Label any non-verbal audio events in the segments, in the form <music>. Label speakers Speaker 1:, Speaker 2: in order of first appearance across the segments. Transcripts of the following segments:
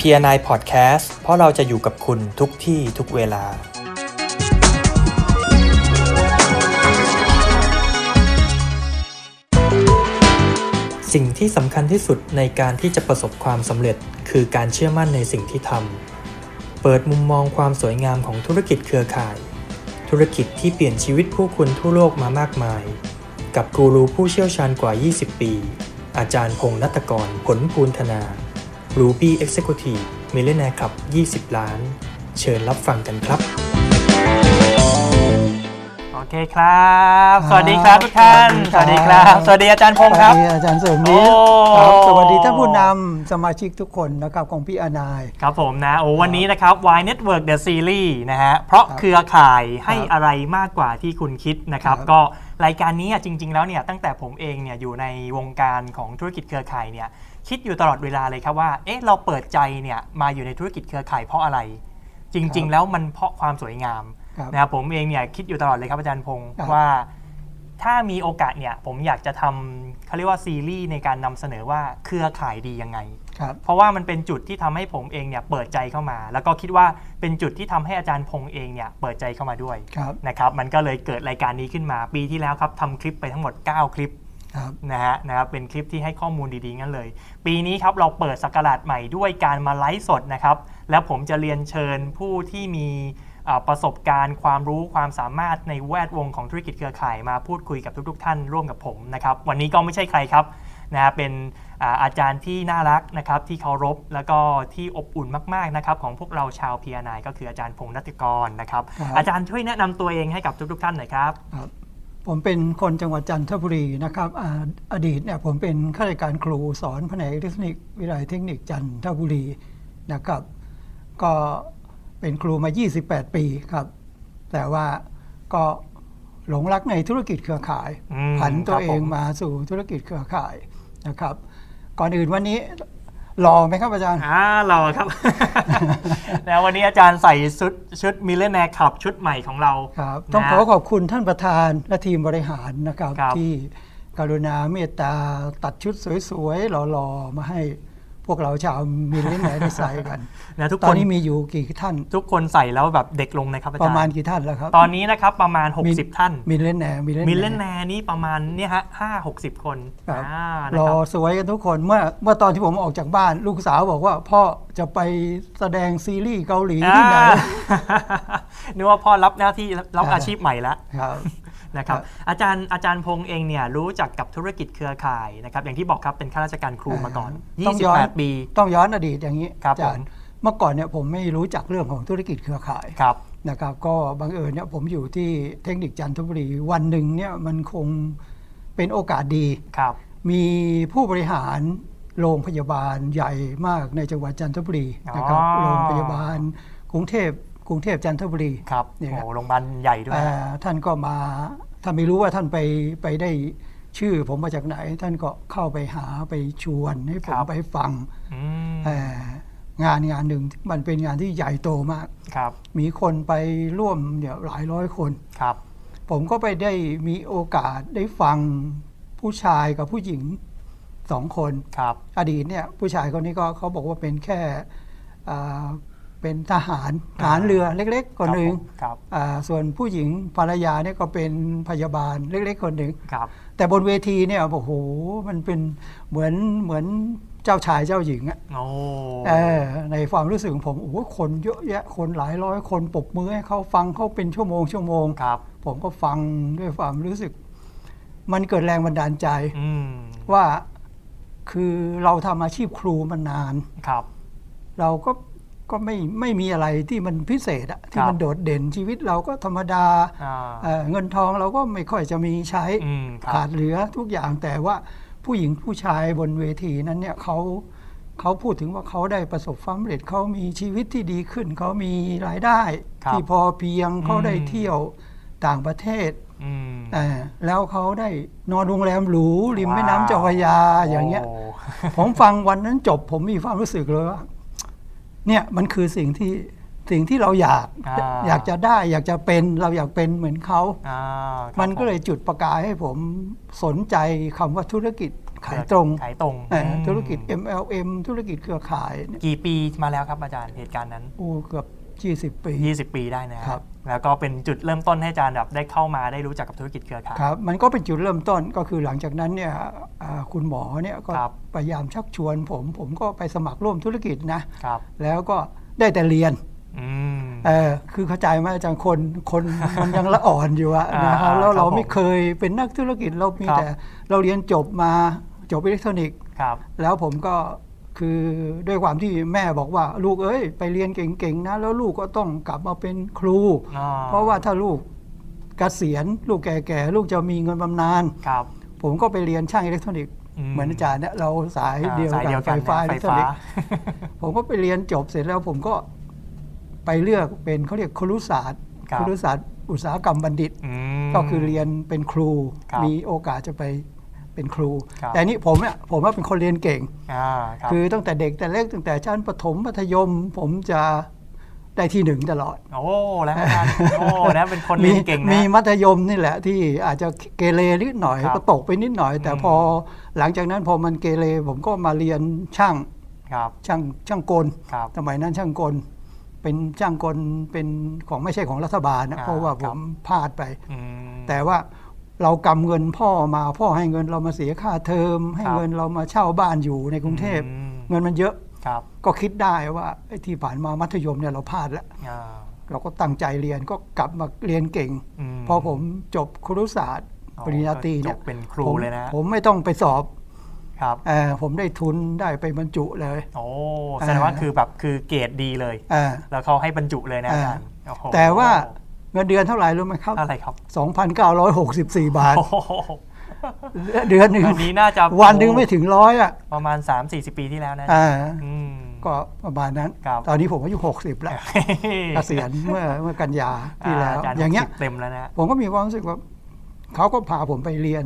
Speaker 1: p r 9 Podcast เพราะเราจะอยู่กับคุณทุกที่ทุกเวลา สิ่งที่สำคัญที่สุดในการที่จะประสบความสำเร็จ คือการเชื่อมั่นในสิ่งที่ทำ เปิดมุมมองความสวยงามของธุรกิจเครือข่าย ธุรกิจที่เปลี่ยนชีวิตผู้คนทั่วโลกมามากมาย กับกูรูผู้เชี่ยวชาญกว่า 20 ปี อาจารย์พงษ์นัตกรผลภูนธนา Ruby Executive Millionaire Club 20 ล้าน เชิญรับฟังกันครับ โอเคครับ สวัสดีครับทุกท่าน ส
Speaker 2: สวั
Speaker 1: วัส
Speaker 2: สดี
Speaker 1: ดีค
Speaker 2: ครั
Speaker 1: รับ
Speaker 2: บ
Speaker 1: สวัสดีอาจารย์พงษ์ครับ
Speaker 2: สวัสดีอาจารย์เสริม
Speaker 1: โอ้
Speaker 2: นีครับสวัสดีท่านผู้นำสมาชิกทุกคนนะครับของพี่อนาย
Speaker 1: ครับผมนะโอ้วันนี้นะครับ Y Network The Series นะฮะเพราะเครือข่ายให้
Speaker 2: ครับ
Speaker 1: อะไรมากกว่าที่คุณคิดนะครับ
Speaker 2: ครับ
Speaker 1: ก็รายการนี้อ่ะจริง ๆ แล้วเนี่ยตั้งแต่ผมเองเนี่ยอยู่ในวงการของธุรกิจเครือข่ายเนี่ยคิดอยู่ตลอดเวลาเลยครับว่าเอ๊ะเราเปิดใจเนี่ยมาอยู่ในธุรกิจเครือข่ายเพราะอะไร จริง ๆ แล้วมันเพราะความสวยงาม
Speaker 2: ครับ
Speaker 1: นะครับผมเองเนี่ยคิดอยู่ตลอดเลยครับอาจารย์พงศ์
Speaker 2: ครับ
Speaker 1: ว่า ถ้ามีโอกาสเนี่ยผมอยากจะทำเขาเรียกว่าซีรีส์ในการนำเสนอว่าเครือข่ายดียังไง
Speaker 2: ครับ
Speaker 1: เพราะว่ามันเป็นจุดที่ทำให้ผมเองเนี่ยเปิดใจเข้ามา แล้วก็คิดว่าเป็นจุดที่ทำให้อาจารย์พงษ์เองเนี่ยเปิดใจเข้ามาด้วย
Speaker 2: ครับ
Speaker 1: นะครับมันก็เลยเกิดรายการนี้ขึ้นมาปีที่แล้วครับทำคลิปไปทั้งหมด 9 คลิป
Speaker 2: ครับ
Speaker 1: นะฮะนะครับเป็นคลิปที่ให้ข้อมูลดีๆงั้นเลย ปีนี้ครับเราเปิดสักราชใหม่ด้วยการมาไลฟ์สดนะครับแล้วผมจะเรียนเชิญผู้ที่มีเอ่อประสบการณ์ความรู้ความสามารถในแวดวงของธุรกิจเครือข่ายมาพูดคุยกับทุก ๆ ท่านร่วมกับผมนะครับวันนี้ก็ไม่ใช่ใครครับ นะฮะเป็นอ่าอาจารย์ที่น่ารักนะครับที่เคารพแล้วก็ที่อบอุ่นมากๆนะครับของพวกเราชาวพีนายก็คืออาจารย์พงษ์นัตติกรนะครับ
Speaker 2: ครับ
Speaker 1: อาจารย์ช่วยแนะนำตัวเองให้กับทุกๆท่านหน่อยครับ
Speaker 2: ครับ ผมเป็นคนจังหวัดจันทบุรีนะครับอ่าอดีตเนี่ยผมเป็นข้าราชการครูสอนแผนกอิเล็กทรอนิกส์วิทยาลัยเทคนิคจันทบุรีนะครับ ก็เป็นครูมา 28 ปีครับ แต่ว่าก็หลงรักในธุรกิจเครือข่าย
Speaker 1: อืม
Speaker 2: ผันตัวเอง
Speaker 1: ครับผ
Speaker 2: มาสู่ธุรกิจเครือข่ายนะครับ ก่อนอื่นวันนี้รอไหมครับอาจารย์
Speaker 1: อ่าเรา
Speaker 2: <laughs>
Speaker 1: ครับ แล้ววันนี้อาจารย์ใส่ชุดชุดมิเลเนียขับชุดใหม่ของเรา
Speaker 2: ครับต้องขอขอบคุณท่านประธานและทีมบริหารนะครับ
Speaker 1: ครับ
Speaker 2: ที่กรุณาเมตตาตัดชุดสวยๆหล่อๆ มาให้พวกเราชาวมิลเลนเนียร์ได้ใส่กัน
Speaker 1: นะทุก
Speaker 2: ตอ
Speaker 1: คน น
Speaker 2: นี้มีอยู่กี่ท่าน
Speaker 1: ทุกคนใส่แล้วแบบเด็กลงนะครับอา
Speaker 2: ประ
Speaker 1: จาร
Speaker 2: มาณ
Speaker 1: ย์
Speaker 2: กี่ท่านแล้วครับ
Speaker 1: ตอนนี้นะครับประมาณ 60 ท่าน
Speaker 2: มิลเลนเนียร์มิลเลน
Speaker 1: มิเล
Speaker 2: เนียร์
Speaker 1: เนียนี่ประมาณเนี่ยฮะห้าหกสิบคน
Speaker 2: ครับ
Speaker 1: อ่า
Speaker 2: ห
Speaker 1: นะ
Speaker 2: ล่อ
Speaker 1: ครับ
Speaker 2: สวยกันทุกคนเมื่อเมื่อตอนที่ผมออกจากบ้าน ลูกสาวบอกว่าพ่อจะไปแสดงซีรีส์เกาหลีที่ไหน
Speaker 1: อ่า <laughs> นึกว่าพ่อรับหน้าที่รับ
Speaker 2: อ่า
Speaker 1: อาชีพใหม่แล้ว
Speaker 2: ครับ
Speaker 1: นะครับ อาจารย์อาจารย์พงษ์เองเนี่ยรู้จักกับธุรกิจเครือข่ายนะครับ อย่างที่บอกครับเป็นข้าราชการครูมาก่อน
Speaker 2: ต้องย้อน
Speaker 1: 28 ปี
Speaker 2: ต้องย้อนอดีตอย่างนี้
Speaker 1: ครับ
Speaker 2: อาจารย์
Speaker 1: ผม
Speaker 2: เมื่อก่อนเนี่ยผมไม่รู้จักเรื่องของธุรกิจเครือข่าย
Speaker 1: ครับ
Speaker 2: นะครับก็บังเอิญเนี่ยผมอยู่ที่เทคนิคจันทบุรี วันหนึ่งเนี่ยมันคงเป็นโอกาสดี
Speaker 1: ครับ
Speaker 2: มีผู้บริหารโรงพยาบาลใหญ่มากในจังหวัดจันทบุรีนะครับ
Speaker 1: อ๋อ
Speaker 2: โรงพยาบาลกรุงเทพกรุงเทพจันทบุรี
Speaker 1: ครับ
Speaker 2: เนี่ย
Speaker 1: โอ้โรงพยาบาลใหญ่ด้วย
Speaker 2: เอ่อท่านก็มาท่านไม่รู้ว่าท่านไปไปได้ชื่อผมมาจากไหน ท่านก็เข้าไปหาไปชวนให้ผ
Speaker 1: ค
Speaker 2: ม
Speaker 1: รับ
Speaker 2: ไปฟัง
Speaker 1: อืม
Speaker 2: เอ่องานงานหนึ่งมันเป็นงานที่ใหญ่โตมาก
Speaker 1: ครับ
Speaker 2: มีคนไปร่วมเนี่ยหลายร้อยคน
Speaker 1: ครับ
Speaker 2: ผมก็ไปได้มีโอกาสได้ฟังผู้ชายกับผู้หญิงสองคน
Speaker 1: ครับ
Speaker 2: อดีตเนี่ยผู้ชายคนนี้ก็เขาบอกว่าเป็นแค่อ่าเป็นทหารทหารเรือเล็ก ๆ คนหนึ่ง
Speaker 1: ครับ
Speaker 2: อ่าส่วนผู้หญิงภรรยาเนี่ยก็เป็นพยาบาลเล็ก ๆ คนหนึ่ง
Speaker 1: ครับ
Speaker 2: แต่บนเวทีเนี่ยโอ้โหมันเป็นเหมือนเหมือนเจ้าชายเจ้าหญิงอะ
Speaker 1: โอ้
Speaker 2: เออในความรู้สึกของผมโอ้โหคนเยอะแยะคนหลายร้อยคนปรบมือให้เขาฟังเขาเป็นชั่วโมงชั่วโมง
Speaker 1: ครับ
Speaker 2: ผมก็ฟังด้วยความรู้สึก มันเกิดแรงบันดาลใจ
Speaker 1: อืม
Speaker 2: ว่าคือเราทำอาชีพครูมานาน
Speaker 1: ครับ
Speaker 2: เราก็ก็ไม่ไม่มีอะไรที่มันพิเศษอะที่
Speaker 1: ครับ
Speaker 2: มันโดดเด่นชีวิตเราก็ธรรมดา
Speaker 1: อ่า
Speaker 2: เอ่อเงินทองเราก็ไม่ค่อยจะมีใช้
Speaker 1: อืมครั
Speaker 2: ขา
Speaker 1: บ
Speaker 2: ดเหลือทุกอย่างแต่ว่าผู้หญิงผู้ชายบนเวทีนั้นเนี่ยเขาเขาพูดถึงว่าเขาได้ประสบความสำเร็จเขามีชีวิตที่ดีขึ้น เขามีรายได้ ที่พอเพียงเขาได้เที่ยวต่างประเทศ
Speaker 1: อืม
Speaker 2: อ่าแล้วเขาได้นอนโรงแรมหรูริมแม่น้ำเจ้าพระยาอย่างเงี้ย
Speaker 1: โ
Speaker 2: ผมฟังวันนั้นจบ ผมมีความรู้สึกเลยว่าเนี่ยมันคือสิ่งที่สิ่งที่เราอยาก
Speaker 1: อ่า
Speaker 2: อยากจะได้อยากจะเป็นเราอยากเป็นเหมือนเขา
Speaker 1: อ่าครับ
Speaker 2: มันก็เลยจุดประกายให้ผมสนใจคำว่าธุรกิจ ขายตรง
Speaker 1: ขายตรง
Speaker 2: เอ่อ
Speaker 1: ม
Speaker 2: ธุรกิจ MLM ธุรกิจเครือข่ายเนี่ย
Speaker 1: กี่ปีมาแล้วครับอาจารย์เหตุการณ์นั้น
Speaker 2: โอ้เกือบ 20 ปี
Speaker 1: 20 ปีได้นะค
Speaker 2: ครั
Speaker 1: รับ
Speaker 2: บ
Speaker 1: แล้วก็เป็นจุดเริ่มต้นให้อาจารย์แบบได้เข้ามาได้รู้จักกับธุรกิจเครือข่าย
Speaker 2: ครับมันก็เป็นจุดเริ่มต้นก็คือหลังจากนั้นเนี่ยอ่าคุณหมอเนี่ยก็
Speaker 1: ครับ
Speaker 2: พยายามชักชวนผม ผมก็ไปสมัครร่วมธุรกิจนะ
Speaker 1: ครับ
Speaker 2: แล้วก็ได้แต่เรียน
Speaker 1: อืม
Speaker 2: เออคือเข้าใจไหมอาจารย์คนคนมันยังละอ่อนอยู่อะนะครั
Speaker 1: <laughs>
Speaker 2: บ
Speaker 1: อ่า
Speaker 2: แล้วเรา
Speaker 1: ครับผม
Speaker 2: ไม่เคยเป็นนักธุรกิจเรามี
Speaker 1: ครับ
Speaker 2: แต่เราเรียนจบมาจบอิเล็กทรอนิกส์
Speaker 1: ครับ
Speaker 2: แล้วผมก็คือด้วยความที่แม่บอกว่าลูกเอ้ย ไปเรียนเก่งๆนะ แล้วลูกก็ต้องกลับมาเป็นครู
Speaker 1: อ่
Speaker 2: เพราะว่าถ้าลูกเกษียณลูกแก่ๆ ลูกจะมีเงินบำนาญ
Speaker 1: ครับ
Speaker 2: ผมก็ไปเรียนช่างอิเล็กทรอนิกส์เหมือนอาจารย์เนี่ยเราสาย
Speaker 1: อ่า
Speaker 2: เดียว
Speaker 1: สาย
Speaker 2: กั
Speaker 1: เดีย
Speaker 2: น
Speaker 1: ว
Speaker 2: ไฟ
Speaker 1: กัน
Speaker 2: ฟ้า
Speaker 1: นะ
Speaker 2: อิ
Speaker 1: ไฟ
Speaker 2: เล็กทรอ
Speaker 1: ฟ้า
Speaker 2: นิกส์ผมก็ไปเรียนจบเสร็จแล้วผมก็ไปเลือกเป็นเขาเรียกครุศาสตร์
Speaker 1: ครับ
Speaker 2: ครุศาสตร์อุตสาหกรรมบัณฑิต
Speaker 1: อืม
Speaker 2: ก็คือเรียนเป็นครู
Speaker 1: ครับ
Speaker 2: มีโอกาสจะไปเป็นครู
Speaker 1: ครับ
Speaker 2: แต่นี่ผมเนี่ยผมว่าเป็นคนเรียนเก่ง
Speaker 1: อ่าครับ
Speaker 2: คือตั้งแต่เด็กแต่เล็กตั้งแต่ชั้นประถมมัธยม ผมจะได้ที่หนึ่งตลอด
Speaker 1: โอ้แล้วอา
Speaker 2: <laughs>
Speaker 1: จารย์โอ้แล้วเป็นคนเรียนเก่ง
Speaker 2: มี
Speaker 1: นะ
Speaker 2: มีมัธยมนี่แหละที่อาจจะเกเรนิดหน่อย
Speaker 1: ครับ
Speaker 2: ก็ตกไปนิดหน่อย แต่
Speaker 1: อืม
Speaker 2: พอหลังจากนั้นพอมันเกเรผมก็มาเรียนช่าง
Speaker 1: ครับ
Speaker 2: ช่างช่างกล
Speaker 1: ครับ
Speaker 2: สมัยนั้นช่างกล เป็นช่างกลเป็นของไม่ใช่ของรัฐบาลนะ
Speaker 1: อ่า
Speaker 2: เพราะว่า
Speaker 1: ครับ
Speaker 2: ผมพลาดไป
Speaker 1: อืม
Speaker 2: แต่ว่าเรากำเงินพ่อมาพ่อให้เงินเรามาเสียค่าเทอม ให้
Speaker 1: ครับ
Speaker 2: เงินเรามาเช่าบ้านอยู่ในกรุงเทพ
Speaker 1: อืม
Speaker 2: เงินมันเยอะ
Speaker 1: ครับ
Speaker 2: ก็คิดได้ว่าไอ้ที่ผ่านมามัธยมเนี่ยเราพลาดแล้ว
Speaker 1: อ่า
Speaker 2: เราก็ตั้งใจเรียนก็กลับมาเรียนเก่ง
Speaker 1: ม
Speaker 2: พอผมจบครุศาสตร์
Speaker 1: อ๋อ
Speaker 2: ปริญญาตรีเนี่ย
Speaker 1: จบเป็นครู
Speaker 2: ผม
Speaker 1: เลยนะ
Speaker 2: ผมไม่ต้องไปสอบ
Speaker 1: ครับ
Speaker 2: เออผมได้ทุนได้ไปบรรจุเลย
Speaker 1: โอ้แสดงว่าคือแบบคือเกรดดีเลย
Speaker 2: เออ
Speaker 1: แล้วเขาให้บรรจุเลยนะอาจารย์โอ้โห
Speaker 2: แต่ว่า เงินเดือนเท่าไหร่รู้ไหมครับ
Speaker 1: อะไรครับ
Speaker 2: 2,964 บาท
Speaker 1: โอ้โห
Speaker 2: เดือนหนึ่ง
Speaker 1: อันนี้น่าจะ
Speaker 2: วันหนึ่งไม่ถึงร้อยอ่ะ
Speaker 1: ประมาณ 3 40 ปีที่แล้วนะ
Speaker 2: เออ
Speaker 1: อืม
Speaker 2: ก็ประมาณนั้น
Speaker 1: ครับ
Speaker 2: ตอนนี้ผมอายุ60 แล้วเกษียณเมื่อเมื่อกันยาที่แล้ว
Speaker 1: จร
Speaker 2: อย่างเงี้ย
Speaker 1: หกสิบเต็มแล้วนะ
Speaker 2: ผมก็มีความรู้สึกว่าเขาก็พาผมไปเรียน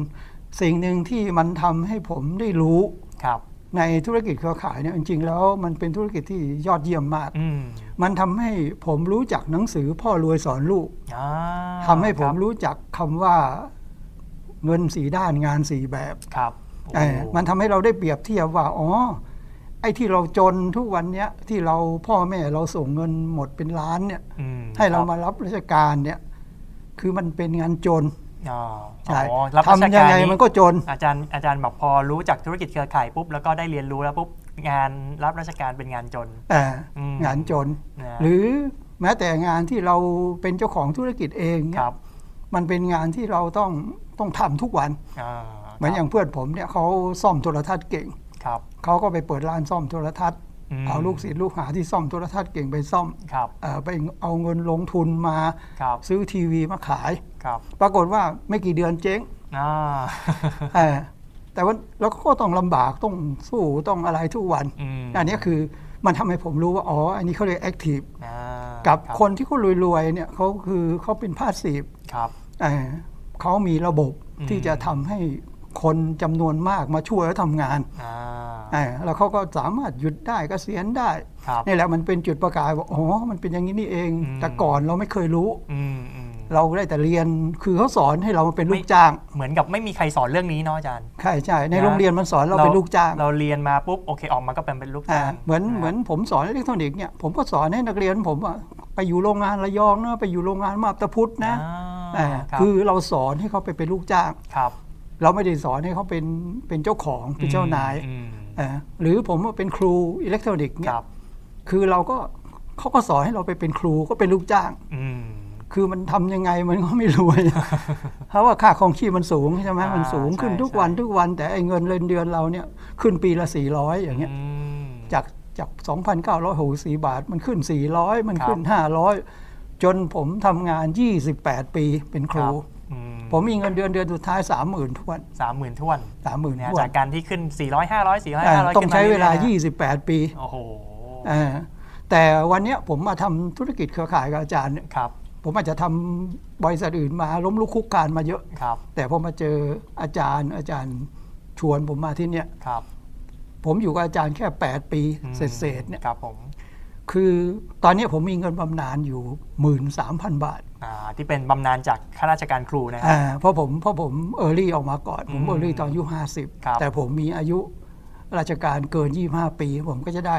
Speaker 2: สิ่งหนึ่งที่มันทำให้ผมได้รู้
Speaker 1: ครับ
Speaker 2: ในธุรกิจเครือข่ายเนี่ยจริงๆแล้วมันเป็นธุรกิจที่ยอดเยี่ยมมาก
Speaker 1: อืม
Speaker 2: มันทำให้ผมรู้จักหนังสือพ่อรวยสอนลูก
Speaker 1: อ่า
Speaker 2: ทำให้ผ
Speaker 1: ค
Speaker 2: ม
Speaker 1: รับ
Speaker 2: รู้จักคำว่าเงินสีด้านงานสีแบบ
Speaker 1: ครับโอ้
Speaker 2: เออมันทำให้เราได้เปรียบเทียบว่าอ๋อไอ้ที่เราจนทุกวันเนี้ยที่เราพ่อแม่เราส่งเงินหมดเป็นล้านเนี่ย
Speaker 1: อืม
Speaker 2: ให้เรา
Speaker 1: คบ
Speaker 2: มารับราชการเนี่ย คือมันเป็นงานจน
Speaker 1: อ๋อ
Speaker 2: ใช่
Speaker 1: อ๋อรับราช
Speaker 2: ทำยั
Speaker 1: การ
Speaker 2: ไงมันก็จน
Speaker 1: อาจารย์อาจารย์บอกพอรู้จักธุรกิจเครือข่ายปุ๊บแล้วก็ได้เรียนรู้แล้วปุ๊บงานรับราชการเป็นงานจน
Speaker 2: เอ่ออ
Speaker 1: ม
Speaker 2: งานจน
Speaker 1: นะ
Speaker 2: หรือแม้แต่งานที่เราเป็นเจ้าของธุรกิจเองเนี่
Speaker 1: ค
Speaker 2: ย
Speaker 1: รับ
Speaker 2: มันเป็นงานที่เราต้องต้องทำทุกวัน
Speaker 1: อ่า
Speaker 2: เหมือนอย่างเพื่อนผมเนี่ยเขาซ่อมโทรทัศน์เก่ง
Speaker 1: ครับ
Speaker 2: เขาก็ไปเปิดร้านซ่อมโทรทัศน์
Speaker 1: ม
Speaker 2: เอาลูกศิษย์ลูกหาที่ซ่อมโทรทัศน์เก่งไปซ่อม
Speaker 1: ครับ
Speaker 2: เอ่อไปเอาเงินลงทุนมา
Speaker 1: ครับ
Speaker 2: ซื้อทีวีมาขาย
Speaker 1: ครับ
Speaker 2: ปรากฏว่าไม่กี่เดือน
Speaker 1: <laughs>
Speaker 2: เจ๊ง
Speaker 1: อ่า
Speaker 2: เออแต่ว่าเราก็ต้องลำบากต้องสู้ต้องอะไรทุกวัน
Speaker 1: อืม
Speaker 2: อันเนี้ยคือมันทำให้ผมรู้ว่า อ๋อ อันนี้เขาเรียกแอคทีฟ
Speaker 1: อ่า
Speaker 2: กับ
Speaker 1: รับ
Speaker 2: คนที่เขารวยๆเนี่ยเขาคือเขาเป็นพาสซีฟ
Speaker 1: ครับ
Speaker 2: เขามีระบบ
Speaker 1: อืม
Speaker 2: ที่จะทำให้คนจำนวนมากมาช่วยเขาทำงาน
Speaker 1: อ่า
Speaker 2: เออแล้วเขาก็สามารถหยุดได้เกษียณได้
Speaker 1: ครับ
Speaker 2: นี่แหละมันเป็นจุดประกายว่าอ๋อมันเป็นอย่างนี้นี่เอง
Speaker 1: อืม
Speaker 2: แต่ก่อนเราไม่เคยรู้
Speaker 1: อืมอืม
Speaker 2: เราได้แต่เรียนคือเขาสอนให้เรามาเป็น
Speaker 1: ไม่
Speaker 2: ลูกจ้าง
Speaker 1: เหมือนกับไม่มีใครสอนเรื่องนี้เนาะอาจารย์
Speaker 2: ใช่ใช่ใน
Speaker 1: นะ
Speaker 2: โรงเรียนมันสอนเราเป็นลูกจ้าง
Speaker 1: เราเรียนมาปุ๊บโอเคออกมาก็เป็นเป็นลูก
Speaker 2: อ่า
Speaker 1: จ้าง
Speaker 2: เหมือนะ เหมือนผมสอนอิเล็กทรอนิกส์เนี่ยผมก็สอนให้นักเรียนผมอะไปอยู่โรงงานระยองนะไปอยู่โรงงานมาบตาพุธนะ
Speaker 1: อ่า
Speaker 2: อ่า
Speaker 1: รับ
Speaker 2: คือเราสอนให้เขาไปเป็นลูกจ้าง
Speaker 1: ครับ
Speaker 2: เราไม่ได้สอนให้เขาเป็นเป็นเจ้าของเป็นเจ้านาย
Speaker 1: อืม
Speaker 2: อ่าหรือผมว่าเป็นครูอิเล็กทรอนิกส์
Speaker 1: ค
Speaker 2: เนี่ย
Speaker 1: รับ
Speaker 2: คือเราก็เขาก็สอนให้เราไปเป็นครูก็เป็นลูกจ้าง
Speaker 1: อืม
Speaker 2: คือมันทำยังไงมันก็ไม่รวย <laughs> เพราะว่าค่าของชีพมันสูงใช่ไหม
Speaker 1: อ่ามั
Speaker 2: มันสูงขึ้น
Speaker 1: ใช่
Speaker 2: ทุกวัน
Speaker 1: ใช่
Speaker 2: ทุกวัน แต่ไอ้เงินเดือนเดือนเราเนี่ยขึ้นปีละ 400 อย่างเงี้ย
Speaker 1: อืม
Speaker 2: จากจาก 2,964 บาท มันขึ้น 400 มันขึ้น 500 จนผมทำงาน 28 ปีเป็นครู
Speaker 1: ครับ อื
Speaker 2: ผมมีเงินเดือนเดือนสุดท้าย 30,000ทวน
Speaker 1: สามหมื่นท่วน
Speaker 2: สามหมื่น
Speaker 1: เนี่ย
Speaker 2: กว่า
Speaker 1: จากการที่ขึ้น 400 500 400
Speaker 2: อ่า
Speaker 1: 500
Speaker 2: ต้องใช้เวลา
Speaker 1: ขึ้นมรื่อ
Speaker 2: 28 ปี
Speaker 1: ๆโอ้โห
Speaker 2: อ่าแต่วันเนี้ยผมมาทำธุรกิจเครือข่ายกับอาจารย์เนี่ย
Speaker 1: ครับ
Speaker 2: ผมอาจจะทำบริษัทอื่นมาล้มลุกคลุกคลานมาเยอะ
Speaker 1: ครับ
Speaker 2: แต่พอมาเจออาจารย์อาจารย์ชวนผมมาที่เนี่ย
Speaker 1: ครับ
Speaker 2: ผมอยู่กับอาจารย์แค่ 8 ปี
Speaker 1: อืม
Speaker 2: เศษๆเนี่ย
Speaker 1: ครับผม
Speaker 2: คือตอนนี้ผมมีเงินบำนาญอยู่ 13,000 บาท
Speaker 1: อ่าที่เป็นบำนาญจากข้าราชการครูนะครับ
Speaker 2: อ่าเพราะผมเพราะผมเออรี่ออกมาก่อน ผม
Speaker 1: อืม
Speaker 2: เออรี่ตอนอายุ
Speaker 1: ครับ
Speaker 2: 50 แต่ผมมีอายุราชการเกิน 25 ปี ผมก็จะได้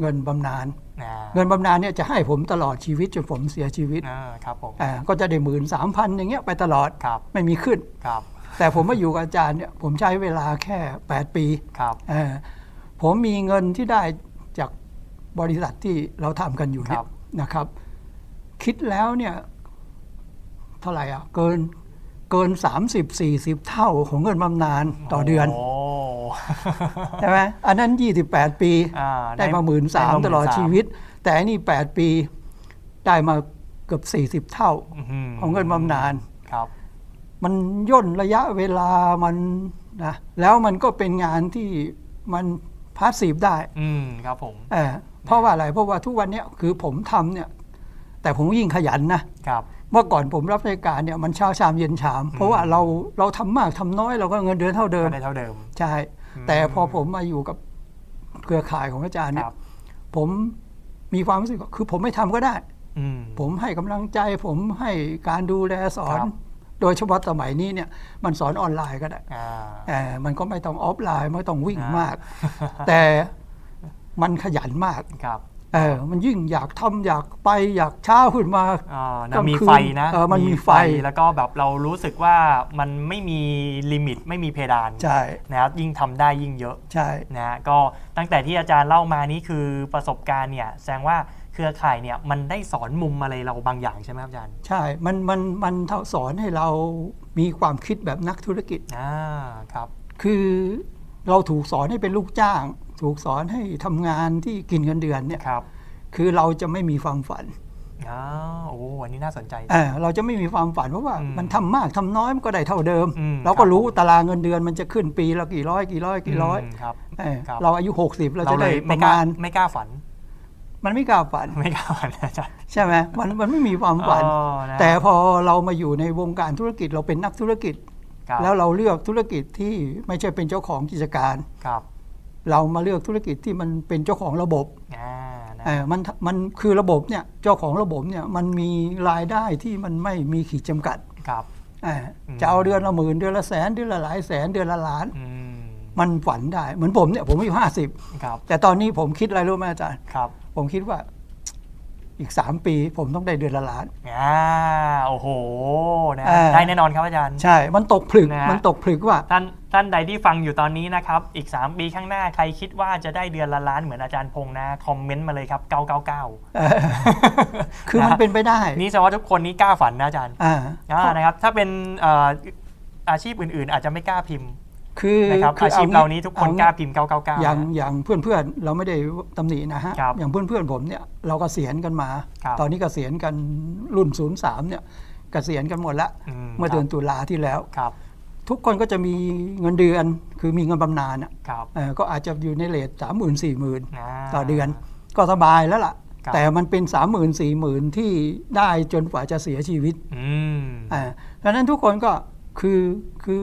Speaker 2: เงินบำนาญ
Speaker 1: อ่า
Speaker 2: เงินบำนาญเนี่ยจะให้ผมตลอดชีวิตจนผมเสียชีวิต
Speaker 1: อ่าครับผม
Speaker 2: อ่าก็จะได้หมื่นสามพันอย่างเงี้ยไปตลอด
Speaker 1: ครับ
Speaker 2: ไม่มีขึ้น
Speaker 1: ครับ
Speaker 2: แต่ผมมาอยู่กับอาจารย์เนี่ยผมใช้เวลาแค่ 8 ปี
Speaker 1: ครับ
Speaker 2: เอ่อผมมีเงินที่ได้จากบริษัทที่เราทำกันอยู่เนี่ยนะครับ คิดแล้วเนี่ยเท่าไหร่อ่ะเกินเกิน 30-40 เท่าของเงินบำนาญต่อเดือน
Speaker 1: โอ้
Speaker 2: ใช่ไหมอันนั้น 28 ปี
Speaker 1: <laughs> อ่า
Speaker 2: ได้มาหมื่นสาม
Speaker 1: ได้มา
Speaker 2: ตลอด
Speaker 1: 13,000
Speaker 2: ชีวิต แต่อันนี่ 8 ปีได้มาเกือบ 40 เท่า
Speaker 1: อื้อหื
Speaker 2: ของเงินบำนาญ
Speaker 1: ครับ
Speaker 2: มันย่นระยะเวลามันนะแล้วมันก็เป็นงานที่มันพาสซีฟได้
Speaker 1: อืมครับผม
Speaker 2: เออเพราะว่าอะไรเพราะว่าทุกวันเนี้ยคือผมทำเนี่ย แต่ผมยิ่งขยันนะครับ เมื่อก่อนผมรับราชการเนี่ยมันเช้าชามเย็นชาม เพราะว่าเราเราทำมากทำน้อยเราก็เงินเดือนเท่าเดิม
Speaker 1: ก็ได้เท่าเดิม
Speaker 2: ใช่แต่พอผมมาอยู่กับเครือข่ายของอาจารย์เนี่
Speaker 1: ครั
Speaker 2: ย
Speaker 1: บ
Speaker 2: ผมมีความรู้สึกว่าคือผมไม่ทำก็ได้
Speaker 1: อืม
Speaker 2: ผมให้กำลังใจ ผมให้การดูแลสอน
Speaker 1: ครับ
Speaker 2: โดยเฉพาะสมัยนี้เนี่ยมันสอนออนไลน์ก็ได้
Speaker 1: อ่า
Speaker 2: เอ่อมันก็ไม่ต้องออฟไลน์ไม่ต้องวิ่ง
Speaker 1: อ่าม
Speaker 2: มาก
Speaker 1: <laughs>
Speaker 2: แต่มันขยันมาก
Speaker 1: ครับ
Speaker 2: เออมันยิ่งอยากทำอยากไปอยากเช้าขึ้นมา
Speaker 1: อ่านะ
Speaker 2: กลาง
Speaker 1: มี
Speaker 2: คืน
Speaker 1: ไฟนะ
Speaker 2: เออมันมีไฟ
Speaker 1: แล้วก็แบบเรารู้สึกว่ามันไม่มีลิมิตไม่มีเพดาน
Speaker 2: ใช่
Speaker 1: นะครับยิ่งทำได้ยิ่งเยอะ
Speaker 2: ใช่
Speaker 1: นะฮะก็ตั้งแต่ที่อาจารย์เล่ามานี่คือประสบการณ์เนี่ยแสดงว่าเครือข่ายเนี่ยมันได้สอนมุมอะไรเราบางอย่างใช่ไหมครับอาจารย์
Speaker 2: ใช่ มันมันมันเท่าสอนให้เรามีความคิดแบบนักธุรกิจ
Speaker 1: อ่าครับ
Speaker 2: คือเราถูกสอนให้เป็นลูกจ้าง ถูกสอนให้ทำงานที่กินเงินเดือนเนี่ย
Speaker 1: ครับ
Speaker 2: คือเราจะไม่มีความฝัน
Speaker 1: อ้าวโอ้อันนี้น่าสนใจ
Speaker 2: เออเราจะไม่มีความฝันเพราะว่า
Speaker 1: อืม
Speaker 2: มันทำมากทำน้อยมันก็ได้เท่าเดิม
Speaker 1: อืม
Speaker 2: เราก็
Speaker 1: ครับ
Speaker 2: รู้ตารางเงินเดือนมันจะขึ้นปีละกี่ร้อยกี่ร้อยกี่ร้อย
Speaker 1: มครับ
Speaker 2: เออ
Speaker 1: ครับ
Speaker 2: เราอายุ 60 เราจะได้
Speaker 1: ย
Speaker 2: ป
Speaker 1: ไม่
Speaker 2: ระ
Speaker 1: กล้า
Speaker 2: มาณ
Speaker 1: ไม่กล้าฝัน
Speaker 2: มันไม่กล้าฝัน
Speaker 1: ไม่กล้าฝันอาจารย์
Speaker 2: ใช่ไหมมันมันไม่มีความฝัน
Speaker 1: อ๋อนะ
Speaker 2: แต่พอเรามาอยู่ในวงการธุรกิจเราเป็นนักธุรกิจ
Speaker 1: ครับ
Speaker 2: แล้วเราเลือกธุรกิจที่ไม่ใช่เป็นเจ้าของกิจการ
Speaker 1: ครับ
Speaker 2: เรามาเลือกธุรกิจที่มันเป็นเจ้าของระบบ
Speaker 1: อ่านะ
Speaker 2: เออมันมันคือระบบเนี่ยเจ้าของระบบเนี่ยมันมีรายได้ที่มันไม่มีขีดจำกัด
Speaker 1: ครับ
Speaker 2: เอออ
Speaker 1: ม
Speaker 2: จะเอาเดือนละหมื่นเดือนละแสนเดือนละหลายแสนเดือนละล้าน
Speaker 1: อืม
Speaker 2: มันฝันได้ เหมือนผมเนี่ยผมอายุห้าสิบ
Speaker 1: ครับ
Speaker 2: แต่ตอนนี้ผมคิดอะไรรู้ไหมอาจารย์
Speaker 1: ครับ
Speaker 2: ผมคิดว่า อีกสามปีผมต้องได้เดือนละล้าน
Speaker 1: อ่าโอ้โหนะ
Speaker 2: เออ
Speaker 1: ได้แน่นอนครับอาจารย์
Speaker 2: ใช่ มันตกผลึก
Speaker 1: นะฮะ
Speaker 2: มันตกผลึกว่า <laughs>
Speaker 1: ท่านท่านใดที่ฟังอยู่ตอนนี้นะครับ อีก 3 ปีข้างหน้าใครคิดว่าจะได้เดือนละล้านเหมือนอาจารย์พงษ์นะ คอมเมนต์มาเลยครับ 999
Speaker 2: เอ่อคือมันเป็นไปได้
Speaker 1: นี่แสดงว่าทุกคนนี้กล้าฝันนะอาจารย์
Speaker 2: อ่า
Speaker 1: อ่านะครับถ้าเป็นเอ่ออาชีพอื่นๆ อาจจะไม่กล้าพิมพ์
Speaker 2: คือ
Speaker 1: นะครับ
Speaker 2: คื
Speaker 1: อาชีพเรานี้ทุกคนกล้า
Speaker 2: เอ
Speaker 1: พิมพ์999
Speaker 2: งี้อย่าง
Speaker 1: นะ
Speaker 2: อย่างเพื่อนเพื่อนๆเราไม่ได้ตำหนินะฮะ
Speaker 1: ครับ
Speaker 2: อย่างเพื่อนเพื่อนๆผมเนี่ยเรากเกษียณกันมา
Speaker 1: ครับ
Speaker 2: ตอนนี้เกษียณกันรุ่นศูนย์สามเนี่ยเกษียณกันหมดละ
Speaker 1: อืม
Speaker 2: เมื่อเดือนตุลาที่แล้ว
Speaker 1: ครับ
Speaker 2: ทุกคนก็จะมีเงินเดือน คือมีเงินบำนาญอะ
Speaker 1: ครับ
Speaker 2: เอ่อก็อาจจะอยู่ในเลทสามหมื่นสี่หมื่น
Speaker 1: า
Speaker 2: ต่อเดือนก็สบายแล้วล่ะ
Speaker 1: ครับ
Speaker 2: แต่มันเป็น 3 0 0 0 0ื่นสี่หมื่นที่ได้จนกว่าจะเสียชีวิต
Speaker 1: อืม
Speaker 2: อ่าดังนั้นทุกคนก็คือคือ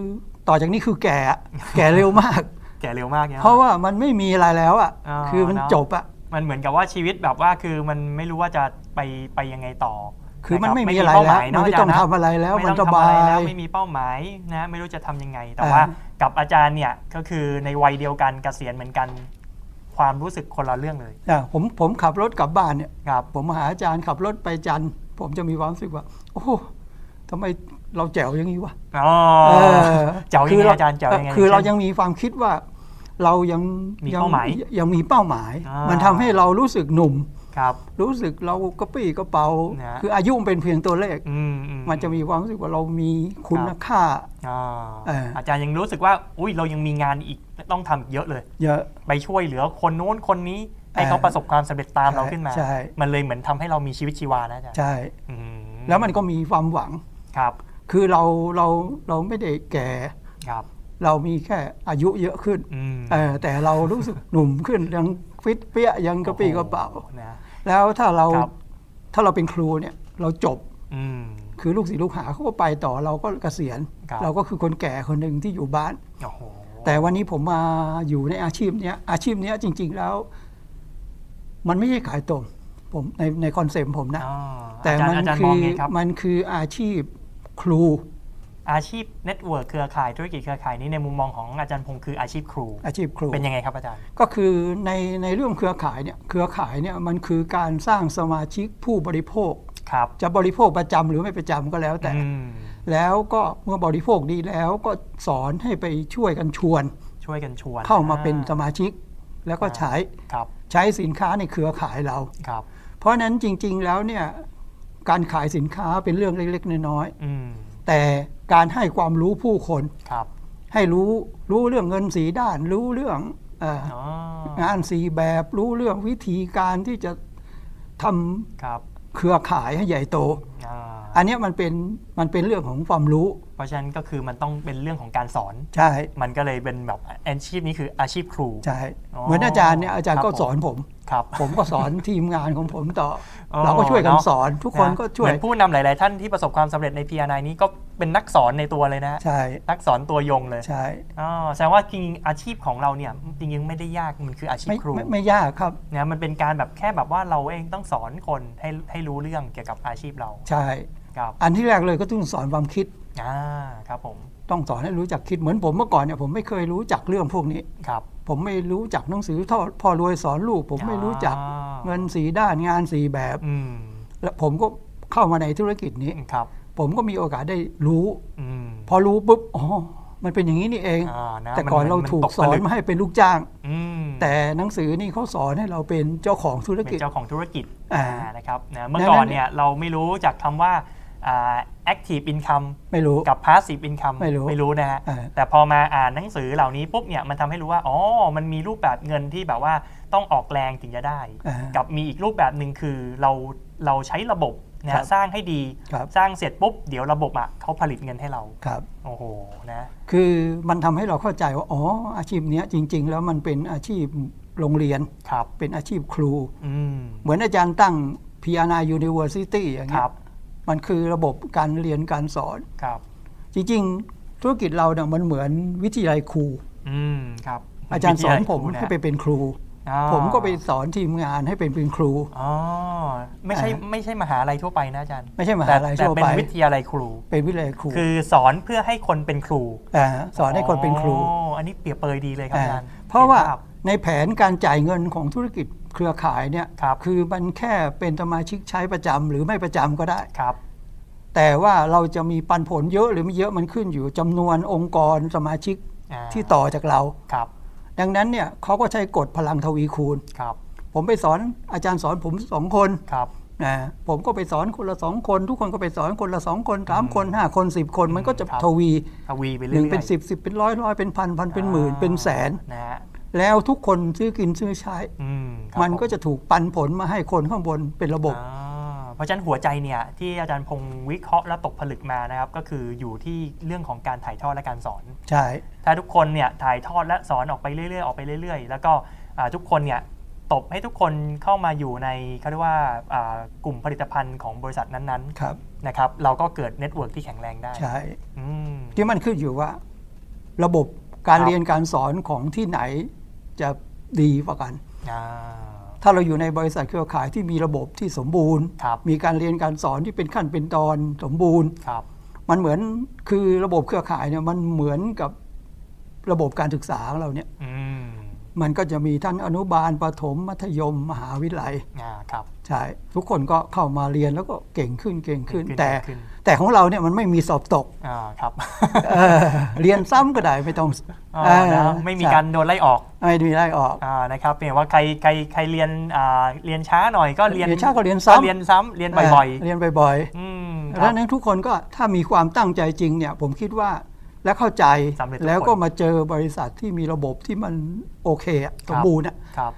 Speaker 2: ต่อจากนี้คือแก่
Speaker 1: <laughs>
Speaker 2: อะแก่เร็วมาก
Speaker 1: แก่เร็วมากเนี่ย
Speaker 2: เพราะว่ามันไม่มีอะไรแล้วอ่ะ
Speaker 1: อ่า
Speaker 2: คือมัน
Speaker 1: เนอะ
Speaker 2: จบอ่ะ
Speaker 1: มันเหมือนกับว่าชีวิตแบบว่าคือมันไม่รู้ว่าจะไปไปยังไงต่อ
Speaker 2: คือมัน
Speaker 1: นะรับ
Speaker 2: ไม่มีอะไร
Speaker 1: เป้าห
Speaker 2: แล้ว
Speaker 1: มายเน
Speaker 2: มันไม่
Speaker 1: าจารย์
Speaker 2: ต้อง
Speaker 1: นะ
Speaker 2: ทำอะไรแล้ว
Speaker 1: ไม่
Speaker 2: มัน
Speaker 1: ต้
Speaker 2: ส
Speaker 1: องทำ
Speaker 2: บา
Speaker 1: อะไร
Speaker 2: ย
Speaker 1: แล้วไม่มีเป้าหมายนะไม่รู้จะทำยังไง แต่
Speaker 2: อ่า
Speaker 1: ว่ากับอาจารย์เนี่ยก็คือในวัยเดียวกันเกษียณเหมือนกัน ความรู้สึกคนละเรื่องเลย
Speaker 2: อ่าผมผมขับรถกลับบ้านเนี่ย
Speaker 1: ครับ
Speaker 2: ผมมาหาอาจารย์ขับรถไปจันทร์ผมจะมีความรู้สึกว่า โอ้โหทำไมเราแจ๋วอย่างนี้วะ
Speaker 1: อ๋อ
Speaker 2: เออ
Speaker 1: เจ้ายั
Speaker 2: คื
Speaker 1: งไง
Speaker 2: เ
Speaker 1: อาจารย์เจ้ายังไง
Speaker 2: คือเรายังมีความคิดว่าเรายัง
Speaker 1: มีเป้าหมาย
Speaker 2: ยังมีเป้าหมาย
Speaker 1: อ่ามั
Speaker 2: มันทำให้เรารู้สึกหนุ่ม
Speaker 1: ครับ
Speaker 2: รู้สึกเรากระปี้กระเป๋า
Speaker 1: นะ
Speaker 2: คืออายุมันเป็นเพียงตัวเลข
Speaker 1: อืมอื
Speaker 2: มันจะมีความรู้สึกว่าเรามีคุณค่า
Speaker 1: อ่า
Speaker 2: เอออ
Speaker 1: อาจารย์ยังรู้สึกว่าอุ้ยเรายังมีงานอีกต้องทำอีกเยอะเลย
Speaker 2: เยอะ
Speaker 1: ไปช่วยเหลือคนนู้นคนนี้ให้
Speaker 2: เออ
Speaker 1: เขาประสบความสำเร็จตามเรา
Speaker 2: ใช่
Speaker 1: ขึ้นมา
Speaker 2: ใช่
Speaker 1: มันเลยเหมือนทำให้เรามีชีวิตชีวานะอาจารย์
Speaker 2: ใช่
Speaker 1: อืม
Speaker 2: แล้วมันก็มีความหวัง
Speaker 1: ครับ
Speaker 2: คือเราเราเราไม่ได้แก่
Speaker 1: ครับ
Speaker 2: เรามีแค่อายุเยอะขึ้น
Speaker 1: อืม
Speaker 2: เออแต่เรารู้สึก <laughs> หนุ่มขึ้นยังฟิตเปี้ยยังกระปี้กระเป๋า
Speaker 1: โอ้โหนะ
Speaker 2: แล้วถ้าเรา
Speaker 1: ครับ
Speaker 2: ถ้าเราเป็นครูเนี่ยเราจบ
Speaker 1: อืม
Speaker 2: คือลูกศิษย์ลูกหาเขาก็ไปต่อเราก็เกษียณ
Speaker 1: ครับ
Speaker 2: เราก็คือคนแก่คนหนึ่งที่อยู่บ้าน
Speaker 1: โอ้โห
Speaker 2: แต่วันนี้ผมมาอยู่ในอาชีพเนี้ยอาชีพเนี้ยจริง ๆ แล้ว มันไม่ใช่ขายตรงผมในในคอนเซปต์ผมนะ
Speaker 1: อ๋อ
Speaker 2: แต่
Speaker 1: อาจาร
Speaker 2: มั
Speaker 1: ย์อาจารย์
Speaker 2: คื
Speaker 1: มองไงครับ
Speaker 2: มันคืออาชีพครู
Speaker 1: อาชีพเน็ตเวิร์กเครือข่ายธุรกิจเครือข่ายนี้ในมุมมองของอาจารย์พงศ์คืออาชีพครู
Speaker 2: อาชีพครู
Speaker 1: เป็นยังไงครับอาจารย์
Speaker 2: ก็คือในในเรื่องเครือข่ายเนี่ยเครือข่ายเนี่ยมันคือการสร้างสมาชิกผู้บริโภค
Speaker 1: ครับ
Speaker 2: จะบริโภคประจำหรือไม่ประจำก็แล้วแต่
Speaker 1: อืม
Speaker 2: แล้วก็เมื่อบริโภคดีแล้วก็สอนให้ไปช่วยกันชวน
Speaker 1: ช่วยกันชวน
Speaker 2: เข้ามาเป็นส
Speaker 1: อ่
Speaker 2: มาชิก แล้วก็ใช้
Speaker 1: ครับ
Speaker 2: ใช้สินค้าในเครือข่ายเรา
Speaker 1: ครับ
Speaker 2: เพราะฉะนั้นจริงๆแล้วเนี่ยการขายสินค้าเป็นเรื่องเล็กๆน้อย
Speaker 1: อืม
Speaker 2: ๆแต่การให้ความรู้ผู้คน
Speaker 1: ครับ
Speaker 2: ให้รู้รู้เรื่องเงินสีด้าน รู้เรื่องเออ
Speaker 1: อ๋อง
Speaker 2: านสีแบบรู้เรื่องวิธีการที่จะทำ
Speaker 1: ครับ
Speaker 2: เครือข่ายให้ใหญ่โต
Speaker 1: อ่า
Speaker 2: อันเนี้ยมันเป็นมันเป็นเรื่องของความรู้
Speaker 1: เพราะฉะนั้นก็คือมันต้องเป็นเรื่องของการสอน
Speaker 2: ใช่
Speaker 1: มันก็เลยเป็นแบบอาชีพนี้คืออาชีพครู
Speaker 2: ใช่
Speaker 1: อ๋อ
Speaker 2: เหมือนอาจารย์เนี่ยอาจาร
Speaker 1: ค
Speaker 2: ย์
Speaker 1: รั
Speaker 2: ก็
Speaker 1: บผม
Speaker 2: สอนผม
Speaker 1: ครับ
Speaker 2: ผมก็
Speaker 1: <laughs>
Speaker 2: สอนทีมงานของผมต่อ
Speaker 1: อ๋อ
Speaker 2: เราก็ช่วยกัน
Speaker 1: เนอะ
Speaker 2: สอน ทุกคนก็ช่วย
Speaker 1: เหมือนผู้นำหลาย ๆ ท่านที่ประสบความสำเร็จใน PRI นี้ก็เป็นนักสอนในตัวเลยนะ
Speaker 2: ใช่
Speaker 1: นักสอนตัวยงเลย
Speaker 2: ใช่
Speaker 1: อ๋อแสดงว่าจริงๆอาชีพของเราเนี่ยจริงๆไม่ได้ยากมันคืออาชีพ
Speaker 2: ไม่
Speaker 1: ครู
Speaker 2: ไม่ไม่ยากครับ
Speaker 1: นะมันเป็นการแบบแค่แบบว่าเราเองต้องสอนคนให้ให้รู้เรื่องเกี่ยวกับอาชีพเรา
Speaker 2: ใช่
Speaker 1: ครับ
Speaker 2: อันที่แรกเลยก็ต้องสอนความคิด
Speaker 1: อ่าครับผม
Speaker 2: ต้องสอนให้รู้จักคิดเหมือนผมเมื่อก่อนเนี่ยผมไม่เคยรู้จักเรื่องพวกนี้
Speaker 1: ครับ
Speaker 2: ผมไม่รู้จักหนังสือทอดพ่อรวยสอนลูก ผมไม่รู้จัก
Speaker 1: อ่า
Speaker 2: เงินสีด้านงานสีแบบ
Speaker 1: อืม
Speaker 2: และผมก็เข้ามาในธุรกิจนี้
Speaker 1: ครับ
Speaker 2: ผมก็มีโอกาสได้รู้
Speaker 1: อืม
Speaker 2: พอรู้ปุ๊บอ๋อมันเป็นอย่างนี้นี่เอง
Speaker 1: อ่าะ
Speaker 2: แต่ก่อน
Speaker 1: มั
Speaker 2: เรา
Speaker 1: มั
Speaker 2: ถูก
Speaker 1: ต
Speaker 2: สอ
Speaker 1: ผ
Speaker 2: น
Speaker 1: ลึ
Speaker 2: มาให้เป็นลูกจ้าง
Speaker 1: อืม
Speaker 2: แต่หนังสือนี่เขาสอนให้เราเป็นเจ้าของธุร
Speaker 1: เป็
Speaker 2: กิจ
Speaker 1: นเจ้าของธุรกิจ
Speaker 2: อ่า
Speaker 1: อ่านะครับนะเมื่อ
Speaker 2: ดังนั้น
Speaker 1: ก่อนเนี่ยเราไม่รู้จากคำว่าอ่า active income
Speaker 2: ไม่รู้
Speaker 1: กับ passive income
Speaker 2: ไม่รู้
Speaker 1: ไม่รู้นะฮะ
Speaker 2: อ่า
Speaker 1: แต่พอมาอ่านหนังสือเหล่านี้ปุ๊บเนี่ยมันทำให้รู้ว่าอ๋อมันมีรูปแบบเงินที่แบบว่าต้องออกแรงถึงจะได้
Speaker 2: อ่า
Speaker 1: กับมีอีกรูปแบบหนึ่งคือเราเราใช้ระบบ
Speaker 2: ครั
Speaker 1: นะ
Speaker 2: บ
Speaker 1: สร้างให้ดี
Speaker 2: ครับ
Speaker 1: สร้างเสร็จปุ๊บ เดี๋ยวระบบอ่ะเขาผลิตเงินให้เรา
Speaker 2: ครับ
Speaker 1: โอ้โหนะ
Speaker 2: คือมันทำให้เราเข้าใจว่าอ๋ออาชีพเนี้ยจริง ๆ แล้วมันเป็นอาชีพโรงเรียน
Speaker 1: ครับ
Speaker 2: เป็นอาชีพครู
Speaker 1: อืม
Speaker 2: เหมือนอาจารย์ตั้ง p r n University อย่าง
Speaker 1: ค
Speaker 2: เงี้
Speaker 1: รั
Speaker 2: ย
Speaker 1: บ
Speaker 2: มันคือระบบการเรียนการสอน
Speaker 1: ครับ
Speaker 2: จริงๆ ธุรกิจเราเนี่ยมันเหมือนวิทยาลัยครู
Speaker 1: อืมครับ
Speaker 2: อาจารย์สอนผม
Speaker 1: วิทยาลัย
Speaker 2: ให้
Speaker 1: ครูะ
Speaker 2: ไปเป็นครู
Speaker 1: อ่า
Speaker 2: ผมก็ไปสอนทีมงานให้เป็นเป็นครู
Speaker 1: อ๋อไม่ใช่
Speaker 2: อ่า
Speaker 1: ไม่ใช่มหาลัยทั่วไปนะอาจารย์
Speaker 2: ไม่ใช่มหา
Speaker 1: แต่
Speaker 2: ลัย
Speaker 1: แต่
Speaker 2: ทั่ว
Speaker 1: เป็
Speaker 2: ไป
Speaker 1: นวิทยาลัยครู
Speaker 2: เป็นวิทยาลัยครู
Speaker 1: คือสอนเพื่อให้คนเป็นครู
Speaker 2: าสอนให้คนเป็นครู
Speaker 1: อ๋ออันนี้เปรียบเปรยดีเลยครับ
Speaker 2: อ่า
Speaker 1: อาจารย์
Speaker 2: เพราะว่า
Speaker 1: ห็นภพ
Speaker 2: ในแผนการจ่ายเงินของธุรกิจเครือข่ายเนี่ย
Speaker 1: ครับ
Speaker 2: คือมันแค่เป็นสมาชิกใช้ประจำหรือไม่ประจำก็ได้
Speaker 1: ครับ
Speaker 2: แต่ว่าเราจะมีปันผลเยอะหรือไม่เยอะมันขึ้นอยู่จำนวนองค์กรสมาชิก
Speaker 1: อ่า
Speaker 2: ที่ต่อจากเรา
Speaker 1: ครับ
Speaker 2: ดังนั้นเนี่ยเขาก็ใช้กฎพลังทวีคูณ
Speaker 1: ครับ
Speaker 2: ผมไปสอนอาจารย์สอนผมสองคน
Speaker 1: ครับ
Speaker 2: นะผมก็ไปสอนคนละสองคน ทุกคนก็ไปสอนคนละสองคนสามคนห้าคนสิบคนมันก็จะ
Speaker 1: ครับ
Speaker 2: ทวี
Speaker 1: ทวีไปเรื่อยๆ
Speaker 2: หนึ่งเป็นสิบสิบเป็นร้อยร้อยเป็นพันพันเป็นหมื่น
Speaker 1: อ่า
Speaker 2: เป็นแสน
Speaker 1: นะฮะ
Speaker 2: แล้วทุกคนซื้อกินซื้อใช้
Speaker 1: อืครับ
Speaker 2: มันก็
Speaker 1: ผ
Speaker 2: จะถูกปันผลมาให้คนข้างบนเป็นระบบ
Speaker 1: อ่าเพราะฉะนั้นหัวใจเนี่ยที่อาจารย์พงศ์วิเคราะห์และตกผลึกมานะครับ ก็คืออยู่ที่เรื่องของการถ่ายทอดและการสอน
Speaker 2: ใช่
Speaker 1: ถ้าทุกคนเนี่ยถ่ายทอดและสอนออกไปเรื่อยๆออกไปเรื่อย ๆ แล้วก็อ่าทุกคนเนี่ยตบให้ทุกคนเข้ามาอยู่ในเขาเรียกว่าอ่ากลุ่มผลิตภัณฑ์ของบริษัทนั้น
Speaker 2: ครับ
Speaker 1: ๆนะครับเราก็เกิดเน็ตเวิร์กที่แข็งแรงได้
Speaker 2: ใช่
Speaker 1: อืม
Speaker 2: ที่มันขึ้นอยู่ว่า ระบบการ
Speaker 1: ครับ
Speaker 2: เรียนการสอนของที่ไหนจะดีกว่ากัน
Speaker 1: อ่า
Speaker 2: ถ้าเราอยู่ในบริษัทเครือข่ายที่มีระบบที่สมบูรณ์
Speaker 1: ครับ
Speaker 2: มีการเรียนการสอนที่เป็นขั้นเป็นตอนสมบูรณ์
Speaker 1: ครับ
Speaker 2: มันเหมือนคือระบบเครือข่ายเนี่ยมันเหมือนกับระบบการศึกษาของเราเนี่ย
Speaker 1: อืม
Speaker 2: มันก็จะมีทั้งอนุบาลประถมมัธยม มหาวิทยาลัย
Speaker 1: อ่าครับ
Speaker 2: ใช่ทุกคนก็เข้ามาเรียนแล้วก็เก่งขึ้นเก่งขึ้น
Speaker 1: เก่งขึ้น
Speaker 2: แต่
Speaker 1: เก่งขึ้น
Speaker 2: แต่ของเราเนี่ยมันไม่มีสอบตก <laughs>
Speaker 1: อ่าครับ
Speaker 2: เออเรียนซ้ำก็ได้ไม่ต้อง
Speaker 1: อ๋อ
Speaker 2: เออ
Speaker 1: นะไม่มีการโดนไล่ออก
Speaker 2: ใช่ไม่มีไล่ออก
Speaker 1: อ่านะครับเป็นว่าใครใครใครเรียนอ่าเรียนช้าหน่อยก็เรียน
Speaker 2: เรียนช้าก็เรียนซ้ำ
Speaker 1: เรียนซ้ำเรียนบ่อย
Speaker 2: เรียนบ่อย
Speaker 1: ๆอืม
Speaker 2: ๆ
Speaker 1: ค
Speaker 2: ดั
Speaker 1: รับ
Speaker 2: งนั้นทุกคนก็ถ้ามีความตั้งใจจริงเนี่ยผมคิดว่าและเข้าใจ
Speaker 1: สำเร็จทุกคน
Speaker 2: แล้วก็มาเจอบริษัทที่มีระบบที่มันโอเคอะสมบูรณ์อะ
Speaker 1: ครับ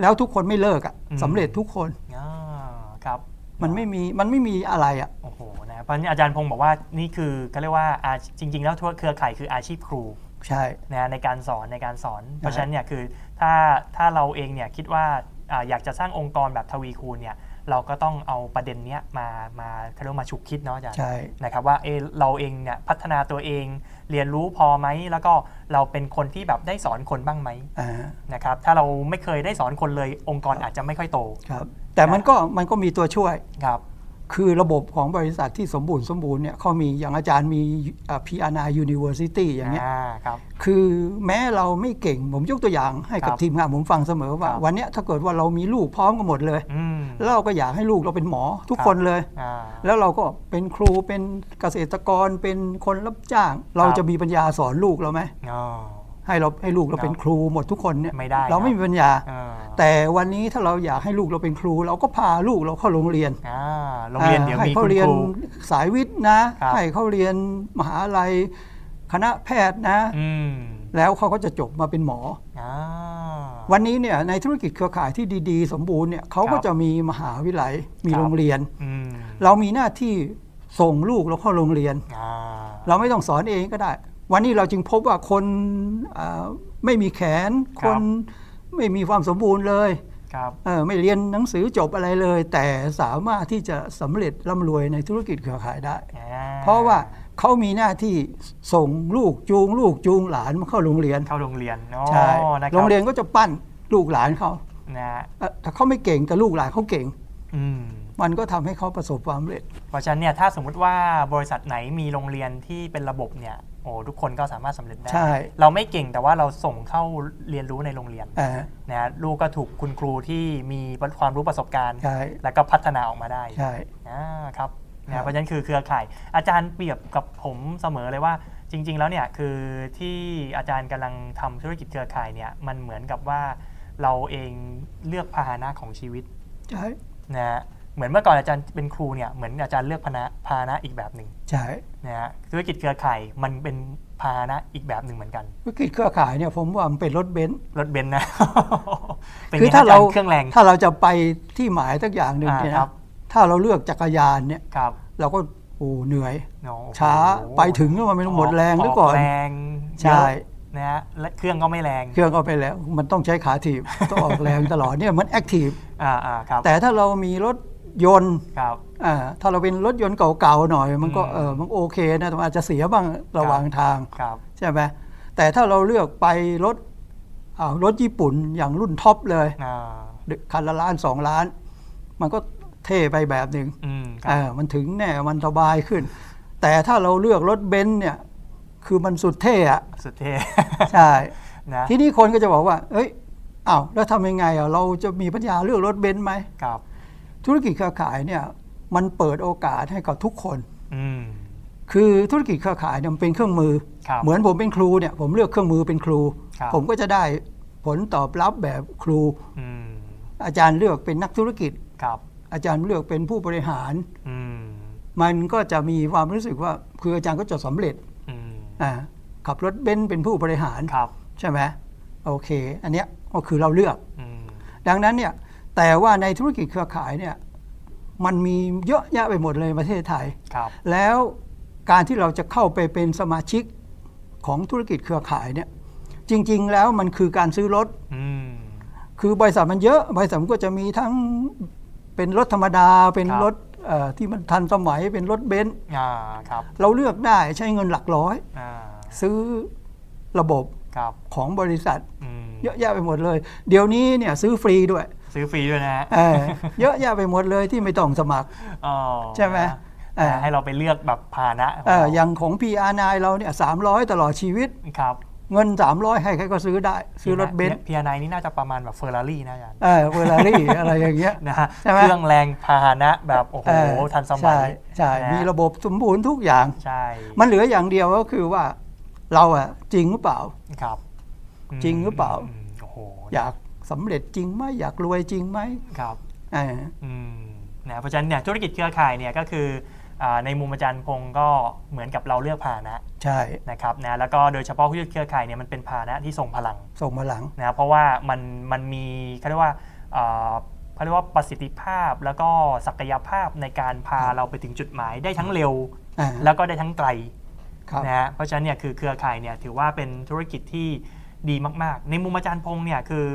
Speaker 2: แล้วทุกคนไม่เลิกอะ่ะ
Speaker 1: อืม
Speaker 2: สำเร็จทุกคน
Speaker 1: อ่าครับ
Speaker 2: มันไม่มีมันไม่มีอะไรอะ่ะ
Speaker 1: โอ้โหนะเพราะฉะนั้นอาจารย์พงศ์บอกว่านี่คือเขาเรียกว่าอาจริง ๆ แล้วทั่วเครือข่ายคืออาชีพครู
Speaker 2: ใช่
Speaker 1: นะในการสอนในการสอน เพราะฉะนั้นเนี่ยคือถ้าถ้าเราเองเนี่ยคิดว่าอ่าอยากจะสร้างองค์กรแบบทวีคูณเนี่ย เราก็ต้องเอาประเด็นเนี้ยมามาเขาเรียกว่ามาฉุกคิดเนาะอาจารย์
Speaker 2: ใช่
Speaker 1: นะครับว่าเออเราเองเนี่ยพัฒนาตัวเองเรียนรู้พอไหม แล้วก็เราเป็นคนที่แบบได้สอนคนบ้างไหม
Speaker 2: อ่า
Speaker 1: นะครับถ้าเราไม่เคยได้สอนคนเลยองค์กรอาจจะไม่ค่อยโต
Speaker 2: ครับ แต่มันก็มันก็มีตัวช่วย
Speaker 1: ครับ
Speaker 2: คือระบบของบริษัทที่สมบูรณ์สมบูรณ์เนี่ยเขามีอย่างอาจารย์มีอ่า PRNA University อย่างเงี้ย
Speaker 1: อ่าครับ
Speaker 2: คือแม้เราไม่เก่ง ผมยกตัวอย่างให้
Speaker 1: ค
Speaker 2: กับ
Speaker 1: รับ
Speaker 2: ทีมงานผมฟังเสมอว่า
Speaker 1: ครับ
Speaker 2: วันเนี้ยถ้าเกิดว่าเรามีลูกพร้อมกันหมดเลย
Speaker 1: อืม
Speaker 2: แล้วเราก็อยากให้ลูกเราเป็นหมอทุก
Speaker 1: ครับ
Speaker 2: คนเลย
Speaker 1: อ่า
Speaker 2: แล้วเราก็เป็นครูเป็นเกษตรกรเป็นคนรับจ้าง เรา
Speaker 1: ครับ
Speaker 2: จะมีปัญญาสอนลูกเราไหม
Speaker 1: อ๋อ
Speaker 2: ให้เราให้ลูกเรา
Speaker 1: เนอะ
Speaker 2: เป็นครูหมดทุกคนเนี่ย
Speaker 1: ไม่ได้
Speaker 2: เราไม่
Speaker 1: นะ
Speaker 2: มีปัญญา
Speaker 1: อ่า
Speaker 2: แต่วันนี้ถ้าเราอยากให้ลูกเราเป็นครู เราก็พาลูกเราเข้าโรงเรียน
Speaker 1: อ่าโรงเรียนเดี๋ยว
Speaker 2: ให้
Speaker 1: มี
Speaker 2: เขา
Speaker 1: คุณ
Speaker 2: เรีย
Speaker 1: คน รู
Speaker 2: สายวิทย์นะ
Speaker 1: ครับ
Speaker 2: ให้เขาเรียนมหาลัยคณะแพทย์นะ
Speaker 1: อืม
Speaker 2: แล้วเขาก็จะจบมาเป็นหมอ
Speaker 1: อ่า
Speaker 2: วันนี้เนี่ยในธุรกิจเครือข่ายที่ดีๆ สมบูรณ์เนี่ยเขา
Speaker 1: ครั
Speaker 2: ก็
Speaker 1: บ
Speaker 2: จะมีมหาวิทยาลัยมี
Speaker 1: ครับ
Speaker 2: โรงเรียน
Speaker 1: อืม
Speaker 2: เรามีหน้าที่ส่งลูกเราเข้าโรงเรียน
Speaker 1: อ่า
Speaker 2: เราไม่ต้องสอนเองก็ได้ วันนี้เราจึงพบว่าคนอ่าไม่มีแขน คนไม่มีความสมบูรณ์เลย
Speaker 1: ครับ
Speaker 2: เอ่อไม่เรียนหนังสือจบอะไรเลย แต่สามารถที่จะสำเร็จร่ำรวยในธุรกิจเครือข่ายได้
Speaker 1: อ่
Speaker 2: เพราะว่าเขามีหน้าที่ส่งลูกจูง ลูกจูงหลานมาเข้าโรงเรียน
Speaker 1: เข้าโรงเรียนอ๋อ
Speaker 2: ใช่
Speaker 1: นะคบ
Speaker 2: โรงเรียนก็จะปั้นลูกหลานเขา
Speaker 1: นะฮะ
Speaker 2: เอ่อถ้าเขาไม่เก่งแต่ลูกหลานเขาเก่ง
Speaker 1: อืม
Speaker 2: มันก็ทำให้เขาประสบความสำเร็จ
Speaker 1: เพราะฉะนั้นเนี่ยถ้าสมมุติว่าบริษัทไหนมีโรงเรียนที่เป็นระบบเนี่ยโอ้ทุกคนก็สามารถสำเร็จได้
Speaker 2: ใช่
Speaker 1: เราไม่เก่งแต่ว่าเราส่งเข้าเรียนรู้ในโรงเรียน
Speaker 2: เอ่อ
Speaker 1: นะฮะลูกก็ถูกคุณครูที่มีความรู้ประสบการณ์
Speaker 2: ใช่
Speaker 1: แล้วก็พัฒนาออกมาได้
Speaker 2: ใช่
Speaker 1: อ่าครับ
Speaker 2: ครั
Speaker 1: นะ
Speaker 2: บ
Speaker 1: เพราะฉะนั้นคือเครือข่าย อาจารย์เปรียบกับผมเสมอเลยว่า จริง ๆ แล้วเนี่ยคือที่อาจารย์กำลังทำธุรกิจเครือข่ายเนี่ยมันเหมือนกับว่าเราเองเลือกพาหนะของชีวิต
Speaker 2: ใช่
Speaker 1: นะฮะเหมือนเมื่อก่อนอาจารย์เป็นครูเนี่ยเหมือนอาจารย์เลือกพาหนะพาหนะอีกแบบหนึ่ง
Speaker 2: ใช่
Speaker 1: นะฮะธุรกิจเครือข่ายมันเป็นพาหนะอีกแบบหนึ่งเหมือนกัน
Speaker 2: วิกฤตเครือข่ายเนี่ยผมว่ามันเป็นรถเบนซ์
Speaker 1: รถเบนซ์นะ <laughs> ป็นไง
Speaker 2: คือถ้าเรา
Speaker 1: จย์เครื่องแรง
Speaker 2: ถ้าเราจะไปที่หมายสักอย่างหนึ่งเนี่ย
Speaker 1: อ่าครั
Speaker 2: นะ
Speaker 1: บ
Speaker 2: ถ้าเราเลือกจักรยานเนี่ย
Speaker 1: ครับ
Speaker 2: เราก็โอ้เหนื่อย
Speaker 1: เนอะโอ้โห
Speaker 2: ช้าไปถึงก็มันไม่ต้องหมดแรงหรือก่อน
Speaker 1: แรง
Speaker 2: ใช่
Speaker 1: เยอะนะฮะและเครื่องก็ไม่แรง
Speaker 2: เครื่องก็ไปแล้ว มันต้องใช้ขาถีบ ต้องออกแรงตลอดเนี่ยมันแอคทีฟ
Speaker 1: อ่าอ่าครับ
Speaker 2: แต่ถ้าเรามีรถยนต์
Speaker 1: ครับ
Speaker 2: อ่าถ้าเราเป็นรถยนต์เก่าๆหน่อย มันก็
Speaker 1: อืม
Speaker 2: เออมันโอเคนะแต่มันอาจจะเสียบ้างระหว่างทาง
Speaker 1: ครับ
Speaker 2: ใช่ไหมแต่ถ้าเราเลือกไปรถอ่ารถญี่ปุ่นอย่างรุ่นท็อปเลย
Speaker 1: อ่า
Speaker 2: คันละล้านสองล้าน มันก็เท่ไปแบบหนึ่ง
Speaker 1: อืมค
Speaker 2: เอ
Speaker 1: รับ
Speaker 2: อมันถึงแน่มันสบายขึ้น แต่ถ้าเราเลือกรถเบนซ์เนี่ยคือมันสุดเท่
Speaker 1: <laughs>
Speaker 2: อะ
Speaker 1: สุดเท่
Speaker 2: ใช่
Speaker 1: นะ
Speaker 2: ที่นี่คนก็จะบอกว่า เอ้ยอ้าวแล้วทำยังไงอ่ะเราจะมีปัญญาเลือกรถเบนซ์ไหม
Speaker 1: ครับ
Speaker 2: ธุรกิจเครือข่ายเนี่ยมันเปิดโอกาสให้กับทุกคน
Speaker 1: อืม
Speaker 2: คือธุรกิจเครือข่ายเนี่ยมันเป็นเครื่องมือ
Speaker 1: ครับ
Speaker 2: เหมือนผมเป็นครูเนี่ยผมเลือกเครื่องมือเป็นครู
Speaker 1: ครับ
Speaker 2: ผมก็จะได้ผลตอบรับแบบครู
Speaker 1: อืม
Speaker 2: อาจารย์เลือกเป็นนักธุรกิจ
Speaker 1: ครับ
Speaker 2: อาจารย์เลือกเป็นผู้บริหาร
Speaker 1: อืม
Speaker 2: มันก็จะมีความรู้สึกว่าคืออาจารย์ก็จดสำเร็จ
Speaker 1: อืม
Speaker 2: อ่าขับรถเบนซ์เป็นผู้บริหาร
Speaker 1: ครับ
Speaker 2: ใช่ไหมโอเค อันเนี้ยก็คือเราเลือก
Speaker 1: อืม
Speaker 2: ดังนั้นเนี่ยแต่ว่าในธุรกิจเครือข่ายเนี่ยมันมีเยอะแยะไปหมดเลยประเทศไทย
Speaker 1: ครับ
Speaker 2: แล้วการที่เราจะเข้าไปเป็นสมาชิกของธุรกิจเครือข่ายเนี่ยจริงๆแล้วมันคือการซื้อรถ
Speaker 1: อืม
Speaker 2: คือบริษัทมันเยอะ บริษัทมันก็จะมีทั้งเป็นรถธรรมดา เป็น
Speaker 1: ครับ
Speaker 2: รถเอ่อที่มันทันสมัยเป็นรถเบนซ์
Speaker 1: อ่าครับ
Speaker 2: เราเลือกได้ใช้เงินหลักร้อย
Speaker 1: อ่า
Speaker 2: ซื้อระบบ
Speaker 1: ครับ
Speaker 2: ของบริษัท
Speaker 1: อืม
Speaker 2: เยอะแยะไปหมดเลย เดี๋ยวนี้เนี่ยซื้อฟรีด้วย
Speaker 1: ซื้อฟรีด้วยนะฮะ
Speaker 2: เออ เยอะแยะไปหมดเลยที่ไม่ต้องสมัคร
Speaker 1: อ๋อ
Speaker 2: ใช่ไหม
Speaker 1: นะ
Speaker 2: เออ
Speaker 1: ให้เราไปเลือกแบบพาหนะ
Speaker 2: เอออย่างของ PR นายเราเนี่ยสามร้อยตลอดชีวิต
Speaker 1: ครับ
Speaker 2: เงิน 300 ให้ใครก็ซื้อได้ ซื้อรถเบนซ์
Speaker 1: พียร์ไนนี่น่าจะประมาณแบบเฟอร์รารี่นะอาจารย์
Speaker 2: เออเวอร์รารี่ อะไรอย่างเงี้ย
Speaker 1: นะฮะ
Speaker 2: ใช่ไหม
Speaker 1: เครื่องแรงพาหนะแบบโอ้โห
Speaker 2: เออ
Speaker 1: ทันสมั
Speaker 2: ใช่
Speaker 1: ย
Speaker 2: ใช่
Speaker 1: นฮ
Speaker 2: มีระบบสมบูรณ์ทุกอย่าง
Speaker 1: ใช่
Speaker 2: มันเหลืออย่างเดียวก็คือว่าเราอะจริงหรือเปล่า
Speaker 1: ครับอืม
Speaker 2: จริงหรือเปล่า
Speaker 1: มโอ้โห
Speaker 2: อยากสำเร็จจริงไหมอยากรวยจริงไหม
Speaker 1: ครับ
Speaker 2: เออ
Speaker 1: อืมนะเพราะฉะนั้นเนี่ยธุรกิจเครือข่ายเนี่ยก็คืออ่าในมุมอาจารย์พงศ์ก็เหมือนกับเราเลือกพาหนะ
Speaker 2: ใช่
Speaker 1: นะครับนะแล้วก็โดยเฉพาะธุรกิจเครือข่ายเนี่ยมันเป็นพาหนะที่ทรงพลัง
Speaker 2: ส่งมาหลัง
Speaker 1: นะครับเพราะว่ามันมันมีเขาเรียกว่าเอ่อเขาเรียกว่าประสิทธิภาพแล้วก็ศักยภาพในการพาเราไปถึงจุดหมายได้ทั้งเร็ว
Speaker 2: อ่า
Speaker 1: แล้วก็ได้ทั้งไกล
Speaker 2: ครับ
Speaker 1: นะฮะเพราะฉะนั้นเนี่ยคือเครือข่ายเนี่ยถือว่าเป็นธุรกิจที่ดีมาก ๆ ในมุมอาจารย์พงษ์เนี่ยคือ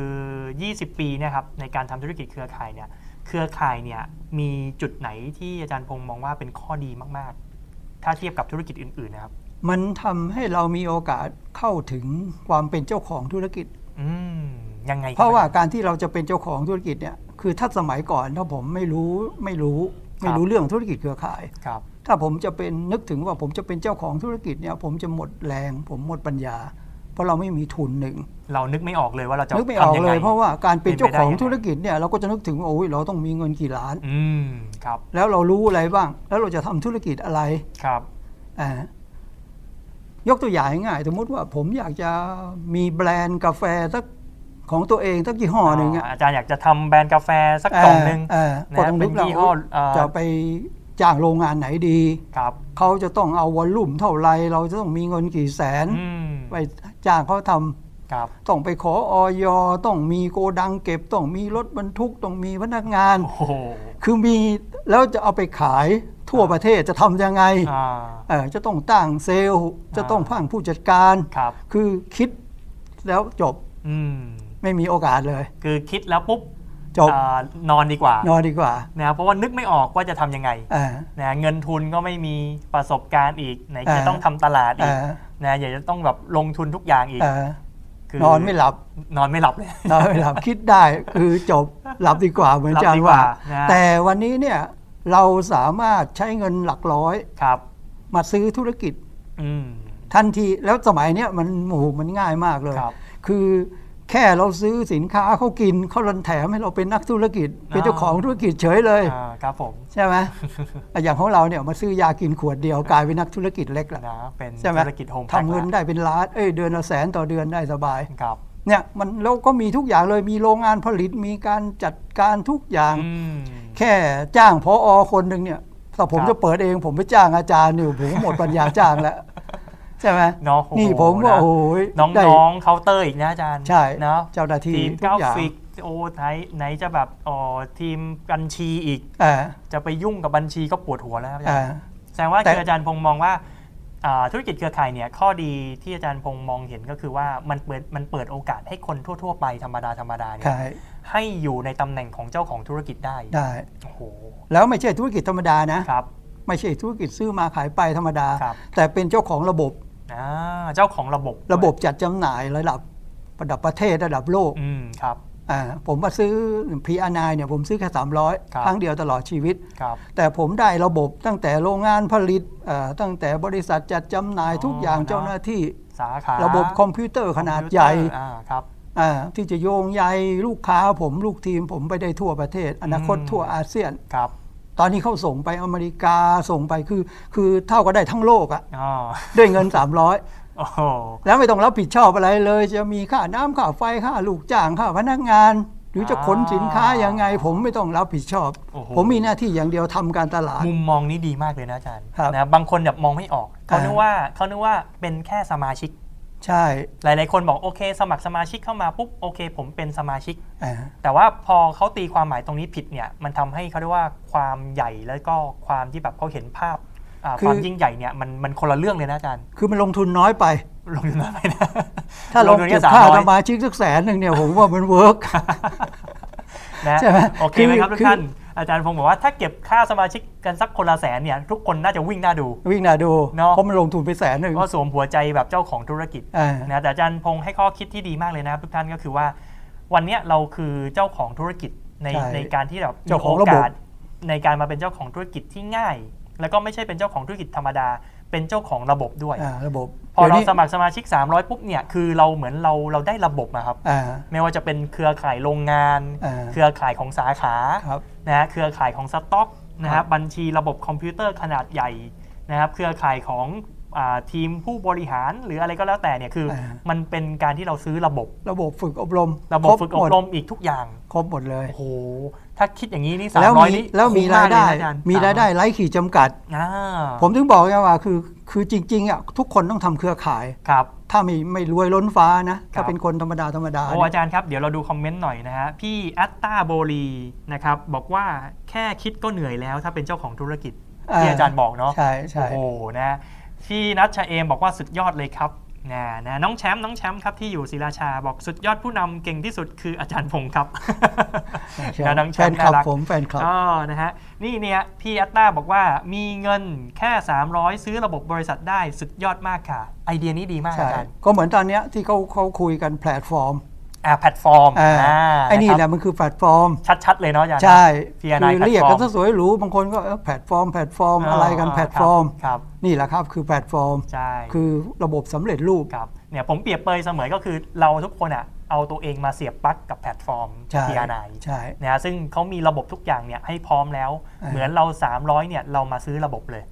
Speaker 1: 20 ปีเนะครับในการทำธุรกิจเครือข่ายเนี่ย เครือข่ายเนี่ยมีจุดไหนที่อาจารย์พงษ์มองว่าเป็นข้อดีมากๆ ถ้าเทียบกับธุรกิจอื่นๆนะครับ
Speaker 2: มันทำให้เรามีโอกาสเข้าถึงความเป็นเจ้าของธุรกิจ
Speaker 1: อืมยังไงคบ
Speaker 2: เพราะว่าการที่เราจะเป็นเจ้าของธุรกิจเนี่ยคือถ้าสมัยก่อนถ้าผมไม่รู้ไม่รู้ไม่รู้เรื่องธุรกิจเครือข่าย
Speaker 1: ครับ
Speaker 2: ถ้าผมจะเป็นนึกถึงว่าผมจะเป็นเจ้าของธุรกิจเนี่ยผมจะหมดแรง ผมหมดปัญญา เพราะเราไม่มีทุนหนึ่ง
Speaker 1: เรานึกไม่ออกเลยว่าเราจะ
Speaker 2: นึกไม่ออก
Speaker 1: ทำยัง
Speaker 2: เล
Speaker 1: ง
Speaker 2: ย เพราะว่าการเป็นเจ้าของ
Speaker 1: เป็นไปได้ยังไง
Speaker 2: ธุรกิจเนี่ยเราก็จะนึกถึงว่าโอ้ยเราต้องมีเงินกี่ล้าน
Speaker 1: อืมครับ
Speaker 2: แล้วเรารู้อะไรบ้าง แล้วเราจะทำธุรกิจอะไร
Speaker 1: ครับ
Speaker 2: อ่ายกตัวอย่างง่ายๆสมมติว่าผมอยากจะมีแบรนด์กาแฟสักของตัวเองสักยี่ห้อหนึ่งอะ
Speaker 1: อาจารย์อยากจะทำแบรนด์กาแฟสักกล่องหนึ่ง
Speaker 2: เออเออ
Speaker 1: นะ
Speaker 2: ก็
Speaker 1: ฮะ
Speaker 2: ต้อง
Speaker 1: เป็
Speaker 2: นึ
Speaker 1: น
Speaker 2: กแล้ว
Speaker 1: ยี่ห้อเอ่อ
Speaker 2: จะไปจ้างโรงงานไหนดี
Speaker 1: ครับ
Speaker 2: เขาจะต้องเอาวอลลุ่มเท่าไร เราจะต้องมีเงินกี่แสน
Speaker 1: อืม
Speaker 2: ไปจ้างเขาทำ
Speaker 1: ครับ
Speaker 2: ต้องไปขอออยต้องมีโกดังเก็บ ต้องมีรถบรรทุก ต้องมีพนักงาน
Speaker 1: โอ้โห
Speaker 2: คือมีแล้วจะเอาไปขายทั่วประเทศจะทำยังไง
Speaker 1: อ่า
Speaker 2: เออจะต้องตั้งเซลล์ จะต้องพังผู้จัดการ
Speaker 1: ครับ
Speaker 2: คือคิดแล้วจบ
Speaker 1: อืม
Speaker 2: ไม่มีโอกาสเลย
Speaker 1: คือคิดแล้วปุ๊บ
Speaker 2: จบ
Speaker 1: อ่านอนดีกว่าน
Speaker 2: อนดีกว่า
Speaker 1: นะครับเพราะว่านึกไม่ออกว่าจะทำยังไง
Speaker 2: เออ
Speaker 1: นะเงินทุนก็ไม่มีประสบการณ์อีกไหน
Speaker 2: อ่า
Speaker 1: จะต้องทำตลาด
Speaker 2: เอ
Speaker 1: อีก
Speaker 2: อ
Speaker 1: นะอยากจะต้องแบบลงทุนทุกอย่างอีก
Speaker 2: เออ
Speaker 1: คื
Speaker 2: นอนไม่หลับ
Speaker 1: นอนไม่หลับเลย
Speaker 2: นอนไม่หลับ <laughs> คิดได้คือจบหลับดีกว่าเหมือนอาจารย์ว่า
Speaker 1: หลับดีกว่านะ
Speaker 2: แต่วันนี้เนี่ยเราสามารถใช้เงินหลักร้อย
Speaker 1: ครับ
Speaker 2: มาซื้อธุรกิจ
Speaker 1: อืม
Speaker 2: ทันทีแล้วสมัยเนี้ยมันหมูมันง่ายมากเลย
Speaker 1: ครับ
Speaker 2: คือแค่เราซื้อสินค้าเขากินเขารันแถมให้เราเป็นนักธุรกิจ เป็น
Speaker 1: อ่า
Speaker 2: เจ้าของธุรกิจเฉยเลย
Speaker 1: อ่าครับผม
Speaker 2: ใช่ไหม อย่างของเราเนี่ยมาซื้อยากินขวดเดียวกลายเป็นนักธุรกิจเล็กละ
Speaker 1: นะเป็น
Speaker 2: ใช่ไหม
Speaker 1: ธุรกิจโฮมแพ็ค
Speaker 2: ทำเงิน
Speaker 1: ละ
Speaker 2: ได้เป็นล้านเอ้ยเดือนละแสนต่อเดือนได้สบาย
Speaker 1: ครับ
Speaker 2: เนี่ยมันเราก็มีทุกอย่างเลยมีโรงงานผลิตมีการจัดการทุกอย่าง
Speaker 1: อืม
Speaker 2: แค่จ้างพออคนหนึ่งเนี่ยถ้าผม
Speaker 1: ครับ
Speaker 2: จะเปิดเองผมไปจ้างอาจารย์เนี่ยผมหมดปัญญาจ้างแล้ว <laughs> ใช่ไหม
Speaker 1: เนาะโอ้โห
Speaker 2: นี่ผมว่า
Speaker 1: นะ
Speaker 2: โอ้ย
Speaker 1: น้อง
Speaker 2: ได้
Speaker 1: ๆ้องเคาน์เตอร์อีกนะอาจารย์
Speaker 2: ใช่
Speaker 1: เนาะ
Speaker 2: เจ้าหน้าที่
Speaker 1: ทีมก
Speaker 2: ทุก
Speaker 1: รา
Speaker 2: อย่าง
Speaker 1: ฟิกโอ้ไทยไหนจะแบบอ๋อทีมบัญชีอีก
Speaker 2: อ่า
Speaker 1: จะไปยุ่งกับบัญชีก็ปวดหัวแล้วครับอาจาร
Speaker 2: อ่า
Speaker 1: ย์แสดงว่า
Speaker 2: แต่
Speaker 1: คืออาจารย์พงษ์มองว่าอ่าธุรกิจเครือข่ายเนี่ยข้อดีที่อาจารย์พงษ์มองเห็นก็คือว่ามันเปิดมันเปิดโอกาสให้คนทั่ว ๆ ไปธรรมดาธรรมดาเนี่ย
Speaker 2: ขาย
Speaker 1: ให้อยู่ในตำแหน่งของเจ้าของธุรกิจได้
Speaker 2: ได้
Speaker 1: โอ้โห
Speaker 2: แล้วไม่ใช่ธุรกิจธรรมดานะ
Speaker 1: ครับ
Speaker 2: ไม่ใช่ธุรกิจซื้อมาขายไปธรรมดา
Speaker 1: ครับ
Speaker 2: แต่เป็นเจ้าของระบบ
Speaker 1: อ่าเจ้าของระบบ
Speaker 2: ระบบจัดจำหน่ายระดับระดับประเทศระดับโลก
Speaker 1: อืมครับ
Speaker 2: อ่าผมมาซื้อพีอาร์นเนี่ยผมซื้อแค่
Speaker 1: ครับ
Speaker 2: 300 ครั้งเดียวตลอดชีวิต
Speaker 1: ครับ
Speaker 2: แต่ผมได้ระบบตั้งแต่โรงงานผลิตเอ่อตั้งแต่บริษัทจัดจำหน่าย
Speaker 1: อ๋อ
Speaker 2: ทุกอย่าง
Speaker 1: นะ
Speaker 2: เจ้าหน้าที่
Speaker 1: สาขา
Speaker 2: ระบบคอมพิวเตอร์ขนาดใหญ่
Speaker 1: คอมพิวเตอร์อ่าครับ
Speaker 2: อ่าที่จะโยงใยลูกค้าผมลูกทีมผมไปได้ทั่วประเทศ อนาคต
Speaker 1: อืม
Speaker 2: ทั่วอาเซียน
Speaker 1: ครับ
Speaker 2: ตอนนี้เขาส่งไปอเมริกาส่งไปคือ คือเท่าก็ได้ทั้งโลกอะ
Speaker 1: อ๋อ
Speaker 2: ด้วยเงิน
Speaker 1: <laughs> โอ้โห
Speaker 2: 300 แล้วไม่ต้องรับผิดชอบอะไรเลย จะมีค่าน้ำค่าไฟค่าลูกจ้างค่าพนักงาน หรือจะขนสินค้ายังไง ผมไม่ต้องรับผิดชอบ
Speaker 1: โอ้โห
Speaker 2: ผมมีหน้าที่อย่างเดียวทำการตลาด
Speaker 1: มุมมองนี้ดีมากเลยนะอาจารย์
Speaker 2: ครับ
Speaker 1: นะบางคนแบบมองไม่ออกเขา
Speaker 2: อ่า
Speaker 1: นึกว่าเขานึกว่าเป็นแค่สมาชิก
Speaker 2: ใช่
Speaker 1: หลาย ๆ คนบอกโอเค สมัครสมาชิกเข้ามาปุ๊บโอเค ผมเป็นสมาชิก
Speaker 2: อ่า
Speaker 1: แต่ว่าพอเขาตีความหมายตรงนี้ผิดเนี่ยมันทำให้เขาเรียกว่าความใหญ่แล้วก็ความที่แบบเขาเห็นภาพอ่า
Speaker 2: คือ
Speaker 1: ความยิ่งใหญ่เนี่ยมันมันคนละเรื่องเลยนะอาจารย์
Speaker 2: คือมันลงทุนน้อยไป
Speaker 1: ลงทุนน้อยไปนะ
Speaker 2: ถ้าลง
Speaker 1: ทุน
Speaker 2: เก็บ
Speaker 1: แค่
Speaker 2: ค่า
Speaker 1: 300
Speaker 2: สมาชิกสักแสนหนึ่งเนี่ย ผมว่ามันเวิร์ก
Speaker 1: นะ
Speaker 2: ใช่ไหม
Speaker 1: โอเคไหมครับ
Speaker 2: คือ
Speaker 1: ทุกท่าน
Speaker 2: คื
Speaker 1: อาจารย์พงศ์บอกว่าถ้าเก็บค่าสมาชิกกันสักคนละแสนเนี่ยทุกคนน่าจะวิ่งหน้าดู
Speaker 2: วิ่งหนาดู
Speaker 1: เนอะ
Speaker 2: เพราะมันลงทุนไปแสนหนึ่ง
Speaker 1: ก็สวมหัวใจแบบเจ้าของธุรกิจ
Speaker 2: อ่า
Speaker 1: นะแต่อาจารย์พงษ์ให้ข้อคิดที่ดีมากเลยนะครับทุกท่านก็คือว่า วันเนี้ยเราคือเจ้าของธุรกิจใน
Speaker 2: ใช่
Speaker 1: ในการที่แบบมี
Speaker 2: เจ้าของ
Speaker 1: โอ
Speaker 2: ระบบ
Speaker 1: กาสในการมาเป็นเจ้าของธุรกิจที่ง่าย แล้วก็ไม่ใช่เป็นเจ้าของธุรกิจธรรมดา เป็นเจ้าของระบบด้วย
Speaker 2: อ่าระบบ
Speaker 1: พอเรา
Speaker 2: ดี๋ยวนี้
Speaker 1: สมัครสมาชิก 300 ปุ๊บเนี่ยคือเราเหมือนเราเราได้ระบบนะครับ
Speaker 2: อ่า
Speaker 1: ไม่ว่าจะเป็นเครือข่ายโรงงาน
Speaker 2: อ่า
Speaker 1: เครือข่ายของสาขา
Speaker 2: ครับ
Speaker 1: นะฮะเครือข่ายของสต็อกนะ
Speaker 2: ครั
Speaker 1: ฮะ
Speaker 2: บ
Speaker 1: บัญชีระบบคอมพิวเตอร์ขนาดใหญ่นะครับเครือข่ายของอาทีมผู้บริหารหรืออะไรก็แล้วแต่เนี่ยคืออา มันเป็นการที่เราซื้อระบบ
Speaker 2: ระบบฝึกอบรม
Speaker 1: ระบบฝึกอบร
Speaker 2: คหด
Speaker 1: มอีกทุกอย่าง
Speaker 2: ครบหมดเลย
Speaker 1: โอ้โหถ้าคิดอย่างนี้นี่สาม
Speaker 2: แล้ว
Speaker 1: ร้อย
Speaker 2: มี
Speaker 1: นี่
Speaker 2: แล้วมี
Speaker 1: คุ้
Speaker 2: ราย
Speaker 1: กเล
Speaker 2: ได้
Speaker 1: นะอจย์
Speaker 2: มีรายได้ไร้ขีดจำกัด
Speaker 1: อ่า
Speaker 2: ผมถึงบอกไงว่าคือคือจริงๆอ่ะทุกคนต้องทำเครือข่าย
Speaker 1: ครับ
Speaker 2: ถ้าไม่ไม่รวยล้นฟ้านะ
Speaker 1: ครั
Speaker 2: ถ้า
Speaker 1: บ
Speaker 2: เป็นคนธรรมดาธรรมดา
Speaker 1: โอ้อาจารย์ครับ เดี๋ยวเราดูคอมเมนต์หน่อยนะฮะพี่อัตตาโบลีนะครับบอกว่าแค่คิดก็เหนื่อยแล้ว ถ้าเป็นเจ้าของธุรกิจที่อาจารย์บอกเนาะ
Speaker 2: ใช่ใช่
Speaker 1: โอ้โห นะ พี่นัทชาเอมบอกว่าสุดยอดเลยครับ นะนะน้องแชมป์น้องแชมป์ครับที่อยู่ศิราชาบอกสุดยอดผู้นำเก่งที่สุดคืออาจารย์พงศ์ครับ นะน้องแช
Speaker 2: แฟ
Speaker 1: ม
Speaker 2: น
Speaker 1: ป์
Speaker 2: คลั
Speaker 1: น่า
Speaker 2: บ
Speaker 1: รัก
Speaker 2: ผมแฟนคลับ
Speaker 1: อ๋อนะฮะ นี่เนี่ยพี่แอัตตาบอกว่ามีเงินแค่ 300 ซื้อระบบบริษัทได้สุดยอดมากค่ะ ไอเดียนี้ดีมาก
Speaker 2: ใช่
Speaker 1: อาจารย์
Speaker 2: ก็เหมือนตอนเนี้ยที่เขาเขาคุยกันแพลตฟอร์ม
Speaker 1: อ่าแพลตฟอร์ม
Speaker 2: อ่าไอ้นี่
Speaker 1: ะ
Speaker 2: แห
Speaker 1: ครับ
Speaker 2: ละมันคือแพลตฟอร์ม
Speaker 1: ชัดๆเลยเนาะอาจารย์
Speaker 2: ใช่
Speaker 1: เพียร์นาย
Speaker 2: คือเรียก
Speaker 1: แพลตฟอร์ม
Speaker 2: กันซะสวยหรูบางคนก็เอ้อแพลตฟอร์มแพลตฟอร์มอะไรกันแพลตฟอร์ม
Speaker 1: ครับ
Speaker 2: นี่แหละครับคือแพลตฟอร์ม
Speaker 1: ใช่
Speaker 2: คือระบบสำเร็จรูป
Speaker 1: ครับเนี่ยผมเปรียบเปรยเสมอก็คือเราทุกคนอ่ะเอาตัวเองมาเสียบปลั๊กกับแพลตฟอร์ม
Speaker 2: ใช่
Speaker 1: พีอาร์ไน
Speaker 2: ใช่
Speaker 1: นะฮะซึ่งเขามีระบบทุกอย่างเนี่ยให้พร้อมแล้ว
Speaker 2: อ่า
Speaker 1: เหมือนเรา 300เนี่ยเรามาซื้อระบบเลย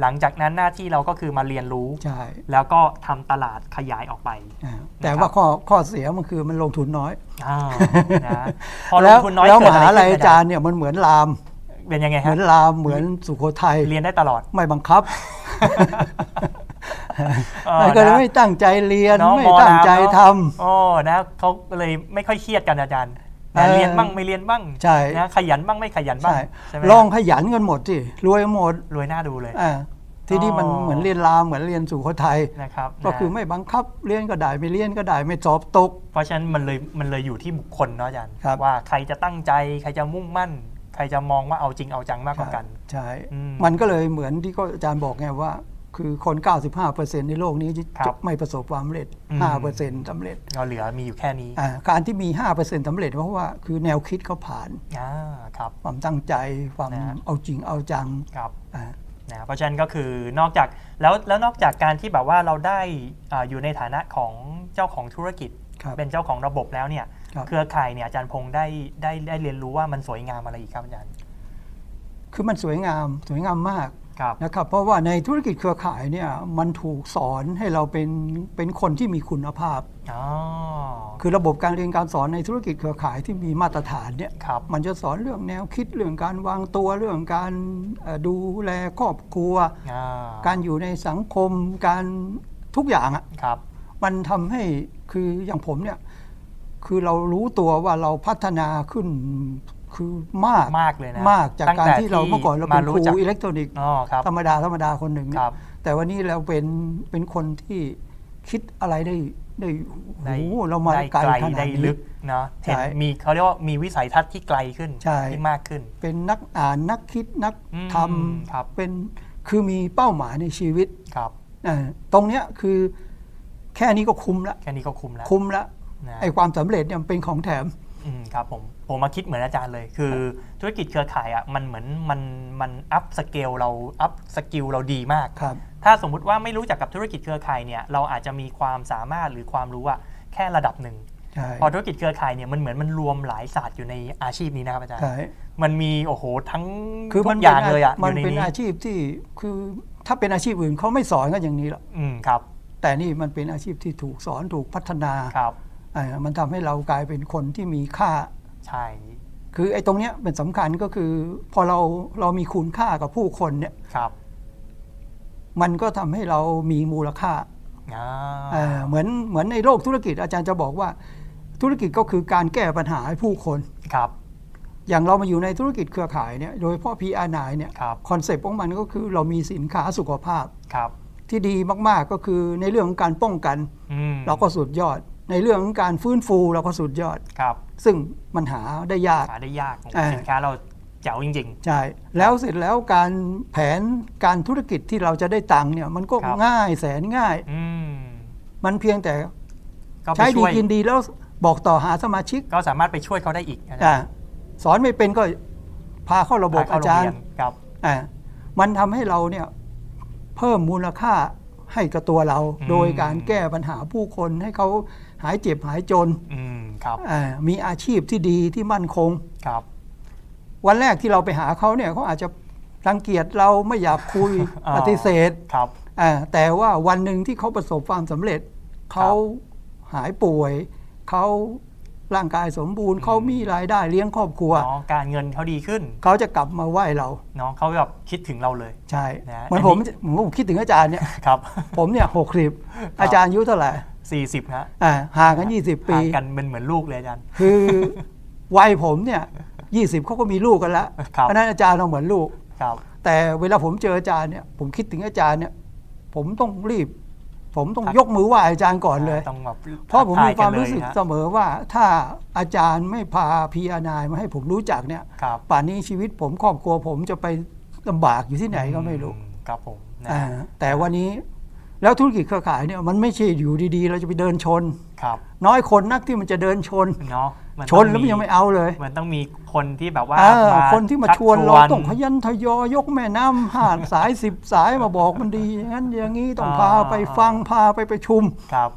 Speaker 1: หลังจากนั้นหน้าที่เราก็คือมาเรียนรู้
Speaker 2: ใช่
Speaker 1: แล้วก็ทำตลาดขยายออกไป
Speaker 2: อ่าแต่ว่าข้อข้อเสียมันคือมันลงทุนน้อย
Speaker 1: อ้าวนะพอล
Speaker 2: แล้
Speaker 1: ง
Speaker 2: ว
Speaker 1: ทุนน้อย
Speaker 2: แล้วม
Speaker 1: เกิด
Speaker 2: หา
Speaker 1: อะไร
Speaker 2: ลัย
Speaker 1: ขึ้น
Speaker 2: อาจารย์เนี่ยมันเหมือนราม
Speaker 1: เป็นยังไง
Speaker 2: เห
Speaker 1: ฮะ
Speaker 2: มือนรามเหมือนสุโขทัย
Speaker 1: เรียนได้ตลอด
Speaker 2: ไม่บัง
Speaker 1: <laughs>
Speaker 2: คับ
Speaker 1: เออ
Speaker 2: ก็เลย
Speaker 1: นะ
Speaker 2: ไม่ตั้งใจเรียน
Speaker 1: เนาะ
Speaker 2: ไม่
Speaker 1: มอ
Speaker 2: ตั้งใจ
Speaker 1: รามเนาะ
Speaker 2: ทำ
Speaker 1: โอ้นะเขาเลยไม่ค่อยเครียดกันอาจารย์นะ
Speaker 2: เออ
Speaker 1: เรียนบ้างไม่เรียนบ้าง
Speaker 2: ใช่
Speaker 1: นะขยันบ้างไม่ขยันบ้าง
Speaker 2: ใช่
Speaker 1: ใช่ไหม
Speaker 2: ลอง
Speaker 1: ฮะ
Speaker 2: ขยันกันหมดสิรวยหมด
Speaker 1: รวยหน้าดูเลย
Speaker 2: อ่าทีนี้มัน
Speaker 1: อ๋อ
Speaker 2: เหมือนเรียนรามเหมือนเรียนสุโขทัย
Speaker 1: นะครับ
Speaker 2: ก็
Speaker 1: นะ
Speaker 2: คือไม่บังคับเรียนก็ได้ไม่เรียนก็ได้ไม่สอบตก
Speaker 1: เพราะฉะนั้นมันเลยมันเลยอยู่ที่บุคคลเนาะอาจารย์
Speaker 2: ครับ
Speaker 1: ว่าใครจะตั้งใจใครจะมุ่งมั่น ใครจะมองว่าเอาจริงเอาจังมากกว่ากัน
Speaker 2: ใช่
Speaker 1: อืม
Speaker 2: มันก็เลยเหมือนที่ก็อาจารย์บอกไงว่า คือคน 95%ในโลกนี้จะ
Speaker 1: ครับ
Speaker 2: ไม่ประสบความสำเร็จ
Speaker 1: อืม
Speaker 2: 5%สำเร็จ
Speaker 1: เราเหลือมีอยู่แค่นี้
Speaker 2: อ่าการที่มี 5%สำเร็จเพราะว่าคือแนวคิดเขาผ่าน
Speaker 1: อ่าครับ
Speaker 2: ความตั้งใจความ
Speaker 1: นะฮะ
Speaker 2: เอาจริงเอาจัง
Speaker 1: ครับ
Speaker 2: อ่า
Speaker 1: นะเพราะฉะนั้นก็คือนอกจากแล้วแล้วนอกจากการที่แบบว่าเราได้อ่าอยู่ในฐานะของเจ้าของธุรกิจ
Speaker 2: ครับ
Speaker 1: เป็นเจ้าของระบบแล้วเนี่ย
Speaker 2: ครับ
Speaker 1: เครือข่ายเนี่ยอาจารย์พงษ์ได้ได้ได้เรียนรู้ว่ามันสวยงามอะไรอีกครับอาจารย์
Speaker 2: คือมันสวยงามสวยงามมาก
Speaker 1: ครับ
Speaker 2: นะครับ เพราะว่าในธุรกิจเครือข่ายเนี่ยมันถูกสอนให้เราเป็นเป็นคนที่มีคุณภาพ
Speaker 1: อ๋อ
Speaker 2: คือระบบการเรียนการสอนในธุรกิจเครือข่ายที่มีมาตรฐานเนี่ย
Speaker 1: ครับ
Speaker 2: มันจะสอนเรื่องแนวคิดเรื่องการวางตัวเรื่องการเอ่อดูแลครอบครัว
Speaker 1: อ่า
Speaker 2: การอยู่ในสังคมการทุกอย่างอะ
Speaker 1: ครับ
Speaker 2: มันทำให้คืออย่างผมเนี่ย คือเรารู้ตัวว่าเราพัฒนาขึ้นคือมาก
Speaker 1: มากเลยนะ
Speaker 2: มากจาก
Speaker 1: ตั้ง
Speaker 2: การ
Speaker 1: แต่
Speaker 2: ที่เราเมื่อก่อนเราเป็น
Speaker 1: มารู้
Speaker 2: ครู
Speaker 1: จัก
Speaker 2: อิเล็กทรอนิกส์
Speaker 1: อ๋อครับ
Speaker 2: ธรรมดาธรรมดาคนหนึ่งเนี่ย
Speaker 1: ครับ
Speaker 2: แต่วันนี้เราเป็นเป็นคนที่คิดอะไรได้ได้
Speaker 1: ได้
Speaker 2: โอ้โหเรามา
Speaker 1: ได้
Speaker 2: ไกล
Speaker 1: ไกล
Speaker 2: ขนาด
Speaker 1: ได้ลึ
Speaker 2: นี้
Speaker 1: กเนาะ
Speaker 2: ใช่
Speaker 1: เห็นมีเขาเรียกว่ามีวิสัยทัศน์ที่ไกลขึ้น
Speaker 2: ใช่
Speaker 1: ที่มากขึ้น
Speaker 2: เป็นนักอ่านนักคิดนัก
Speaker 1: อืม
Speaker 2: ท
Speaker 1: ครับ
Speaker 2: ำเป็นคือมีเป้าหมายในชีวิต
Speaker 1: ครับ
Speaker 2: อ่าตรงเนี้ยคือแค่นี้ก็คุ้มละ
Speaker 1: แค่นี้ก็คุมแล้ว
Speaker 2: คุ้มละ
Speaker 1: นะ
Speaker 2: ไอความสำเร็จเนี่ยมันเป็นของแถม
Speaker 1: อืมครับผมผมมาคิดเหมือนอาจารย์เลย คือธุรกิจเครือข่ายอ่ะมันเหมือนมันมันอัพสเกลเราอัพสกิลเราดีมาก
Speaker 2: ครับ
Speaker 1: ถ้าสมมุติว่าไม่รู้จักกับธุรกิจเครือข่ายเนี่ยเราอาจจะมีความสามารถหรือความรู้อ่ะแค่ระดับหนึ่ง
Speaker 2: ใช่
Speaker 1: พอธุรกิจเครือข่ายเนี่ยมันเหมือนมันรวมหลายศาสตร์อยู่ในอาชีพนี้นะครับอาจารย์
Speaker 2: ใช่
Speaker 1: มันมีโอ้โหทั้ง
Speaker 2: คือ
Speaker 1: ทุ
Speaker 2: มัน
Speaker 1: กอ
Speaker 2: เป็น
Speaker 1: ย่างเลยอ่ะอ
Speaker 2: มัน
Speaker 1: ยู่ใน
Speaker 2: เป็น
Speaker 1: นี้
Speaker 2: อาชีพที่คือถ้าเป็นอาชีพอื่นเขาไม่สอนกันอย่างนี้หรอก
Speaker 1: อืมครับ
Speaker 2: แต่นี่มันเป็นอาชีพที่ถูกสอนถูกพัฒนา
Speaker 1: ครับ
Speaker 2: อ่ามันทำให้เรากลายเป็นคนที่มีค่า
Speaker 1: ใช่
Speaker 2: คือไอ้ตรงเนี้ยเป็นสำคัญก็คือ พอเราเรามีคุณค่ากับผู้คนเนี่ย
Speaker 1: ครับ
Speaker 2: มันก็ทำให้เรามีมูลค่า
Speaker 1: อ่า
Speaker 2: อ่าเหมือนเหมือนในโลกธุรกิจอาจารย์จะบอกว่า ธุรกิจก็คือการแก้ปัญหาให้ผู้คน
Speaker 1: ครับ
Speaker 2: อย่างเรามาอยู่ในธุรกิจเครือข่ายเนี่ยโดยเฉพาะ PR นายเนี่ย
Speaker 1: ครับ
Speaker 2: คอนเซปต์ของมันก็คือเรามีสินค้าสุขภาพ
Speaker 1: ครับ
Speaker 2: ที่ดีมาก ๆ ก็คือในเรื่องของการป้องกัน
Speaker 1: อืม
Speaker 2: เราก็สุดยอด ในเรื่องของการฟื้นฟูเราก็สุดยอด
Speaker 1: ครับ
Speaker 2: ซึ่งมันหาได้ยาก
Speaker 1: หาได้ยาก
Speaker 2: อ่า
Speaker 1: สินค้าเราเจ๋วจริง
Speaker 2: ใช่แล้วเสร็จแล้วการแผนการธุรกิจที่เราจะได้ตังค์เนี่ยมันก็
Speaker 1: ครับ
Speaker 2: ง่ายแสนง่าย
Speaker 1: ๆ อืม
Speaker 2: มันเพียงแต่
Speaker 1: ก็ไป
Speaker 2: ใช้ดี
Speaker 1: ช่วย
Speaker 2: กินดีแล้วบอกต่อหาสมาชิก
Speaker 1: ก็สามารถไปช่วยเขาได้อีกนะ
Speaker 2: อ่าสอนไม่เป็นก็พาเข้าระบบ
Speaker 1: พเข้
Speaker 2: อาจารย์
Speaker 1: โงเนครับ
Speaker 2: อ่ามันทำให้เราเนี่ยเพิ่มมูลค่าให้กับตัวเรา โดยการแก้ปัญหาผู้คนให้เขาหายเจ็บหายจน
Speaker 1: อืมครับ
Speaker 2: อ่ามีอาชีพที่ดีที่มั่นคง
Speaker 1: ครับ
Speaker 2: วันแรกที่เราไปหาเขาเนี่ยเขาอาจจะรังเกียจเราไม่อยากคุย
Speaker 1: อ่า
Speaker 2: ปฏิเสธ
Speaker 1: ครับ
Speaker 2: อ่าแต่ว่าวันหนึ่งที่เขาประสบความสำเร็จ เขาหายป่วย เขาร่างกายสมบูรณ์ เขามีรายได้เลี้ยงครอบครัว
Speaker 1: เนาะการเงินเขาดีขึ้น
Speaker 2: เขาจะกลับมาไหว้เรา
Speaker 1: เนาะเขาแบบคิดถึงเราเลย <laughs>
Speaker 2: ใช่
Speaker 1: นะ
Speaker 2: เหมือน
Speaker 1: อันนี้
Speaker 2: ผมผมผมคิดถึงอาจารย์เนี่ย <laughs>
Speaker 1: ครับ
Speaker 2: ผมเนี่ยหก
Speaker 1: <laughs>
Speaker 2: สิบอาจารย์อายุเท่าไหร่
Speaker 1: 40ฮะ
Speaker 2: อ่าห่างกัน 20 ปี
Speaker 1: ห่างกันเป็นเหมือนลูกเลยอาจารย์ <laughs>
Speaker 2: คือวัยผมเนี่ย20เขาก็มีลูกกันแล้ว
Speaker 1: ครับ
Speaker 2: เพราะฉะนั้นอาจารย์เราเหมือนลูก
Speaker 1: ครับ
Speaker 2: แต่เวลาผมเจออาจารย์เนี่ยผมคิดถึงอาจารย์เนี่ยผมต้องรีบ ผมต้อง
Speaker 1: ครับ
Speaker 2: ยกมือไหว้อาจารย์ก่อนเลย
Speaker 1: ต้องแบบ
Speaker 2: เพราะผมมีความรู้สึก
Speaker 1: ทัทย
Speaker 2: เส
Speaker 1: นเลยฮะ
Speaker 2: มอว่าถ้าอาจารย์ไม่พาพีอานายมาให้ผมรู้จักเนี่ย
Speaker 1: ครับ
Speaker 2: ป่านนี้ชีวิตผมครอบครัวผมจะไปลำบากอยู่ที่ไหนก็ไม่รู้
Speaker 1: อืครับผมนะ
Speaker 2: อ่า
Speaker 1: ฮะ
Speaker 2: แต่วันนี้แล้วธุรกิจเครือข่ายเนี่ยมันไม่ใช่อยู่ดีๆ เราจะไปเดินชน
Speaker 1: ครับ
Speaker 2: น้อยคนนักที่มันจะเดินชน
Speaker 1: เนาะมัต้อ
Speaker 2: ชนแล้วมันยังไม่เอาเลย
Speaker 1: มันต้องมีคนที่แบบว่า
Speaker 2: เออ
Speaker 1: มา
Speaker 2: คนที่มา
Speaker 1: ชัก
Speaker 2: ชวนเราต้องขยันทยอยยกแม่น้ำห้าสายสิบสายมาบอกมันดีอย่างนั้นอย่างนี้ต้องพาไปฟังพาไปประชุม
Speaker 1: ครับ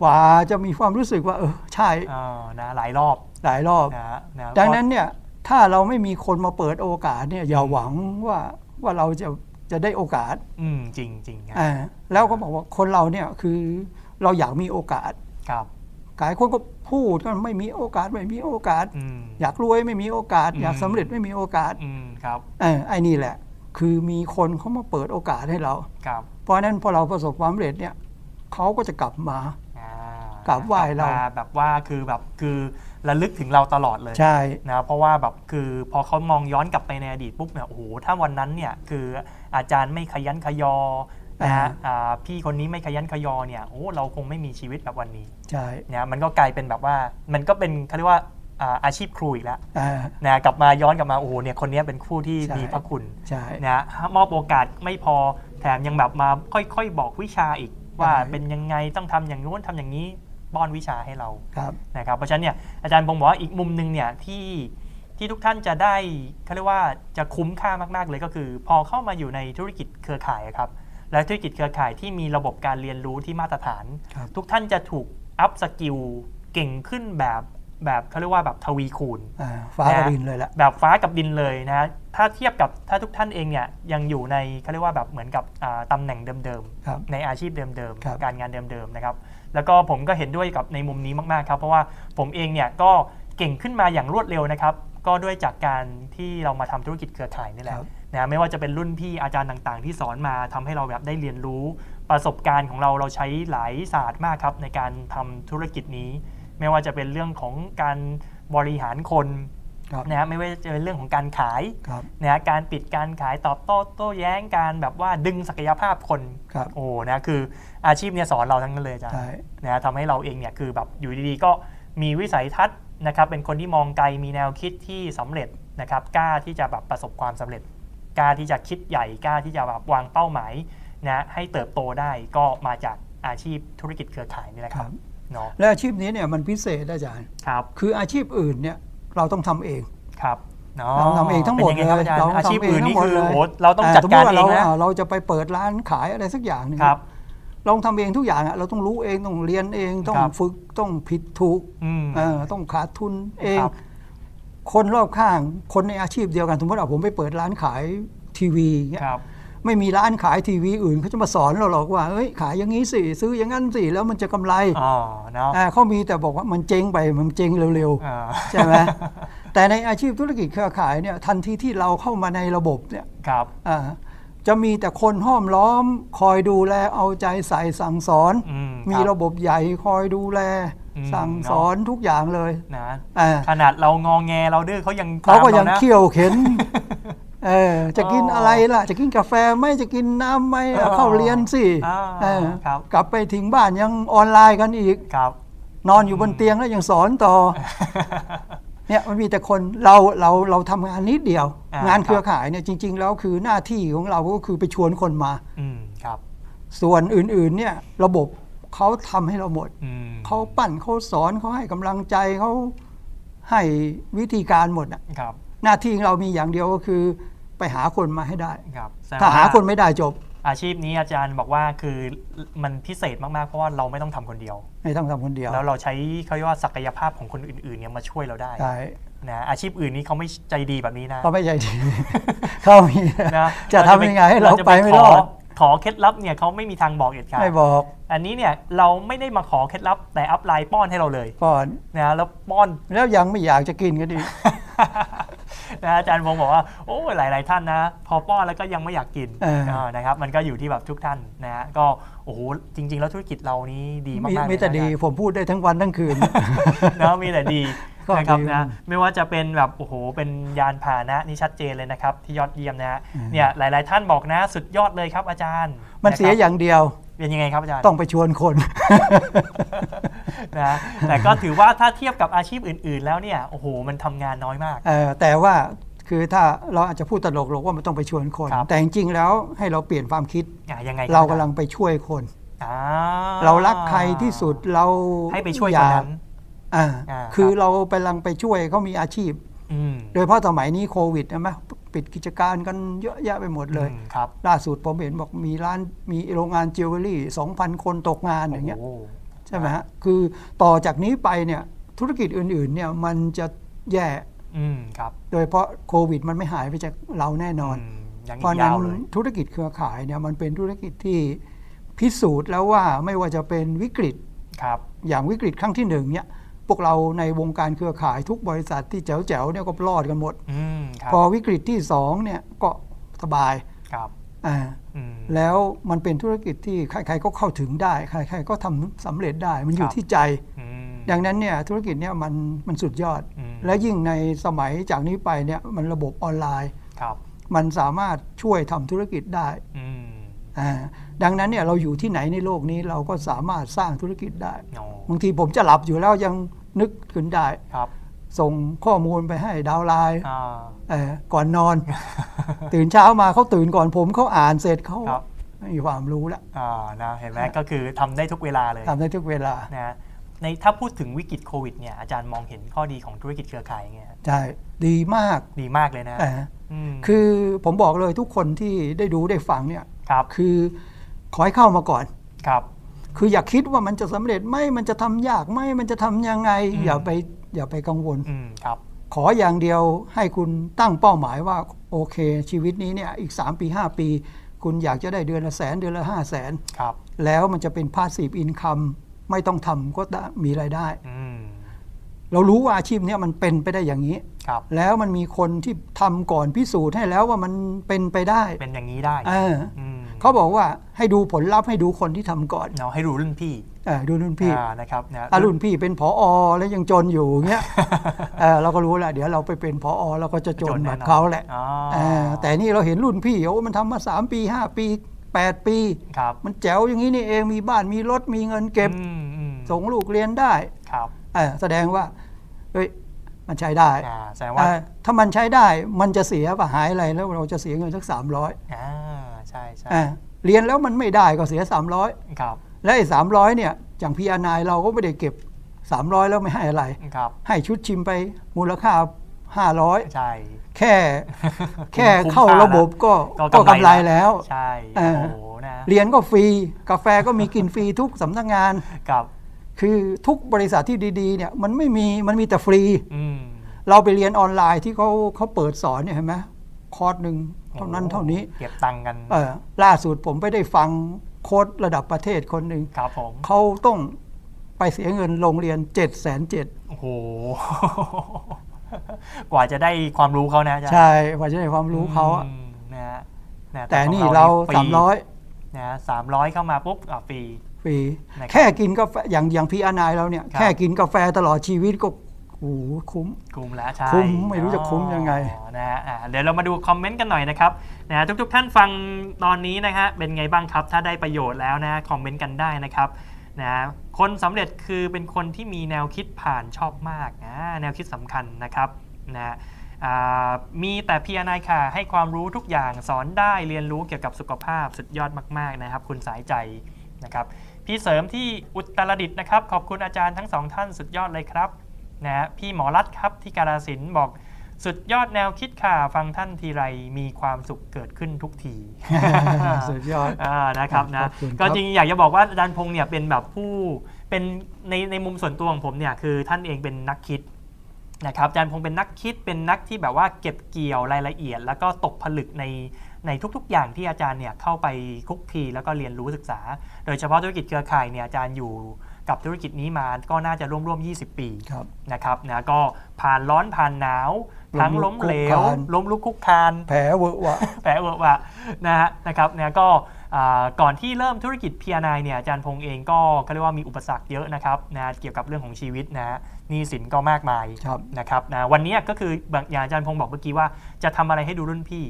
Speaker 2: กว่าจะมีความรู้สึกว่าเออใช่
Speaker 1: เออนะหลายรอบ
Speaker 2: หลายรอบ
Speaker 1: นะฮะนะ
Speaker 2: ดังนั้นเนี่ยถ้าเราไม่มีคนมาเปิดโอกาสเนี่ยอย่าหวังว่าว่าเราจะจะได้โอกาส
Speaker 1: อืมจริงจริงๆฮะ
Speaker 2: อ่าแล้วก็บอกว่าคนเราเนี่ยคือเราอยากมีโอกาส
Speaker 1: ครับ
Speaker 2: หลายคนก็พูดกันไม่มีโอกาสไม่มีโอกาส
Speaker 1: อืม
Speaker 2: อยากรวยไม่มีโอกาส
Speaker 1: อืม
Speaker 2: อยากสำเร็จไม่มีโอกาส
Speaker 1: อืมครับ
Speaker 2: เออไอ้นี่แหละ คือมีคนเขามาเปิดโอกาสให้เรา
Speaker 1: ครับ
Speaker 2: เพราะฉะนั้นพอเราประสบความสำเร็จเนี่ยเขาก็จะกลับมา
Speaker 1: อ่าก
Speaker 2: ราบไหว้เรา
Speaker 1: มแบบว่าคือแบบคือระลึกถึงเราตลอดเลย
Speaker 2: ใช่
Speaker 1: นะเพราะว่าแบบคือพอเขามองย้อนกลับไปในอดีตปุ๊บเนี่ยโอ้โหถ้าวันนั้นเนี่ยคืออาจารย์ไม่ขยันขยอนะฮะ
Speaker 2: อ่า
Speaker 1: อ่าพี่คนนี้ไม่ขยันขยอเนี่ยโอ้เราคงไม่มีชีวิตแบบวันนี้
Speaker 2: ใช่
Speaker 1: นะมันก็กลายเป็นแบบว่ามันก็เป็นเขาเรียกว่าอ่าอาชีพครูอีกแล้ว
Speaker 2: อ่า
Speaker 1: นะกลับมาย้อนกลับมาโอ้โหเนี่ยคนเนี้ยเป็นผู้ที่
Speaker 2: ใช่
Speaker 1: มีพระคุณ
Speaker 2: ใช่
Speaker 1: นะมอบโอกาสไม่พอแถมยังแบบมาค่อยๆ บอกวิชาอีก ว่า
Speaker 2: ใช่
Speaker 1: เป็นยังไงต้องทำอย่างโน้นทำอย่างนี้ป้อนวิชาให้เรา
Speaker 2: ครับ
Speaker 1: นะครับเพราะฉะนั้นเนี่ยอาจารย์พงศ์บอกว่าอีกมุมหนึ่งเนี่ยที่ที่ทุกท่านจะได้เขาเรียกว่าจะคุ้มค่ามากๆเลยก็คือ พอเข้ามาอยู่ในธุรกิจเครือข่ายอะครับและธุรกิจเครือข่ายที่มีระบบการเรียนรู้ที่มาตรฐาน
Speaker 2: ครับ
Speaker 1: ทุกท่านจะถูกอัพสกิลเก่งขึ้นแบบแบบเขาเรียกว่าแบบทวีคูณ
Speaker 2: อ่าฟ้า
Speaker 1: นะ
Speaker 2: กระดินเลยละ
Speaker 1: แบบฟ้ากับดินเลยนะฮะถ้าเทียบกับถ้าทุกท่านเองเนี่ยยังอยู่ในเขาเรียกว่าแบบเหมือนกับอ่าตำแหน่งเดิมๆ
Speaker 2: ครับ
Speaker 1: ในอาชีพเดิม
Speaker 2: ครับ
Speaker 1: ๆ การงานเดิมๆ นะครับ แล้วก็ผมก็เห็นด้วยกับในมุมนี้มากๆ ครับ เพราะว่าผมเองเนี่ยก็เก่งขึ้นมาอย่างรวดเร็วนะครับ ก็ด้วยจากการที่เรามาทำธุรกิจเครือข่ายนี่แหละ
Speaker 2: ครับ
Speaker 1: นะไม่ว่าจะเป็นรุ่นพี่อาจารย์ต่างๆ ที่สอนมาทำให้เราแบบได้เรียนรู้ ประสบการณ์ของเราเราใช้หลายศาสตร์มากครับในการทำธุรกิจนี้ ไม่ว่าจะเป็นเรื่องของการบริหารคน
Speaker 2: ครับ
Speaker 1: นะฮะไม่ว่าจะเป็นเรื่องของการขาย
Speaker 2: ครับ
Speaker 1: นะฮะการปิดการขายตอบโต้โต้แย้งการแบบว่าดึงศักยภาพคน
Speaker 2: ครับ
Speaker 1: โอ้ นะ คืออาชีพเนี่ยสอนเราทั้งนั้นเลยอาจ้ะ
Speaker 2: ใช่
Speaker 1: นะทำให้เราเองเนี่ยคือแบบอยู่ดีๆ ก็มีวิสัยทัศน์นะครับ เป็นคนที่มองไกล มีแนวคิดที่สำเร็จนะครับ กล้าที่จะแบบประสบความสำเร็จ กล้าที่จะคิดใหญ่ กล้าที่จะแบบวางเป้าหมายนะให้เติบโตได้ก็มาจากอาชีพธุรกิจเครือข่ายนี่แหละครับ
Speaker 2: ครับ
Speaker 1: เนาะ
Speaker 2: และอาชีพนี้เนี่ยมันพิเศษอาจารย์
Speaker 1: ครับ
Speaker 2: คืออาชีพอื่นเนี่ยเราต้องทำเอง
Speaker 1: ครับเนาะ
Speaker 2: เราทำเองทั้งหมด
Speaker 1: ป็นยังไงครับอาจาร
Speaker 2: เลย
Speaker 1: ย์อาชีพอื่นนี่
Speaker 2: เราทำเอง
Speaker 1: คือ
Speaker 2: ทั้งหมดเลย
Speaker 1: โอ้โหเราต้องจัดการ
Speaker 2: สม
Speaker 1: เอ
Speaker 2: มุ
Speaker 1: ง
Speaker 2: ว่
Speaker 1: นะ
Speaker 2: เราเราจะไปเปิดร้านขายอะไรสักอย่างหนึง
Speaker 1: ครับ
Speaker 2: เราทำเองทุกอย่างอะเราต้องรู้เองต้องเรียนเองต้อง
Speaker 1: ครับ
Speaker 2: ฝึกต้องผิดถูก
Speaker 1: อืม
Speaker 2: เออต้องขาดทุนเอง
Speaker 1: ครับ
Speaker 2: คนรอบข้างคนในอาชีพเดียวกันสมมติเอาผมไปเปิดร้านขายทีวีเงี้ย
Speaker 1: ครับ
Speaker 2: ไม่มีร้านขายทีวีอื่นเขาจะมาสอนเราหรอกว่าเอ้ยขายอย่างนี้สิซื้ออย่างนั้นสิแล้วมันจะกำไร
Speaker 1: อ๋อ เนาะ
Speaker 2: อ่าเขามีแต่บอกว่ามันเจ๊งไปมันเจ๊งเร็วๆ
Speaker 1: อ่า
Speaker 2: ใช่ไหม แต่ในอาชีพธุรกิจเครือข่ายเนี่ยทันทีที่เราเข้ามาในระบบเนี่ย
Speaker 1: ครับ
Speaker 2: อ่าจะมีแต่คนห้อมล้อม คอยดูแลเอาใจใส่สั่งสอน
Speaker 1: อืม
Speaker 2: มี
Speaker 1: คบ
Speaker 2: ระบบใหญ่คอยดูแล
Speaker 1: อืม
Speaker 2: สั่งสอนทุกอย่างเลย
Speaker 1: นะ
Speaker 2: อ่า
Speaker 1: ขนาดเรางองแงเราดื้อเขายัง
Speaker 2: เขาก็
Speaker 1: ตมร
Speaker 2: ยัง
Speaker 1: นะ
Speaker 2: เขี่ยวเข็น
Speaker 1: <laughs>
Speaker 2: เออจะกิน
Speaker 1: อ๋ออ
Speaker 2: อะไรล่ะ จะกินกาแฟไหม่จะกินน้ำไหมเอา
Speaker 1: อ๋อ
Speaker 2: เข้าเรียนสิ
Speaker 1: อ่า
Speaker 2: เออ
Speaker 1: ครับ
Speaker 2: กลับไปถึงบ้านยังออนไลน์กันอีก
Speaker 1: ครับ
Speaker 2: นอนอยู่บนเตียงแล้วยังสอน
Speaker 1: <laughs>
Speaker 2: ต่อ เนี่ยมันมีแต่คนเราเราเราทำงานนิดเดียว
Speaker 1: อ่าง
Speaker 2: งานเครือข่ายเนี่ยจริง ๆ แล้วคือหน้าที่ของเราก็คือไปชวนคนมา
Speaker 1: อืมครับ
Speaker 2: ส่วนอื่นๆเนี่ยระบบเขาทำให้เราหมด
Speaker 1: อืม
Speaker 2: เขาปั่นเขาสอนเขาให้กำลังใจเขาให้วิธีการหมดน่ะ
Speaker 1: ครับ
Speaker 2: หน้าที่ของเรามีอย่างเดียวก็คือไปหาคนมาให้ได้
Speaker 1: ครับแสดง
Speaker 2: ถ้าหา
Speaker 1: ว่
Speaker 2: คนไม่ได้จบ
Speaker 1: อาชีพนี้อาจารย์บอกว่าคือมันพิเศษมาก ๆ เพราะว่าเราไม่ต้องทำคนเดียว
Speaker 2: ไม่ต้องทำคนเดียว
Speaker 1: แล้วเราใช้เขาเรียกว่าศักยภาพของคนอื่น ๆ เนี่ยมาช่วยเราได้
Speaker 2: ใช่
Speaker 1: นะอาชีพอื่นนี้เขาไม่ใจดีแบบนี้นะ
Speaker 2: เขาไม่ <laughs> ใจดี เขามี
Speaker 1: นะ
Speaker 2: <laughs> จะทำยังไงให้เรา
Speaker 1: จะ
Speaker 2: ไปไม่รอ
Speaker 1: ข
Speaker 2: ด
Speaker 1: ขอเคล็ดลับเนี่ยเขาไม่มีทางบอกเด็ดขาด
Speaker 2: ไม่บอก
Speaker 1: อันนี้เนี่ยเราไม่ได้มาขอเคล็ดลับแต่อัพไลน์ป้อนให้เราเลย
Speaker 2: ก่อน
Speaker 1: นะแล้วป้อน <laughs>
Speaker 2: แล้วยังไม่อยากจะกินก็ดี
Speaker 1: นะอาจารย์พงศ์บอกว่าโอ้ยหลาย ๆ ท่านนะ พอป้อนแล้วก็ยังไม่อยากกิน
Speaker 2: เออ
Speaker 1: เออนะครับมันก็อยู่ที่แบบทุกท่านนะฮะก็โอ้โหจริง ๆ แล้วธุรกิจเรานี้ดีมากๆเล
Speaker 2: มี
Speaker 1: ยนะ
Speaker 2: มีแต่ดีผมพูดได้ทั้งวันทั้ง
Speaker 1: <laughs>
Speaker 2: คืน
Speaker 1: อาจารย์นะมีแต่ดี
Speaker 2: ก็
Speaker 1: นะค
Speaker 2: ดี
Speaker 1: รับนะไม่ว่าจะเป็นแบบโอ้โหเป็นยานพาหนะนี่ชัดเจนเลยนะครับที่ยอดเยี่ยมนะฮะ
Speaker 2: อืม
Speaker 1: เนี่ยหลาย ๆ ท่านบอกนะ สุดยอดเลยครับอาจารย์
Speaker 2: มันเสี
Speaker 1: ะ
Speaker 2: ย
Speaker 1: ครับ
Speaker 2: อย่างเดียว
Speaker 1: เรียนยังไงครับอาจารย์
Speaker 2: ต้องไปชวนคน <laughs>
Speaker 1: นะแต่ก็ถือว่าถ้าเทียบกับอาชีพอื่น ๆ แล้วเนี่ยโอ้โหมันทำงานน้อยมาก
Speaker 2: เอ่อแต่ว่าคือถ้าเราอาจจะพูดตลกๆว่ามันต้องไปชวนคน
Speaker 1: ครับ
Speaker 2: แต่จริงๆแล้วให้เราเปลี่ยนความคิด
Speaker 1: อ่ะยังไงคบ
Speaker 2: เรากำลังไปช่วยคน
Speaker 1: อ่
Speaker 2: เรารักใครที่สุดเรา
Speaker 1: ให้ไปช่วย
Speaker 2: อ
Speaker 1: คน
Speaker 2: ยาก
Speaker 1: นั้น
Speaker 2: อ่า
Speaker 1: อ่า
Speaker 2: คื
Speaker 1: ค
Speaker 2: อ
Speaker 1: รับ
Speaker 2: เราไปลังไปช่วยเขามีอาชีพ
Speaker 1: อืม
Speaker 2: โดยเฉพาะสมัยนี้โควิดใช่ไหมปิดกิจการกันเยอะแยะไปหมดเลย
Speaker 1: อืมครับ
Speaker 2: ล่าสุดผมเห็นบอกมีร้านมีโรงงานจิวเวลรี่2,000 คนตกงานอย่างเงี้ย
Speaker 1: โอ้โห
Speaker 2: ใช่ไหมฮะ คือต่อจากนี้ไปเนี่ยธุรกิจอื่นๆเนี่ยมันจะแย่
Speaker 1: อืมครับ
Speaker 2: โดยเพราะโควิดมันไม่หายไปจากเราแน่นอน
Speaker 1: มยังอี
Speaker 2: เพ
Speaker 1: ก
Speaker 2: ราะฉะ
Speaker 1: ยา
Speaker 2: นั้น
Speaker 1: วเลย
Speaker 2: ธุรกิจเครือข่ายเนี่ยมันเป็นธุรกิจที่พิสูจน์แล้วว่าไม่ว่าจะเป็นวิกฤต
Speaker 1: ครับ
Speaker 2: อย่างวิกฤตครั้งที่หนึ่งเนี่ยพวกเราในวงการเครือข่ายทุกบริษัทที่แจ๋วๆเนี่ยก็รอดกันหมด
Speaker 1: อืมครับ
Speaker 2: พอวิกฤตที่สองเนี่ยก็สบาย
Speaker 1: ครับ
Speaker 2: อ่า
Speaker 1: อืม
Speaker 2: แล้วมันเป็นธุรกิจที่ใครๆก็เข้าถึงได้ใครๆก็ทำสำเร็จได้มันอ
Speaker 1: ค
Speaker 2: ยู่
Speaker 1: รับ
Speaker 2: ที่ใจ
Speaker 1: อืม
Speaker 2: ดังนั้นเนี่ยธุรกิจเนี่ยมันมันสุดยอด
Speaker 1: อืม
Speaker 2: และยิ่งในสมัยจากนี้ไปเนี่ยมันระบบออนไลน์
Speaker 1: ครับ
Speaker 2: มันสามารถช่วยทำธุรกิจได้
Speaker 1: อืม
Speaker 2: อ่าดังนั้นเนี่ยเราอยู่ที่ไหนในโลกนี้เราก็สามารถสร้างธุรกิจได้
Speaker 1: โน
Speaker 2: บางทีผมจะหลับอยู่แล้วยังนึกขึ้นได้
Speaker 1: ครับ
Speaker 2: ส่งข้อมูลไปให้ดาวน์ไลน์
Speaker 1: อ่า
Speaker 2: เอ่อก่อนนอน ตื่นเช้ามาเขาตื่นก่อนผมเขาอ่านเสร็จเขา
Speaker 1: ครับ
Speaker 2: มีความรู้แล้ว
Speaker 1: อ่านะเห็นไหมก็คือทำได้ทุกเวลาเลย
Speaker 2: ทำได้ทุกเวลา
Speaker 1: นะฮะในถ้าพูดถึงวิกฤตโควิดเนี่ยอาจารย์มองเห็นข้อดีของธุรกิจเครือข่ายยังไงฮะ
Speaker 2: ใช่ดีมาก
Speaker 1: ดีมากเลยนะ
Speaker 2: อ่า
Speaker 1: อืม
Speaker 2: คือผมบอกเลยทุกคนที่ได้ดูได้ฟังเนี่ย
Speaker 1: ครับ
Speaker 2: คือขอให้เข้ามาก่อน
Speaker 1: ครับ
Speaker 2: คืออย่าคิดว่ามันจะสำเร็จไหมมันจะทำยากไหมมันจะทำยังไง
Speaker 1: อืม
Speaker 2: อย่าไปอย่าไปกังวล
Speaker 1: อืมครับ
Speaker 2: ขออย่างเดียวให้คุณตั้งเป้าหมายว่าโอเคชีวิตนี้เนี่ยอีก 3 ปี 5 ปี คุณอยากจะได้เดือนละแสนเดือนละ 5 0 0แสน
Speaker 1: ครับ
Speaker 2: แล้วมันจะเป็น passive income ไม่ต้องทำก็ได้มีรายได้
Speaker 1: อืม
Speaker 2: เรารู้ว่าอาชีพเนี้ยมันเป็นไปได้อย่างนี้
Speaker 1: ครับ
Speaker 2: แล้วมันมีคนที่ทำก่อนพิสูจน์ให้แล้วว่ามันเป็นไปได้
Speaker 1: เป็นอย่างนี้ได้
Speaker 2: เออ
Speaker 1: อืม
Speaker 2: เขาบอกว่าให้ดูผลลัพธ์ให้ดูคนที่ทำก่อน
Speaker 1: เนาะให้รู้รุ่นพี่
Speaker 2: เออดูรุ่นพี่
Speaker 1: อ่านะครับนะ
Speaker 2: ถ้ารุ่นพี่เป็นผออแล้วยังจนอยู่เงี้ย
Speaker 1: <laughs>
Speaker 2: เออเราก็รู้แหละเดี๋ยวเราไปเป็นผออเราก็จะจนแบบเขาแหละ
Speaker 1: อ่า
Speaker 2: เออแต่นี่เราเห็นรุ่นพี่โอ้มันทำมาสามปีห้าปีแปดปี
Speaker 1: ครับ
Speaker 2: มันแจ๋วอย่างนี้นี่เองมีบ้านมีรถมีเงินเก็บ
Speaker 1: อืมอืม
Speaker 2: ส่งลูกเรียนได้
Speaker 1: ครับ
Speaker 2: เออแสดงว่าเฮ้ยมันใช้ได้
Speaker 1: อ่าแสดง
Speaker 2: เอ
Speaker 1: ว่า
Speaker 2: อถ้ามันใช้ได้มันจะเสียปะหายอะไรแล้วเราจะเสียเงินสักสามร้อย
Speaker 1: อ่าใช่ใช่
Speaker 2: เรียนแล้วมันไม่ได้ก็เสียสามร้อย
Speaker 1: ครับ
Speaker 2: และไอ้สามร้อยเนี่ยอย่างพี่อนายเราก็ไม่ได้เก็บสามร้อยแล้วไม่ให้อะไร
Speaker 1: ครับ
Speaker 2: ให้ชุดชิมไปมูลค่า 500
Speaker 1: ใช่
Speaker 2: แค่ <laughs> แค่เข้า
Speaker 1: คุ้มค่าละ
Speaker 2: ระบบก็ก็กำไรแล้ว
Speaker 1: ใช่
Speaker 2: เอ
Speaker 1: โอ้
Speaker 2: อ
Speaker 1: โห นะ
Speaker 2: เรียนก็ฟรี กาแฟก็มีกินฟรีทุก <laughs> สำนักงาน
Speaker 1: ครับ
Speaker 2: คือทุกบริษัทที่ดีๆเนี่ยมันไม่มีมันมีแต่ฟรี
Speaker 1: อืม
Speaker 2: เราไปเรียนออนไลน์ที่เขาเขาเปิดสอนเนี่ยเห็นไหมคอร์สหนึ่งเท่านั้นเท่านี้
Speaker 1: เก็บตังค์กัน
Speaker 2: เออล่าสุดผมไปได้ฟังโค้ดระดับประเทศคนหนึ่ง
Speaker 1: ครับผม
Speaker 2: เขาต้องไปเสียเงินโรงเรียน 7 7 0 0 0
Speaker 1: โอ้โห <laughs> กว่าจะได้ความรู้เขานะอาจารย์
Speaker 2: ใช่กว่าจะได้ความรู้เขาอะ
Speaker 1: อืมนะฮะะ
Speaker 2: แต่
Speaker 1: ของ
Speaker 2: นี่เรา
Speaker 1: ฟ
Speaker 2: สามร้อย
Speaker 1: นะสามร้อยเข้ามาปุ๊บอ่ะฟรี
Speaker 2: ฟรี
Speaker 1: นะครับ
Speaker 2: แค่กินกาแฟอย่างอย่างพี่อานายเราเนี่ย
Speaker 1: ครับ
Speaker 2: แค่กินกาแฟตลอดชีวิตก็โอ้โหคุ้ม
Speaker 1: กลุ่มแล้วใช่
Speaker 2: คุ้มไม่รู้จะคุ้มยังไง
Speaker 1: อ๋อนะฮะอ่ะเดี๋ยวเรามาดูคอมเมนต์กันหน่อยนะครับนะทุกๆทท่านฟังตอนนี้นะฮะเป็นไงบ้างครับ ถ้าได้ประโยชน์แล้วนะคอมเมนต์กันได้นะครับนะคนสำเร็จคือเป็นคนที่มีแนวคิดผ่านชอบมากนะแนวคิดสำคัญนะครับนะอ่ามีแต่พีอนายค่ะให้ความรู้ทุกอย่างสอนได้เรียนรู้เกี่ยวกับสุขภาพสุดยอดมาก ๆนะครับ คุณสายใจนะครับพี่เสริมที่อุตรดิตถ์นะครับ ขอบคุณอาจารย์ทั้งสองท่านสุดยอดเลยครับ นะฮะพี่หมอรัตครับที่กาลสินธุ์บอกสุดยอดแนวคิดค่ะ ฟังท่านทีไรมีความสุขเกิดขึ้นทุกที
Speaker 2: <laughs> สุดยอด
Speaker 1: อ่านะครับนะ
Speaker 2: ขอบคุณครับ
Speaker 1: ก็จริงอยากจะบอกว่าอาจารย์พงษ์เนี่ยเป็นแบบผู้เป็นในในมุมส่วนตัวของผมเนี่ยคือท่านเองเป็นนักคิดนะครับอาจารย์พงษ์เป็นนักคิดเป็นนักที่แบบว่าเก็บเกี่ยวรายละเอียด แล้วก็ตกผลึกในในทุกๆ อย่างที่อาจารย์เนี่ยเข้าไปคลุกคลีแล้วก็เรียนรู้ศึกษา โดยเฉพาะธุรกิจเครือข่ายเนี่ยอาจารย์อยู่กับธุรกิจนี้มาก็น่าจะร่วมๆ20 ปี
Speaker 2: ครับ
Speaker 1: นะครับนะก็ผ่านร้อนผ่านหนาว ทั้ง
Speaker 2: ล้
Speaker 1: ล้
Speaker 2: ม
Speaker 1: ม
Speaker 2: ลุก
Speaker 1: เหล
Speaker 2: ค
Speaker 1: ว
Speaker 2: ลาน
Speaker 1: ล้มลุกคลุกคลาน
Speaker 2: แผลเวอะวะ
Speaker 1: แผลเวอะวะนะฮะนะครับเนี่ยก็อ่าก่อนที่เริ่มธุรกิจพีนายเนี่ยอาจารย์พงษ์เองก็เขาเรียกว่ามีอุปสรรคเยอะนะครับนะเกี่ยวกับเรื่องของชีวิตนะฮะหนี้สินก็มากมาย
Speaker 2: ครับ
Speaker 1: นะครับนะวันนี้ก็คืออย่างอาจารย์พงษ์บอกเมื่อกี้ว่าจะทำอะไรให้ดูรุ่นพี่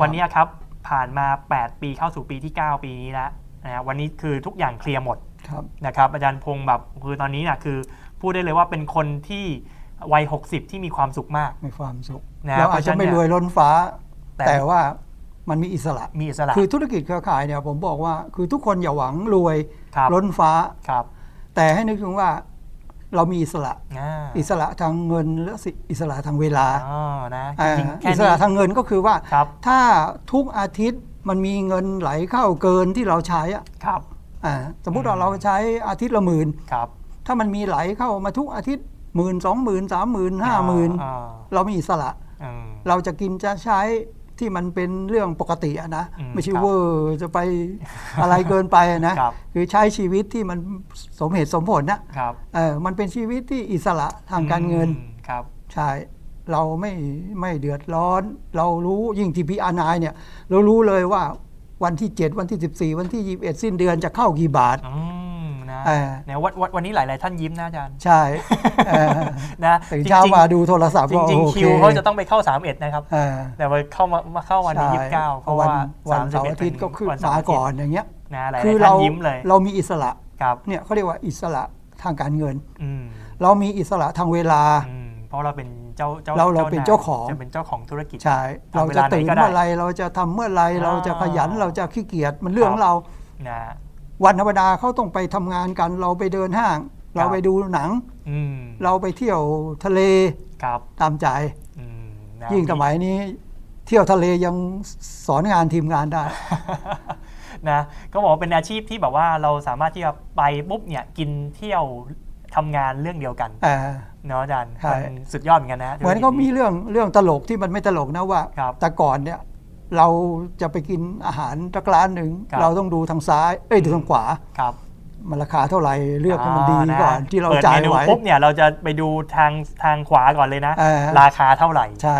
Speaker 1: วันนี้ครับผ่านมา 8 ปีเข้าสู่ปีที่ 9 ปีนี้แล้ว นะฮะวันนี้คือทุกอย่างเคลียร์หมด
Speaker 2: ครับ
Speaker 1: นะครับอาจารย์พงษ์แบบคือตอนนี้นะคือพูดได้เลยว่าเป็นคนที่วัย 60 ที่มีความสุขมาก
Speaker 2: มีความสุข
Speaker 1: นะ
Speaker 2: เราอาจจะไม่รวยล้นฟ้า
Speaker 1: แต่
Speaker 2: แต่ว่ามันมีอิสระ
Speaker 1: มีอิสระ
Speaker 2: คือธุรกิจเครือข่ายเนี่ยผมบอกว่าคือทุกคนอย่าหวังรวย
Speaker 1: ครับ
Speaker 2: ล้นฟ้า
Speaker 1: ครับ
Speaker 2: แต่ให้นึกถึงว่าเรามีอิสระ
Speaker 1: อ่า
Speaker 2: อิสระทางเงินและสิอิสระทางเวลา
Speaker 1: อ๋อนะ
Speaker 2: อ่า
Speaker 1: จริงๆแค่
Speaker 2: อิส
Speaker 1: นี้
Speaker 2: ระทางเงินก็คือว่า
Speaker 1: ครับ
Speaker 2: ถ้าทุกอาทิตย์มันมีเงินไหลเข้าเกินที่เราใช้อะ
Speaker 1: ครับ
Speaker 2: อ่าสมมุติว่าเราใช้อาทิตย์ละหมื่น
Speaker 1: ครับ
Speaker 2: ถ้ามันมีไหลเข้ามาทุกอาทิตย์หมื่นสองหมื่นสามหมื่นห้าหมื่น
Speaker 1: อ่า
Speaker 2: เรามีอิสระ
Speaker 1: อืม
Speaker 2: เราจะกินจะใช้ที่มันเป็นเรื่องปกติอะนะ
Speaker 1: อืม
Speaker 2: ไม่ใช่
Speaker 1: ครับ
Speaker 2: เวอร์จะไปอะไรเกินไปอะนะครับ คือใช้ชีวิตที่มันสมเหตุสมผลนะครับ เออมันเป็นชีวิตที่อิสระทางการเงิน
Speaker 1: อืมครับ
Speaker 2: ใช่เราไม่ไม่เดือดร้อน เรารู้ยิ่งที่พีอานายเนี่ยเรารู้เลยว่าวันที่ 7 วันที่ 14 วันที่ 21 สิ้นเดือนจะเข้ากี่บาท
Speaker 1: อืมนะ
Speaker 2: เออ
Speaker 1: เนี่ยวันวันวันนี้หลาย ๆ ท่านยิ้มนะอาจารย์
Speaker 2: ใช่เอ
Speaker 1: <laughs>
Speaker 2: อ
Speaker 1: นะ
Speaker 2: ตื่นเช้า
Speaker 1: จริงๆ
Speaker 2: มาดูโทรศัพท์
Speaker 1: จ
Speaker 2: ก็
Speaker 1: ริง
Speaker 2: โอ
Speaker 1: ๆ
Speaker 2: เค
Speaker 1: คิวเขาจะต้องไปเข้า 31 นะครับ
Speaker 2: เออ
Speaker 1: แต่ว่าเข้ามามาเข้าวันที่
Speaker 2: ใช่
Speaker 1: ยี่สิบเก้าเพราะว่า
Speaker 2: วันเสาร์อาทิตย์ก็ขึ้น
Speaker 1: วัเส
Speaker 2: มา
Speaker 1: ร์ทิตย์
Speaker 2: ก่อนอย่างเงี้ย
Speaker 1: นะหลายๆ
Speaker 2: คื
Speaker 1: ท่
Speaker 2: อเรา
Speaker 1: านยิ้มเลย
Speaker 2: เรามีอิสระ
Speaker 1: ครับ
Speaker 2: เนี่ยเขาเรียกว่าอิสระทางการเงิน
Speaker 1: อืม
Speaker 2: เรามีอิสระทางเวลา
Speaker 1: อืมเพราะเราเป็นเจ้าเจ้า
Speaker 2: เราเราเป็นเจ้าของ
Speaker 1: จะเป็นเจ้าของธุรกิจ
Speaker 2: ใช่เรา
Speaker 1: ทำเว
Speaker 2: จะ
Speaker 1: ลาไหน
Speaker 2: ตื่น
Speaker 1: ก็ได้
Speaker 2: เมื่อไรเราจะทำเมื่อไร
Speaker 1: อ่า
Speaker 2: เราจะขยันเราจะขี้เกียจมันเรื่อง
Speaker 1: ครับ
Speaker 2: ของเรา
Speaker 1: นะ
Speaker 2: วันธรรมดาเขาต้องไปทำงานกัน เราไปเดินห้าง เราไปดูหนัง
Speaker 1: อืม
Speaker 2: เราไปเที่ยวทะเล
Speaker 1: ครับ
Speaker 2: ตามใจ
Speaker 1: อืมนะ
Speaker 2: ยิ่งสมัยนี้ เที่ยวทะเลยังสอนงานทีมงานได้
Speaker 1: นะก็บอกว่าเป็นอาชีพที่แบบว่าเราสามารถที่จะไปปุ๊บเนี่ยกินเที่ยวทำงานเรื่องเดียวกัน
Speaker 2: เอ่อ
Speaker 1: เนาะอาจารย์
Speaker 2: ใช่
Speaker 1: มันสุดยอดเหมือนกันนะ
Speaker 2: เหมือนก็มี
Speaker 1: ธุรจ
Speaker 2: เรื่องเรื่องตลกที่มันไม่ตลกนะว่า
Speaker 1: ครับ
Speaker 2: แต่ก่อนเนี่ยเราจะไปกินอาหารสักร้านหนึ่ง
Speaker 1: ครับ
Speaker 2: เราต้องดูทางซ้ายเอ้ยดูทางขวา
Speaker 1: ครับ
Speaker 2: มันราคาเท่าไหร่เลือกให้มันดีก่อนที่เรา
Speaker 1: ปิด
Speaker 2: จ่า
Speaker 1: ม
Speaker 2: ย
Speaker 1: นู
Speaker 2: ไหว
Speaker 1: ปุ๊บเนี่ยเราจะไปดูทางทางขวาก่อนเลยนะ
Speaker 2: เออ
Speaker 1: ราคาเท่าไหร่
Speaker 2: ใช่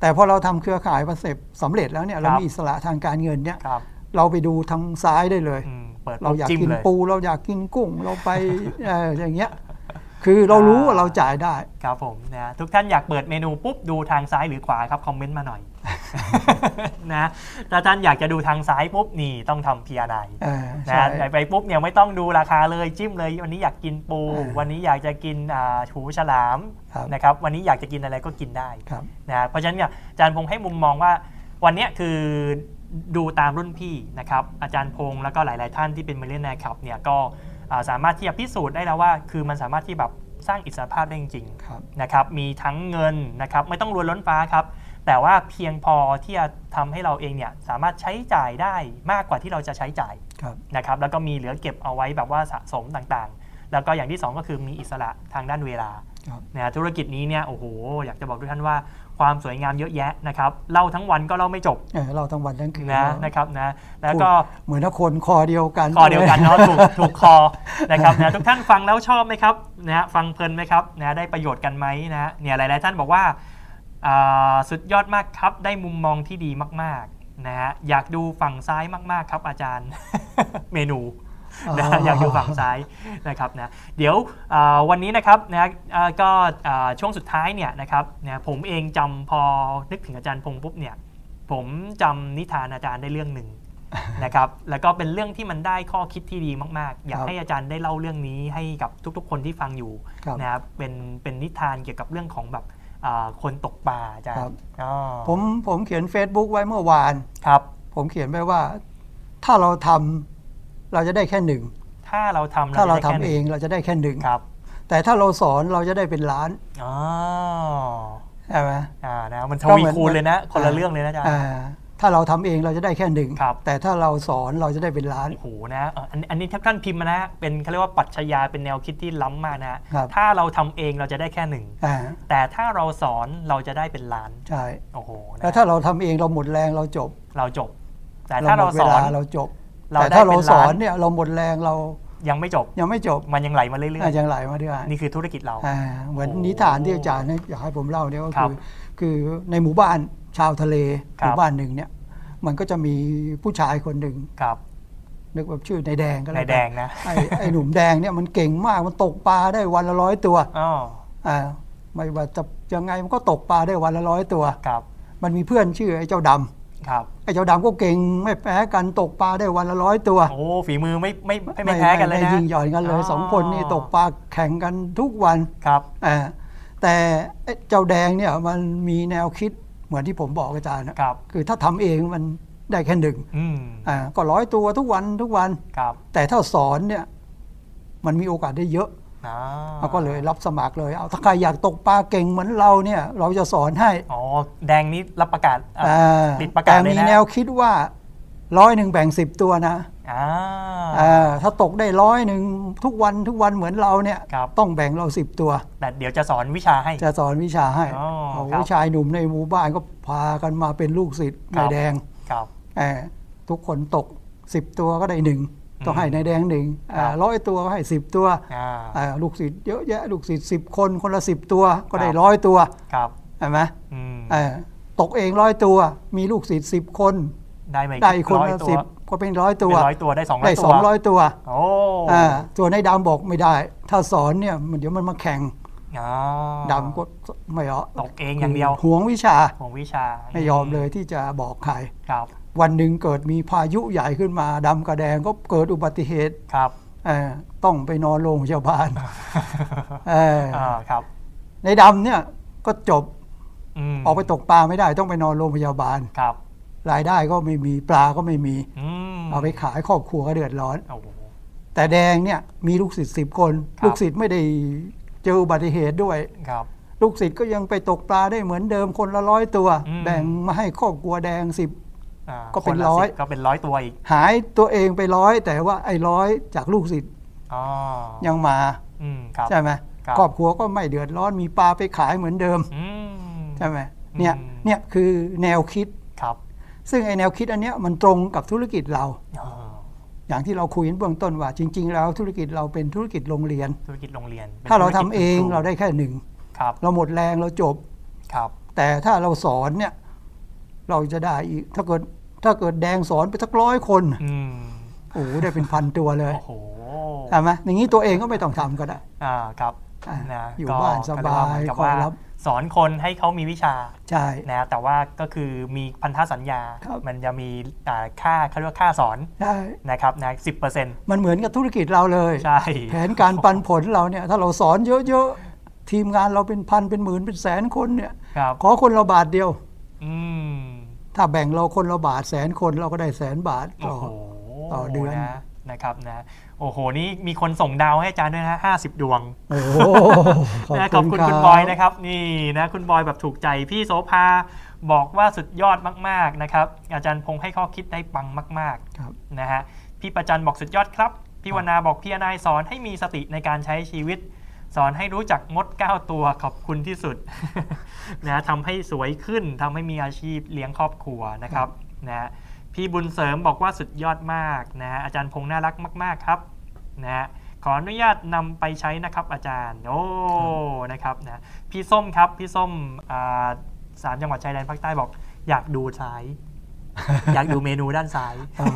Speaker 2: แต่พอเราทำเครือข่ายประเสบสำเร็จแล้วเนี่ยเรามีอิสระทางการเงินเนี่ย
Speaker 1: ครับ
Speaker 2: เราไปดูทางซ้ายได้เลย
Speaker 1: อืมเปิด
Speaker 2: เรา
Speaker 1: ปุ๊บ
Speaker 2: อยาก
Speaker 1: จิ้ม
Speaker 2: กิน
Speaker 1: เลย
Speaker 2: ปูเราอยากกินกุ้งเรา
Speaker 1: <laughs>
Speaker 2: ไปเอ่ออย่างเงี้ยคือเรารู้ว่าเราจ่ายได้
Speaker 1: ครับผมนะทุกท่านอยากเปิดเมนูปุ๊บดูทางซ้ายหรือขวาครับคอมเมนต์มาหน่อย <laughs> นะถ้าท่านอยากจะดูทางซ้ายปุ๊บนี่ต้องทำพีอาร์ได
Speaker 2: เออ
Speaker 1: นะ
Speaker 2: ใช่
Speaker 1: ไปปุ๊บเนี่ยไม่ต้องดูราคาเลยจิ้มเลย วันนี้อยากกินปู วันนี้อยากจะกินอ่าหูฉลาม
Speaker 2: ครับ
Speaker 1: นะครับวันนี้อยากจะกินอะไรก็กินได้
Speaker 2: ครับ
Speaker 1: นะเพราะฉะนั้นเนี่ยอาจารย์พงษ์ให้มุมมองว่า วันเนี้ยคือดูตามรุ่นพี่นะครับอาจารย์พงษ์แล้วก็หลาย ๆ ท่านที่เป็นมิลเลนแนร์ครับเนี่ยก็อ่าสามารถที่จะพิสูจน์ได้แล้วว่า คือมันสามารถที่แบบสร้างอิสรภาพได้จริงๆ
Speaker 2: ครับ
Speaker 1: นะครับมีทั้งเงินนะครับไม่ต้องรวยล้นฟ้าครับ แต่ว่าเพียงพอที่จะทำให้เราเองเนี่ยสามารถใช้จ่ายได้มากกว่าที่เราจะใช้จ่าย
Speaker 2: ครับ
Speaker 1: นะครับแล้วก็มีเหลือเก็บเอาไว้แบบว่าสะสมต่างๆ แล้วก็อย่างที่สองก็คือมีอิสระทางด้านเวลา
Speaker 2: ครับ
Speaker 1: นะธุรกิจนี้เนี่ยโอ้โหอยากจะบอกทุกท่านว่าความสวยงามเยอะแยะนะครับเล่าทั้งวันก็เล่าไม่จบ
Speaker 2: เออเราทั้งวันทั้งคืน
Speaker 1: นะ
Speaker 2: เราน
Speaker 1: นะครับนะแล้วก็
Speaker 2: เหมือนถ้าคนคอเดียวกัน
Speaker 1: คอเดียวกันเนาะถูกถูกคอนะครับนะทุกท่านฟังแล้วชอบไหมครับนะฮะฟังเพลินไหมครับนะฮะได้ประโยชน์กันไหมนะฮะเนี่ยหลาย ๆ ท่านบอกว่าอ่าสุดยอดมากครับได้มุมมองที่ดีมากๆนะฮะอยากดูฝั่งซ้ายมาก ๆ ครับอาจารย์ <laughs> เมนูนะฮะ
Speaker 2: อ๋อ
Speaker 1: อ
Speaker 2: อ
Speaker 1: ยากดูฝั่งซ้ายนะครับนะเดี๋ยวอ่าวันนี้นะครับนะฮะอ่าก็อ่าช่วงสุดท้ายเนี่ยนะครับนะผมเองจำพอนึกถึงอาจารย์พงษ์ปุ๊บเนี่ย ผมจำนิทานอาจารย์ได้เรื่อง
Speaker 2: <laughs>
Speaker 1: หนึ่ง นะครับ แล้วก็เป็นเรื่องที่มันได้ข้อคิดที่ดีมาก ๆ อยาก
Speaker 2: ครับ
Speaker 1: ให้อาจารย์ได้เล่าเรื่องนี้ให้กับทุก ๆ คนที่ฟังอยู่
Speaker 2: ครับ
Speaker 1: นะครับ เป็นเป็นนิทานเกี่ยวกับเรื่องของแบบอ่าคนตกปลาอาจาร
Speaker 2: ครับ
Speaker 1: ย์อ๋อ
Speaker 2: ผมผมเขียน Facebook ไว้เมื่อวาน
Speaker 1: ครับ
Speaker 2: ผมเขียนไว้ว่า ถ้าเราทำเราจะได้แค่หนึ่ง
Speaker 1: ถ้าเราทำ
Speaker 2: ถ้าเรา
Speaker 1: จะ
Speaker 2: ทำ
Speaker 1: ได้แค่
Speaker 2: เองเราจะได้แค่หนึ่ง
Speaker 1: ครับ
Speaker 2: แต่ถ้าเราสอนเราจะได้เป็นล้าน
Speaker 1: อ๋อ
Speaker 2: ใช่ไหม
Speaker 1: อ่านะมันท
Speaker 2: ก็
Speaker 1: วี
Speaker 2: เหมือน
Speaker 1: คูณเลยนะ คนละ
Speaker 2: อ่า
Speaker 1: เรื่องเลยนะอาจารย์
Speaker 2: อ่าถ้าเราทำเองเราจะได้แค่หนึ่ง
Speaker 1: ครับ
Speaker 2: แต่ถ้าเราสอนเราจะได้เป็นล้าน
Speaker 1: โอ้โหนะเอ่ออันอันนี้ท่านท่านพิมพ์มานะ เป็นเขาเรียกว่าปรัชญาเป็นแนวคิดที่ล้ำมากนะ
Speaker 2: ครับ
Speaker 1: ถ้าเราทำเองเราจะได้แค่หนึ่ง
Speaker 2: อ่า
Speaker 1: แต่ถ้าเราสอนเราจะได้เป็นล้าน
Speaker 2: ใช่
Speaker 1: โอ้โหนะ
Speaker 2: แล้วถ้าเราทำเองเราหมดแรงเราจบ
Speaker 1: เราจบ แต่ถ้าเรา
Speaker 2: หมด
Speaker 1: สอน
Speaker 2: วลเราจบ
Speaker 1: เรา
Speaker 2: แต่
Speaker 1: ได้
Speaker 2: ถ้า
Speaker 1: เป็
Speaker 2: เรา
Speaker 1: น
Speaker 2: ส
Speaker 1: ล้า
Speaker 2: อน
Speaker 1: น
Speaker 2: เนี่ยเราหมดแรงเรา
Speaker 1: ยังไม่จบ
Speaker 2: ยังไม่จบ
Speaker 1: มันยังไหลมาเรื่อ
Speaker 2: อาย ยังไหลมาด้วย
Speaker 1: ๆ นี่คือธุรกิจเรา
Speaker 2: อ่าเหมือน
Speaker 1: โอ้
Speaker 2: นิทานที่อาจารย์ให้อยากให้ผมเล่าเนี่ยก็
Speaker 1: ครั
Speaker 2: คื
Speaker 1: บ
Speaker 2: อ คือในหมู่บ้านชาวทะเล
Speaker 1: ค
Speaker 2: ห
Speaker 1: รับ
Speaker 2: มู่บ้านหนึ่งเนี่ย มันก็จะมีผู้ชายคนหนึ่ง
Speaker 1: ครับ
Speaker 2: นึกว่าชื่อนายแดงก็
Speaker 1: นา
Speaker 2: แล้
Speaker 1: ยว แด
Speaker 2: กัน
Speaker 1: งนะ
Speaker 2: ไอ้ไอ้หนุ่มแดงเนี่ยมันเก่งมากมันตกปลาได้วันละร้อยตัว
Speaker 1: อ๋อ
Speaker 2: อ่าไม่ว่าจะยังไงมันก็ตกปลาได้วันละร้อยตัว
Speaker 1: ครับ
Speaker 2: มันมีเพื่อนชื่อไอ้เจ้าดำ
Speaker 1: ครับ
Speaker 2: ไอ้เจ้าดำก็เก่งไม่แพ้กันตกปลาได้วันละร้อยตัว
Speaker 1: โอ้ฝีมือไม่ไม่ไม่ไม่แพ้กันเลย
Speaker 2: ไม่
Speaker 1: นะ
Speaker 2: ยิงหย่อนกันเลยสองคนนี่ตกปลาแข่งกันทุกวัน
Speaker 1: ครับ
Speaker 2: เอ่อแต่ไอ้เจ้าแดงเนี่ยมันมีแนวคิดเหมือนที่ผมบอกอาจารย์นะครับ คือถ้าทำเองมันได้แค่หนึ่ง
Speaker 1: อืม
Speaker 2: อ่าก็ร้อยตัวทุกวันทุกวัน
Speaker 1: ครับ
Speaker 2: แต่ถ้าสอนเนี่ยมันมีโอกาสได้เยอะ
Speaker 1: อ่า
Speaker 2: เราก็เลยรับสมัครเลยเอาถ้าใครอยากตกปลาเก่งเหมือนเราเนี่ยเราจะสอนให้
Speaker 1: อ๋อแดงนี่รับประกาศอ่ะ
Speaker 2: อ่า
Speaker 1: ติดประกาศ
Speaker 2: แต่
Speaker 1: เลยนะ
Speaker 2: มีแนวคิดว่าร้อยหนึ่งแบ่งสิบตัวนะ
Speaker 1: อ่า
Speaker 2: อ่าถ้าตกได้ร้อยหนึ่งทุกวันทุกวันเหมือนเราเนี่ย
Speaker 1: ครับ
Speaker 2: ต้องแบ่งเราสิบตัว
Speaker 1: แต่เดี๋ยวจะสอนวิชาให้
Speaker 2: จะสอนวิชาให้
Speaker 1: อ๋อ
Speaker 2: โอ้โห
Speaker 1: ครับ
Speaker 2: ชายหนุ่มในหมู่บ้านก็พากันมาเป็นลูกศิษย์
Speaker 1: ครั
Speaker 2: นาย
Speaker 1: บ
Speaker 2: แดง
Speaker 1: ครับ
Speaker 2: เอ่อทุกคนตกสิบตัวก็ได้หนึ่งต้องให้นายแดงหนึ่งเอ่อ
Speaker 1: ครับ
Speaker 2: ร้อยตัวก็ให้สิบตัว
Speaker 1: อ่า
Speaker 2: เอ่อลูกศิษย์เยอะแยะลูกศิษย์สิบคนคนละสิบตัวก็ได้
Speaker 1: ครับ
Speaker 2: ร้อยตัว
Speaker 1: ครับ
Speaker 2: ใช่ไหม
Speaker 1: อืม
Speaker 2: เอ่อตกเองร้อยตัว มีลูกศิษย์สิบคน
Speaker 1: ได้มาอีก
Speaker 2: ได้คน
Speaker 1: ร้อย
Speaker 2: ละ
Speaker 1: ตัว
Speaker 2: สิบก็เป็นร้อยตัว
Speaker 1: เป็นร้อยตัวได้สองร้อ
Speaker 2: ได้
Speaker 1: ย
Speaker 2: ส
Speaker 1: ตั
Speaker 2: อ
Speaker 1: ว
Speaker 2: งร้อยตัว
Speaker 1: โอ้
Speaker 2: เอ่อส่วนนายดำบอกไม่ได้ ถ้าสอนเนี่ยมันเดี๋ยวมันมาแข่ง
Speaker 1: อ่า
Speaker 2: ดำก็ไม่เอา
Speaker 1: ตกเองอย่างเดียว
Speaker 2: หวงวิชา
Speaker 1: ของวิชา
Speaker 2: ไม่ยอมเลยที่จะบอกใคร
Speaker 1: ครับ
Speaker 2: วันหนึ่งเกิดมีพายุใหญ่ขึ้นมาดำกระแดงก็เกิดอุบัติเหตุ
Speaker 1: ครับ
Speaker 2: เอ่อต้องไปนอนโรงพยาบาลเอ่อ
Speaker 1: อ่าครับ
Speaker 2: ในดำเนี่ยก็จบ
Speaker 1: อืม
Speaker 2: ออกไปตกปลาไม่ได้ต้องไปนอนโรงพยาบาล
Speaker 1: ครับ
Speaker 2: รายได้ก็ไม่มีปลาก็ไม่มี
Speaker 1: อืม
Speaker 2: เอาไปขายครอบครัวก็เดือดร้อน
Speaker 1: โอ้โห
Speaker 2: แต่แดงเนี่ยมีลูกศิษย์สิบคน
Speaker 1: ครับ
Speaker 2: ลูกศิษย์ไม่ได้เจออุบัติเหตุด้วย
Speaker 1: ครับ
Speaker 2: ลูกศิษย์ก็ยังไปตกปลาได้เหมือนเดิมคนละร้อยตัว
Speaker 1: อืม
Speaker 2: แบ่งมาให้ครอบครัวแดงสิบ
Speaker 1: อ่า
Speaker 2: ก็เป็น
Speaker 1: คละ
Speaker 2: ร้อย
Speaker 1: สิบก็เป็นร้อยตัวอีก
Speaker 2: หายตัวเองไปร้อยแต่ว่าไอ้ร้อยจากลูกศิษย์
Speaker 1: อ๋อ
Speaker 2: ยังมา
Speaker 1: อืมครับ
Speaker 2: ใช่ไหม
Speaker 1: ครับ
Speaker 2: ครอบครัวก็ไม่เดือดร้อนมีปลาไปขายเหมือนเดิม
Speaker 1: อืม
Speaker 2: ใช่ไหมเนี่ย
Speaker 1: อืม
Speaker 2: เนี่ยคือแนวคิด
Speaker 1: ครับ
Speaker 2: ซึ่งไอ้แนวคิดอันเนี้ยมันตรงกับธุรกิจเรา
Speaker 1: อ่า
Speaker 2: อย่างที่เราคุยกันเบื้องต้นว่าจริง ๆ แล้วธุรกิจเราเป็นธุรกิจโรงเรียน
Speaker 1: ธุรกิจโรงเรียนป็น
Speaker 2: ถ้าเราทำ
Speaker 1: ธุกิจ
Speaker 2: เอง
Speaker 1: คุณค
Speaker 2: เราได้แค่หนึ่ง
Speaker 1: ครับ
Speaker 2: เราหมดแรงเราจบ
Speaker 1: ครับ
Speaker 2: แต่ถ้าเราสอนเนี่ยเราจะได้อีกถ้าเกิดถ้าเกิดแดงสอนไปสักร้อยคน
Speaker 1: อืม
Speaker 2: โอ้โหได้เป็นพันตัวเลย
Speaker 1: โอ้โห
Speaker 2: ใช่ไหมอย่างนี้ตัวเองก็ไม่ต้องทำก็ได้
Speaker 1: อ่าครับ
Speaker 2: อ่ะ
Speaker 1: นะ
Speaker 2: อยู่
Speaker 1: ก็
Speaker 2: บ้านสบาย
Speaker 1: ก็เรีกว่เหมือนกับ
Speaker 2: คอย
Speaker 1: ว่า
Speaker 2: รับ
Speaker 1: สอนคนให้เขามีวิชา
Speaker 2: ใช่
Speaker 1: นะแต่ว่าก็คือมีพันธสัญญา
Speaker 2: ครับ
Speaker 1: มันจะมีอ่าค่าเขาเรียกว่าค่าสอน
Speaker 2: ใช่
Speaker 1: นะครับนะสิบเปอร์เซ็นต์
Speaker 2: มันเหมือนกับธุรกิจเราเลย
Speaker 1: ใช่
Speaker 2: แผนการปันผลเราเนี่ย ถ้าเราสอนเยอะๆ ทีมงานเราเป็นพันเป็นหมื่นเป็นแสนคนเนี่ย
Speaker 1: ครับ
Speaker 2: ขอคนละบาทเดียว
Speaker 1: อืม
Speaker 2: ถ้าแบ่งเราคนละบาทแสนคนเราก็ได้แสนบาท
Speaker 1: โอ้
Speaker 2: ต่อ
Speaker 1: โห
Speaker 2: ต่อเดือน
Speaker 1: ะนะครับนะโอ้โหนี่มีคนส่งดาวให้อาจารย์ด้วยนะห้าสิบดวง
Speaker 2: โอ้โห
Speaker 1: นะขอบคุณคุณบอยนะครับนี่นะคุณบอยแบบถูกใจพี่โสภาบอกว่าสุดยอดมากๆนะครับอาจารย์พงษ์ให้ข้อคิดได้ปังมาก
Speaker 2: ครับ
Speaker 1: ๆนะฮะพี่ประจันบอกสุดยอดครับ พี่วนาบอกพี่อนายสอนให้มีสติในการใช้ชีวิต สอนให้รู้จักงดก้าวตัวขอบคุณที่สุด <laughs> นะทำให้สวยขึ้นทำให้มีอาชีพเลี้ยงครอบครัวนะครับนะฮะพี่บุญเสริมบอกว่าสุดยอดมากนะฮะอาจารย์พงษ์น่ารักมาก ๆครับ นะฮะขออนุญาตนำไปใช้นะครับอาจารย์โอ้นะครับนะพี่ส้มครับพี่ส้มอ่าสามจังหวัดชายแดนภาคใต้บอก อยากดู
Speaker 2: <laughs>
Speaker 1: ซ้าย อยากดูเมนูด้านซ้าย
Speaker 2: อ๋อ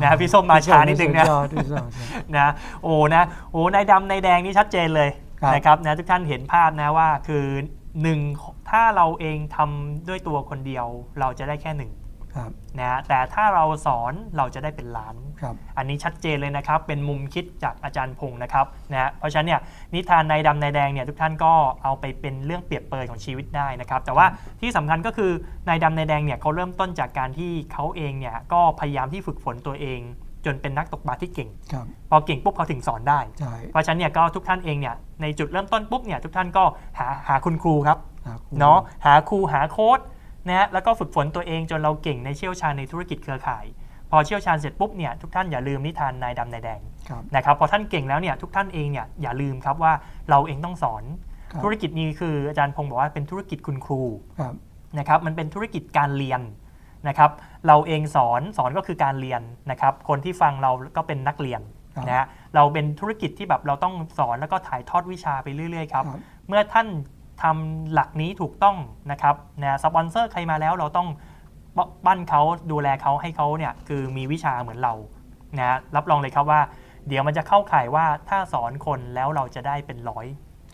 Speaker 1: นะฮะพี่ส้มมาช้านิดนึงนะ
Speaker 2: สุยอสุดยอดสุดยอด
Speaker 1: นะโอ้นะโอ้นายดำนายแดงนี่ชัดเจนเลย
Speaker 2: ครับ
Speaker 1: นะครับนะทุกท่านเห็นภาพนะว่าคือหนึ่งถ้าเราเองทำด้วยตัวคนเดียวเราจะได้แค่หนึ่ง
Speaker 2: ครับ
Speaker 1: นะแต่ถ้าเราสอนเราจะได้เป็นล้าน
Speaker 2: ครับ
Speaker 1: อันนี้ชัดเจนเลยนะครับ เป็นมุมคิดจากอาจารย์พงศ์นะครับนะฮะเพราะฉะนั้นเนี่ยนิทานนายดำนายแดงเนี่ยทุกท่านก็เอาไปเป็นเรื่องเปรียบเปรยของชีวิตได้นะครับ แต่ว่าที่สำคัญก็คือนายดำนายแดงเนี่ยเขาเริ่มต้นจากการที่เขาเองเนี่ยก็พยายามที่ฝึกฝนตัวเอง จนเป็นนักตกปลาที่เก่ง
Speaker 2: ครับ
Speaker 1: พอเก่งปุ๊บเขาถึงสอนได้
Speaker 2: ใช่
Speaker 1: เพราะฉะนั้นเนี่ยก็ทุกท่านเองเนี่ยในจุดเริ่มต้นปุ๊บเนี่ยทุกท่านก็หาหาคุณครูครับ
Speaker 2: ครับ
Speaker 1: เนาะหาครูหาโค้ดนะฮะแล้วก็ฝึกฝนตัวเองจนเราเก่งในเชี่ยวชาญในธุรกิจเครือข่าย พอเชี่ยวชาญเสร็จปุ๊บเนี่ยทุกท่านอย่าลืมนิทานนายดำนายแดง
Speaker 2: ครับ
Speaker 1: นะครับพอท่านเก่งแล้วเนี่ยทุกท่านเองเนี่ยอย่าลืมครับว่าเราเองต้องสอน
Speaker 2: ครับ
Speaker 1: ธุรกิจนี้คืออาจารย์พงศ์บอกว่าเป็นธุรกิจคุณครู
Speaker 2: ครับ
Speaker 1: นะครับมันเป็นธุรกิจการเรียนนะครับเราเองสอนสอนก็คือการเรียนนะครับคนที่ฟังเราก็เป็นนักเรียน
Speaker 2: ครับ
Speaker 1: นะฮะเราเป็นธุรกิจที่แบบเราต้องสอนแล้วก็ถ่ายทอดวิชาไปเรื่อยๆครับ
Speaker 2: ครับ
Speaker 1: เมื่อท่านทำหลักนี้ถูกต้องนะครับนะสปอนเซอร์ใครมาแล้วเราต้องปั้นเขาดูแลเขาให้เขาเนี่ยคือมีวิชาเหมือนเรานะฮะรับรองเลยครับว่า เดี๋ยวมันจะเข้าข่ายว่าถ้าสอนคนแล้วเราจะได้เป็นร้อย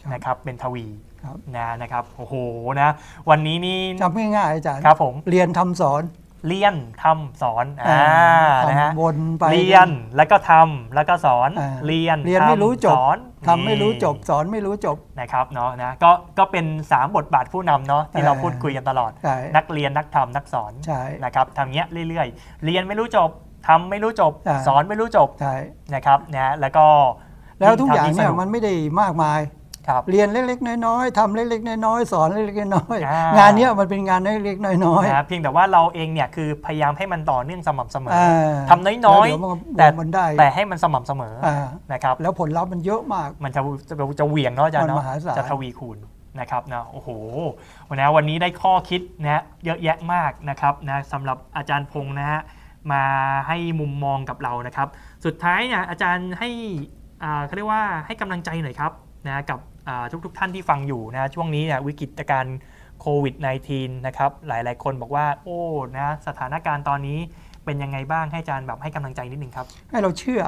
Speaker 2: ครับ
Speaker 1: นะครับเป็นทวี
Speaker 2: ครับ
Speaker 1: นะนะครับโอ้โหนะวันนี้นี่
Speaker 2: จำง่ายๆอาจารย์
Speaker 1: ครับผม
Speaker 2: เรียนทำสอน
Speaker 1: เรียนทำสอนอ่านะฮะ
Speaker 2: ทำวนไป
Speaker 1: เรียนแล้วก็ทำแล้วก็สอน
Speaker 2: อ่า
Speaker 1: เรียน
Speaker 2: เรียนไม่
Speaker 1: ทำ
Speaker 2: รู้จ
Speaker 1: ส
Speaker 2: บ
Speaker 1: อน
Speaker 2: ทำไม่รู้จบ
Speaker 1: นี่
Speaker 2: สอนไม่รู้จบ
Speaker 1: นะครับเนาะนะก็ก็เป็น 3 บทบาทผู้นำเนาะที่เราพูดคุยกันตลอด
Speaker 2: ใช่
Speaker 1: นักเรียนนักทำนักสอน
Speaker 2: ใช่
Speaker 1: นะครับทำเงี้ยเรื่อยๆ เรียนไม่รู้จบทำไม่รู้จบ
Speaker 2: ใช่
Speaker 1: สอนไม่รู้จบ
Speaker 2: ใช่
Speaker 1: นะครับนะแล้วก็
Speaker 2: แล้วทุกอย่าง
Speaker 1: ทำ
Speaker 2: เนี่ย
Speaker 1: สก
Speaker 2: มันไม่ได้มากมาย
Speaker 1: ครับ
Speaker 2: เรียนเล็ก ๆ น้อยๆทำเล็ก ๆ น้อยๆสอนเล็ก ๆ น้อย
Speaker 1: อ่า
Speaker 2: ๆงานเนี้ยมันเป็นงานเล็กๆน้อย
Speaker 1: นะเพียงแต่ว่าเราเองเนี่ยคือพยายามให้มันต่อเนื่องสม่ำเสมอ
Speaker 2: ๆอ่า
Speaker 1: ทำน้อย
Speaker 2: แล้วเดี๋วมันก็
Speaker 1: ๆ แต่
Speaker 2: มันได้
Speaker 1: แต่ให้มันสม่ำเสมอ
Speaker 2: อ่า
Speaker 1: นะครับ
Speaker 2: แล้วผลลัพธ์มันเยอะมาก
Speaker 1: มันจะจะจะเหวี่ยงเนาะอาจารย์
Speaker 2: มัน
Speaker 1: เนาะ
Speaker 2: มหาศาล
Speaker 1: จะทวีคูณนะครับนะโอ้โหวันนี้วันนี้ได้ข้อคิดนะเยอะแยะมากนะครับนะสำหรับอาจารย์พงษ์นะฮะมาให้มุมมองกับเรานะครับ สุดท้ายเนี่ยอาจารย์ให้อ่าเขาเรียกว่าให้กำลังใจหน่อยครับนะกับทุกทุก ๆ ท่านที่ฟังอยู่นะช่วงนี้เนี่ยวิกฤตการณ์โควิด -19 นะครับหลายๆ คนบอกว่าโอ้นะสถานการณ์ตอนนี้เป็นยังไงบ้างให้อาจารย์แบบให้กำลังใจนิดนึงครับ
Speaker 2: ให้เราเชื่อ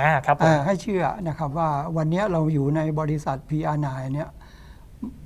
Speaker 1: อ่าครับผม
Speaker 2: อ่าให้เชื่อนะครับว่าวันเนี้ยเราอยู่ในบริษัท PR9 เนี่ย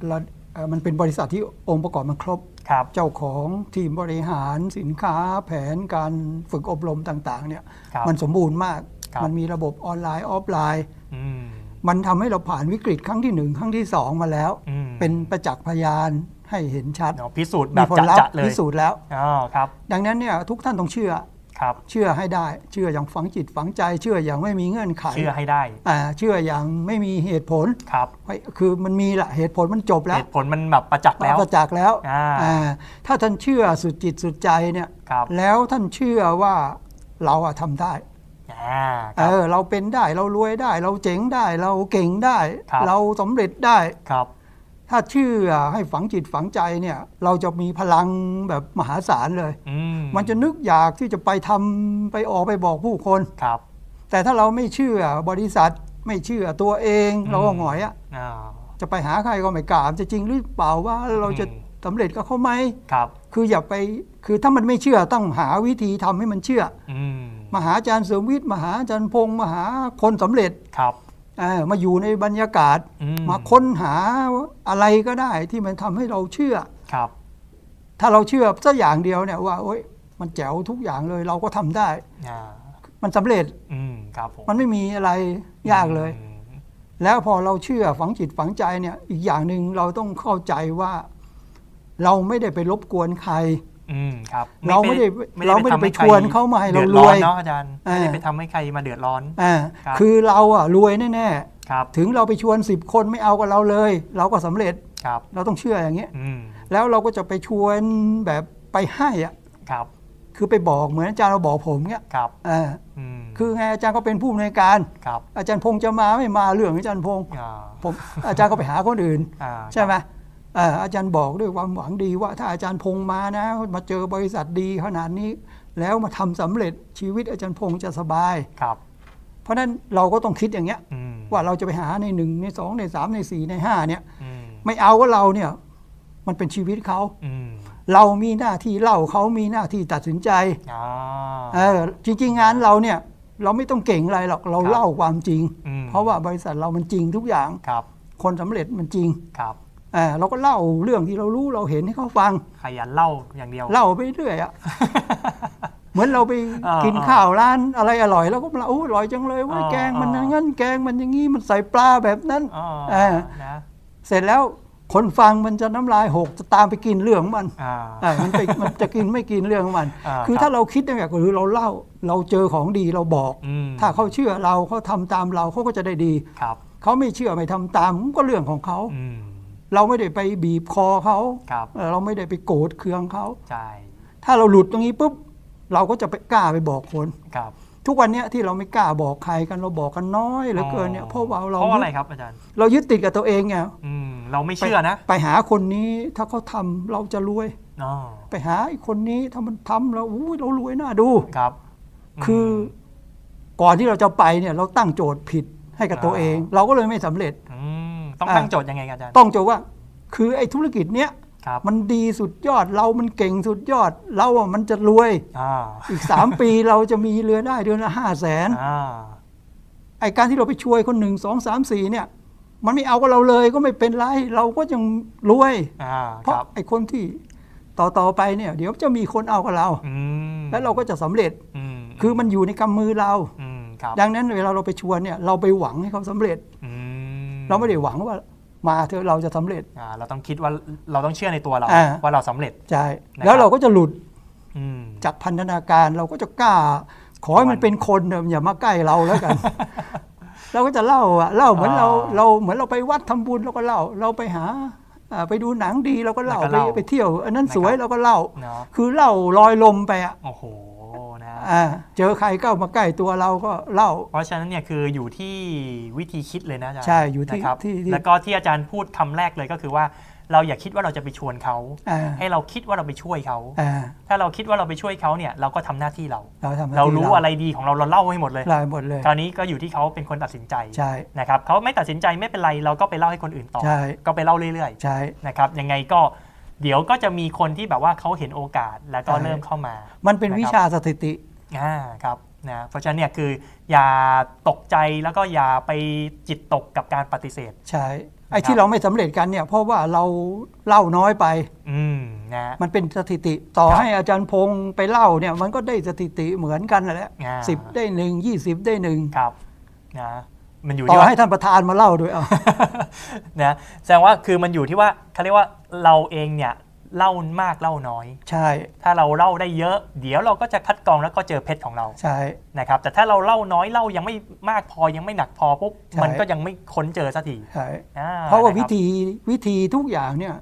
Speaker 2: เราเอ่อมันเป็นบริษัทที่องค์ประกอบมันครบ
Speaker 1: ครับ
Speaker 2: เจ้าของทีมบริหารสินค้าแผนการฝึกอบรมต่างๆเนี่ย
Speaker 1: ครับ
Speaker 2: มันสมบูรณ์มาก
Speaker 1: ครับ
Speaker 2: มันมีระบบออนไลน์ออฟไลน์
Speaker 1: อืม
Speaker 2: มันทำให้เราผ่านวิกฤตครั้งที่หนึ่งครั้งที่สองมาแล้ว
Speaker 1: อืม
Speaker 2: เป็นประจักษ์พยานให้เห็นชัด
Speaker 1: เนาะพิสูจน์แบ
Speaker 2: มี
Speaker 1: บ
Speaker 2: ผลลัพ
Speaker 1: จะ
Speaker 2: ธ์
Speaker 1: ๆเลย
Speaker 2: พิสูจน์แล้ว
Speaker 1: อ๋อครับ
Speaker 2: ดังนั้นเนี่ยทุกท่านต้องเชื่อ
Speaker 1: ครับ
Speaker 2: เชื่อให้ได้ เชื่ออย่างฝังจิตฝังใจ เชื่ออย่างไม่มีเงื่อนไข
Speaker 1: เชื่อให้ได้
Speaker 2: อ่าเชื่ออย่างไม่มีเหตุผล
Speaker 1: ครับ
Speaker 2: เฮ้ยคือมันมีละเหตุผลมันจบแล้
Speaker 1: เห
Speaker 2: ว
Speaker 1: ตุผลมันแบบประจักษ์แล้ว
Speaker 2: ประจักษ์แล้ว
Speaker 1: อ่า
Speaker 2: อ่าถ้าท่านเชื่อสุดจิตสุดใจเนี่ย
Speaker 1: ครับ
Speaker 2: แล้วท่านเชื่อว่าเราอะทำได้
Speaker 1: อ่าค
Speaker 2: เอ
Speaker 1: รับ
Speaker 2: อเราเป็นได้เรารวยได้ เราเจ๋งได้ เราเก่งได้
Speaker 1: ครับ
Speaker 2: เราสำเร็จได้
Speaker 1: ครับ
Speaker 2: ถ้าเชื่อให้ฝังจิตฝังใจเนี่ย เราจะมีพลังแบบมหาศาลเลย
Speaker 1: อืม
Speaker 2: มันจะนึกอยากที่จะไปทำไปออกไปบอกผู้คน
Speaker 1: ครับ
Speaker 2: แต่ถ้าเราไม่เชื่อบริษัทไม่เชื่อตัวเอง
Speaker 1: อืม
Speaker 2: เราก็หงอยอะ
Speaker 1: อ่า
Speaker 2: จะไปหาใครก็ไม่กล้าจะจริงหรือเปล่าว่าเราจะ
Speaker 1: อืม
Speaker 2: สำเร็จกับเขาไหม
Speaker 1: ครับ
Speaker 2: คืออย่าไปคือถ้ามันไม่เชื่อต้องหาวิธีทำให้มันเชื่อ
Speaker 1: อืม
Speaker 2: มหาอาจารย์เสริมวิทย์มหาอาจารย์พงศ์มหาคนสำเร็จ
Speaker 1: ครับ
Speaker 2: เอ่อมาอยู่ในบรรยากาศ
Speaker 1: อื
Speaker 2: มาค้นหาอะไรก็ได้ที่มันทำให้เราเชื่อ
Speaker 1: ครับ
Speaker 2: ถ้าเราเชื่อสักอย่างเดียวเนี่ยว่าโอ๊ยมันแจ๋วทุกอย่างเลยเราก็ทำได้
Speaker 1: อ่า
Speaker 2: มันสำเร็จ
Speaker 1: อืมครับผม
Speaker 2: มันไม่มีอะไรยากเลย
Speaker 1: อืม
Speaker 2: แล้วพอเราเชื่อฝังจิตฝังใจเนี่ยอีกอย่างหนึ่งเราต้องเข้าใจว่า เราไม่ได้ไปรบกวนใคร
Speaker 1: อืมครับ
Speaker 2: เราไม่ได้เราไม่ได้
Speaker 1: ทำ
Speaker 2: ไป
Speaker 1: ให้
Speaker 2: ชวนเขามาให้เรา
Speaker 1: ดือด
Speaker 2: รว
Speaker 1: อ
Speaker 2: ย
Speaker 1: นเนาะอาจารย์ไม่ได้
Speaker 2: อ่า
Speaker 1: ไปทำให้ใครมาเดือดร้อน
Speaker 2: อ่า
Speaker 1: ครับ
Speaker 2: คือเราอะรวยแน่
Speaker 1: ครับ
Speaker 2: ๆถึงเราไปชวนสิบคนไม่เอากับเราเลย เราก็สำเร็จ
Speaker 1: ครับ
Speaker 2: เราต้องเชื่ออย่างเงี้ย
Speaker 1: อืม
Speaker 2: แล้วเราก็จะไปชวนแบบไปให้อะ
Speaker 1: ครับ
Speaker 2: คือไปบอกเหมือนอาจารย์เราบอกผมเงี้ย
Speaker 1: ครับ
Speaker 2: อ่า
Speaker 1: อืม
Speaker 2: คือไงอาจารย์ก็เป็นผู้อำนวยการ
Speaker 1: ครับ
Speaker 2: อาจารย์พงษ์จะมาไม่มาเรื่องอาจารย์พงษ์
Speaker 1: อ่า
Speaker 2: ผม อาจารย์ก็ไปหาคนอื่น
Speaker 1: อ่า
Speaker 2: ใช่ไหมเอ่ออาจารย์บอกด้วยความหวังดีว่าถ้าอาจารย์พงษ์มานะ มาเจอบริษัทดีขนาดนี้ แล้วมาทำสำเร็จชีวิตอาจารย์พงษ์จะสบาย
Speaker 1: ครับ
Speaker 2: เพราะฉะนั้นเราก็ต้องคิดอย่างเงี้ย
Speaker 1: อืม
Speaker 2: ว่าเราจะไปหาในหนึ่งในสองในสามในสี่ในห้าเนี่ย
Speaker 1: อืม
Speaker 2: ไม่เอาว่าเราเนี่ยมันเป็นชีวิตเขา
Speaker 1: อืม
Speaker 2: เรามีหน้าที่เล่าเขามีหน้าที่ตัดสินใจ
Speaker 1: อ่า
Speaker 2: เออจริง ๆ งานเราเนี่ย เราไม่ต้องเก่งอะไรหรอกเรา
Speaker 1: ครับ
Speaker 2: เล่าความจริง
Speaker 1: อืม
Speaker 2: เพราะว่าบริษัทเรามันจริงทุกอย่าง
Speaker 1: ครับ
Speaker 2: คนสำเร็จมันจริง
Speaker 1: ครับ
Speaker 2: เออเราก็เล่าเรื่องที่เรารู้เราเห็นให้เขาฟัง
Speaker 1: ขยันเล่าอย่างเดียว
Speaker 2: เล่าไปเรื่อยอะ <laughs> เหมือนเราไป
Speaker 1: อ่า
Speaker 2: กินข้าวร้านอะไรอร่อยแล้วก็มาโอ้อร่อยจังเลยเว่า
Speaker 1: อ่า
Speaker 2: แกงมัน
Speaker 1: อ่า
Speaker 2: อย่างนั้นแกงมันอย่างนี้มันใส่ปลาแบบนั้น
Speaker 1: อ๋อ
Speaker 2: เออ
Speaker 1: นะ
Speaker 2: เสร็จแล้วคนฟังมันจะน้ำลายหกจะตามไปกินเรื่องมัน
Speaker 1: อ่า
Speaker 2: อ่ะมันไปมันจะกินไม่กินเรื่องของมัน
Speaker 1: อ่า
Speaker 2: คือ
Speaker 1: ครับ
Speaker 2: ถ้าเราคิดเนี่ยคือเราเล่าเราเจอของดีเราบอก
Speaker 1: อืม
Speaker 2: ถ้าเขาเชื่อเราเขาทำตามเราเขาก็จะได้ดี
Speaker 1: ครับ
Speaker 2: เขาไม่เชื่อไม่ทำตามก็เรื่องของเขา
Speaker 1: อืม
Speaker 2: เราไม่ได้ไปบีบคอเขา
Speaker 1: ครับ
Speaker 2: เอ่อเราไม่ได้ไปโกรธเคืองเขา
Speaker 1: ใช่
Speaker 2: ถ้าเราหลุดตรงนี้ปุ๊บเราก็จะไปกล้าไปบอกคน
Speaker 1: ครับ
Speaker 2: ทุกวันเนี้ยที่เราไม่กล้าบอกใครกันเราบอกกันน้อยเหลือเกินเนี่ยเพราะว่าเรา
Speaker 1: เพราะอะไรครับอาจารย์
Speaker 2: เรายึดติดกับตัวเองไง
Speaker 1: อืมเราไม่เชื่อนะ
Speaker 2: ไปหาคนนี้ถ้าเขาทำเราจะรวย
Speaker 1: อ๋อ
Speaker 2: ไปหาไอ้คนนี้ถ้ามันทำแล้วอุ้ยเรารวยน่าดู
Speaker 1: ครับ
Speaker 2: คือ
Speaker 1: ม
Speaker 2: ก่อนที่เราจะไปเนี่ยเราตั้งโจทย์ผิดให้กับตัว
Speaker 1: อ่า
Speaker 2: เอง เราก็เลยไม่สำเร็จ
Speaker 1: อืมต้อง
Speaker 2: อ่า
Speaker 1: ตั้งโจทย์ยังไงครับอาจารย์
Speaker 2: ต้องโจทย์ว่า คือไอ้ธุรกิจเนี้ย
Speaker 1: ครับ
Speaker 2: มันดีสุดยอดเรามันเก่งสุดยอด เราอ่ะมันจะรวย
Speaker 1: อ่า
Speaker 2: อีก 3 ปี <laughs> เราจะมีเรือได้เดือนละห้าแสน
Speaker 1: อ่า
Speaker 2: ไอ้การที่เราไปช่วยคนหนึ่งสองสามสี่เนี่ย มันไม่เอากับเราเลยก็ไม่เป็นไร เราก็ยังรวย
Speaker 1: อ่า
Speaker 2: เพ
Speaker 1: ค
Speaker 2: ราะ
Speaker 1: รับ
Speaker 2: ไอ้คนที่ ต่อต่อไปเนี่ยเดี๋ยวจะมีคนเอากับเรา
Speaker 1: อืม
Speaker 2: แล้วเราก็จะสำเร็จ
Speaker 1: อืม
Speaker 2: คือมันอยู่ในกำมือเรา
Speaker 1: อืมครับ
Speaker 2: ดังนั้นเวลาเราไปชวนเนี่ยเราไปหวังให้เขาสำเร็จ
Speaker 1: อืม
Speaker 2: เราไม่ได้หวังว่ามาเถอะเราจะสำเร็จ
Speaker 1: อ่าเราต้องคิดว่าเราต้องเชื่อในตัวเรา
Speaker 2: อ่า
Speaker 1: ว่าเราสำเร็จ
Speaker 2: ใช่
Speaker 1: นะครับ
Speaker 2: แล้วเราก็จะหลุด
Speaker 1: อืม
Speaker 2: จากพันธนาการเราก็จะกล้า ขอให้มันเป็นคนเถอะอย่ามาใกล้เราแล้วกัน
Speaker 1: <laughs>
Speaker 2: เราก็จะเล่าอะเล่าเหมือนเรา
Speaker 1: อ่า
Speaker 2: เราเหมือนเราไปวัดทำบุญเราก็เล่า เราไปหาอ่าไปดูหนังดีเราก็เล่า
Speaker 1: เราก็เล่า
Speaker 2: ไปไปเที่ยว อันนั้น
Speaker 1: นะครับ
Speaker 2: สวยเราก็เล่า
Speaker 1: เนาะ
Speaker 2: คือเล่าลอยลมไปอะ
Speaker 1: โอ้โหนะ
Speaker 2: อ่าเจอใครเข้ามาใกล้ตัวเราก็เล่า
Speaker 1: เพราะฉะนั้นเนี่ยคืออยู่ที่วิธีคิดเลยนะอาจารย์
Speaker 2: ใช่อยู่ที่
Speaker 1: นะครับ
Speaker 2: ที่ที่
Speaker 1: แล้วก็ที่อาจารย์พูดคำแรกเลยก็คือว่า เราอย่าคิดว่าเราจะไปชวนเขา
Speaker 2: อ่า
Speaker 1: ให้เราคิดว่าเราไปช่วยเขา
Speaker 2: อ่า
Speaker 1: ถ้าเราคิดว่าเราไปช่วยเขาเนี่ยเราก็ทำหน้าที่เรา
Speaker 2: เราทำหน้
Speaker 1: เรา
Speaker 2: ที่
Speaker 1: รู้อะไรดีของเราเราเล่าให้หมดเลย
Speaker 2: ลายหมดเลย
Speaker 1: คราวนี้ก็อยู่ที่เขาเป็นคนตัดสินใจ
Speaker 2: ใช่
Speaker 1: นะครับเขาไม่ตัดสินใจไม่เป็นไรเราก็ไปเล่าให้คนอื่นต่อ
Speaker 2: ใช่
Speaker 1: ก็ไปเล่าเรื่อย
Speaker 2: ใช่
Speaker 1: ๆนะครับยังไงก็เดี๋ยวก็จะมีคนที่แบบว่าเขาเห็นโอกาสแล้วก็
Speaker 2: ใช่
Speaker 1: เริ่มเข้ามา
Speaker 2: มันเป็นวิชาสถิติ
Speaker 1: อ่าครับนะเพราะฉะนั้นเนี่ยคืออย่าตกใจแล้วก็อย่าไปจิตตกกับการปฏิเสธ
Speaker 2: ใช่ไอ้
Speaker 1: นะครับ
Speaker 2: ที่เราไม่สำเร็จกันเนี่ยเพราะว่าเราเล่าน้อยไป
Speaker 1: อืมนะ
Speaker 2: มันเป็นสถิติต่อให้อาจารย์พงษ์ไปเล่าเนี่ยมันก็ได้สถิติเหมือนกันนั่นแหละ
Speaker 1: อ่า
Speaker 2: สิบได้หนึ่งยี่สิบได้หนึ่ง
Speaker 1: ครับนะมันอยู่
Speaker 2: ต่
Speaker 1: ที่
Speaker 2: อ
Speaker 1: ว่า <laughs>
Speaker 2: ให้ท่านประธานมาเล่าด้วยเอา
Speaker 1: นะแสดงว่าคือมันอยู่ที่ว่าเขาเรียกว่าเราเองเนี่ยเล่ามากเล่าน้อย
Speaker 2: ใช่
Speaker 1: ถ้าเราเล่าได้เยอะ เดี๋ยวเราก็จะคัดกรองแล้วก็เจอเพชรของเรา
Speaker 2: ใช่
Speaker 1: นะครับแต่ถ้าเราเล่าน้อยเล่ายังไม่มากพอยังไม่หนักพอปุ๊บ
Speaker 2: ใช่
Speaker 1: มันก็ยังไม่ค้นเจอสักที
Speaker 2: ใช่
Speaker 1: อ่
Speaker 2: เพราะว่า
Speaker 1: คบ
Speaker 2: วิธีวิธีทุกอย่างเนี่ย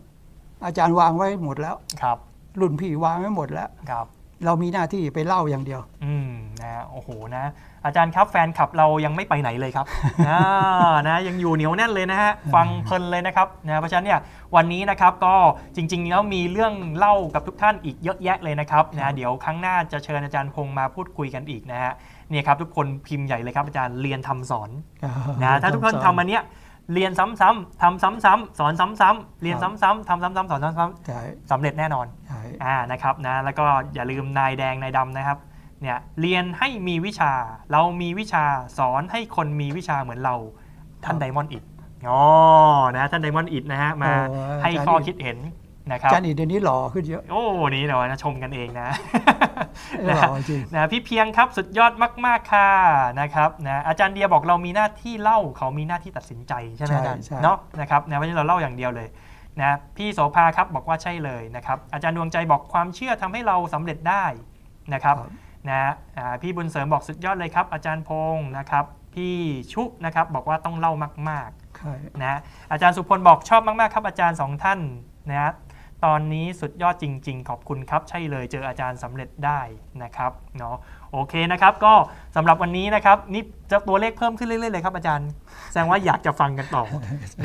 Speaker 2: อาจารย์วางไว้หมดแล้ว
Speaker 1: ครับ
Speaker 2: รุ่นพี่วางไว้หมดแล้ว
Speaker 1: ครับ
Speaker 2: เรามีหน้าที่ไปเล่าอย่างเดียว
Speaker 1: อืมนะโอ้โหนะ อาจารย์ครับแฟนคลับเรายังไม่ไปไหนเลยครับ <laughs> อ่านะยังอยู่เหนียวแน่นเลยนะฮะฟังเพลินเลยนะครับนะเพราะฉะนั้นเนี่ยวันนี้นะครับก็จริงๆแล้วมีเรื่องเล่ากับทุกท่านอีกเยอะแยะเลยนะครับนะเดี๋ยวครั้งหน้าจะเชิญอาจารย์พงษ์มาพูดคุยกันอีกนะฮะเนี่ยครับทุกคนพิมพ์ใหญ่เลยครับอาจารย์เรียนทำสอน นะถ้าทุกคนทำอันเนี้ยเรียนซ้ำๆทำซ้ำๆสอนซ้ำๆเรียน
Speaker 2: ครับ
Speaker 1: ซ้ำๆทำซ้ำๆสอนซ้ำ
Speaker 2: ใช่
Speaker 1: ๆสำเร็จแน่นอน
Speaker 2: ใช่
Speaker 1: อ่านะครับนะแล้วก็อย่าลืมนายแดงนายดำนะครับเนี่ยเรียนให้มีวิชา เรามีวิชาสอนให้คนมีวิชาเหมือนเราท่านไดมอนด์อิดอ๋อนะท่านไดมอนด์อิดนะฮะมา
Speaker 2: โอ้
Speaker 1: ให้
Speaker 2: าจารย์
Speaker 1: ข้อคิดเห็นนะครั
Speaker 2: อา
Speaker 1: บ
Speaker 2: จารย์อีกเดี๋ยวนี้หล่อขึ้นเยอะ
Speaker 1: โอ้นี่เดี๋ยวนะชมกันเองนะ
Speaker 2: ห
Speaker 1: นะ
Speaker 2: ล่อจริง
Speaker 1: นะพี่เพียงครับสุดยอดมาก ๆ ค่ะนะครับนะอาจารย์เดียบอกเรามีหน้าที่เล่าเขามีหน้าที่ตัดสินใจใช่ไหม
Speaker 2: ใช่
Speaker 1: อาจารย์
Speaker 2: ใช่
Speaker 1: เนาะนะครับนะเพราะฉะนั้นเราเล่าอย่างเดียวเลยนะพี่โสภาครับบอกว่าใช่เลยนะครับอาจารย์ดวงใจบอกความเชื่อทำให้เราสำเร็จได้นะครับนะอ่าพี่บุญเสริมบอกสุดยอดเลยครับ อาจารย์พงศ์นะครับพี่ชุนะครับบอกว่าต้องเล่ามาก ๆ
Speaker 2: ใช่
Speaker 1: นะอาจารย์สุพลบอกชอบมากๆครับอาจารย์สองท่านนะตอนนี้สุดยอดจริง ๆ ขอบคุณครับ ใช่เลยเจออาจารย์สำเร็จได้นะครับเนาะโอเคนะครับ ก็สำหรับวันนี้นะครับนี่จะตัวเลขเพิ่มขึ้นเรื่อยๆเลยครับอาจารย์ แสดงว่าอยากจะฟังกันต่อ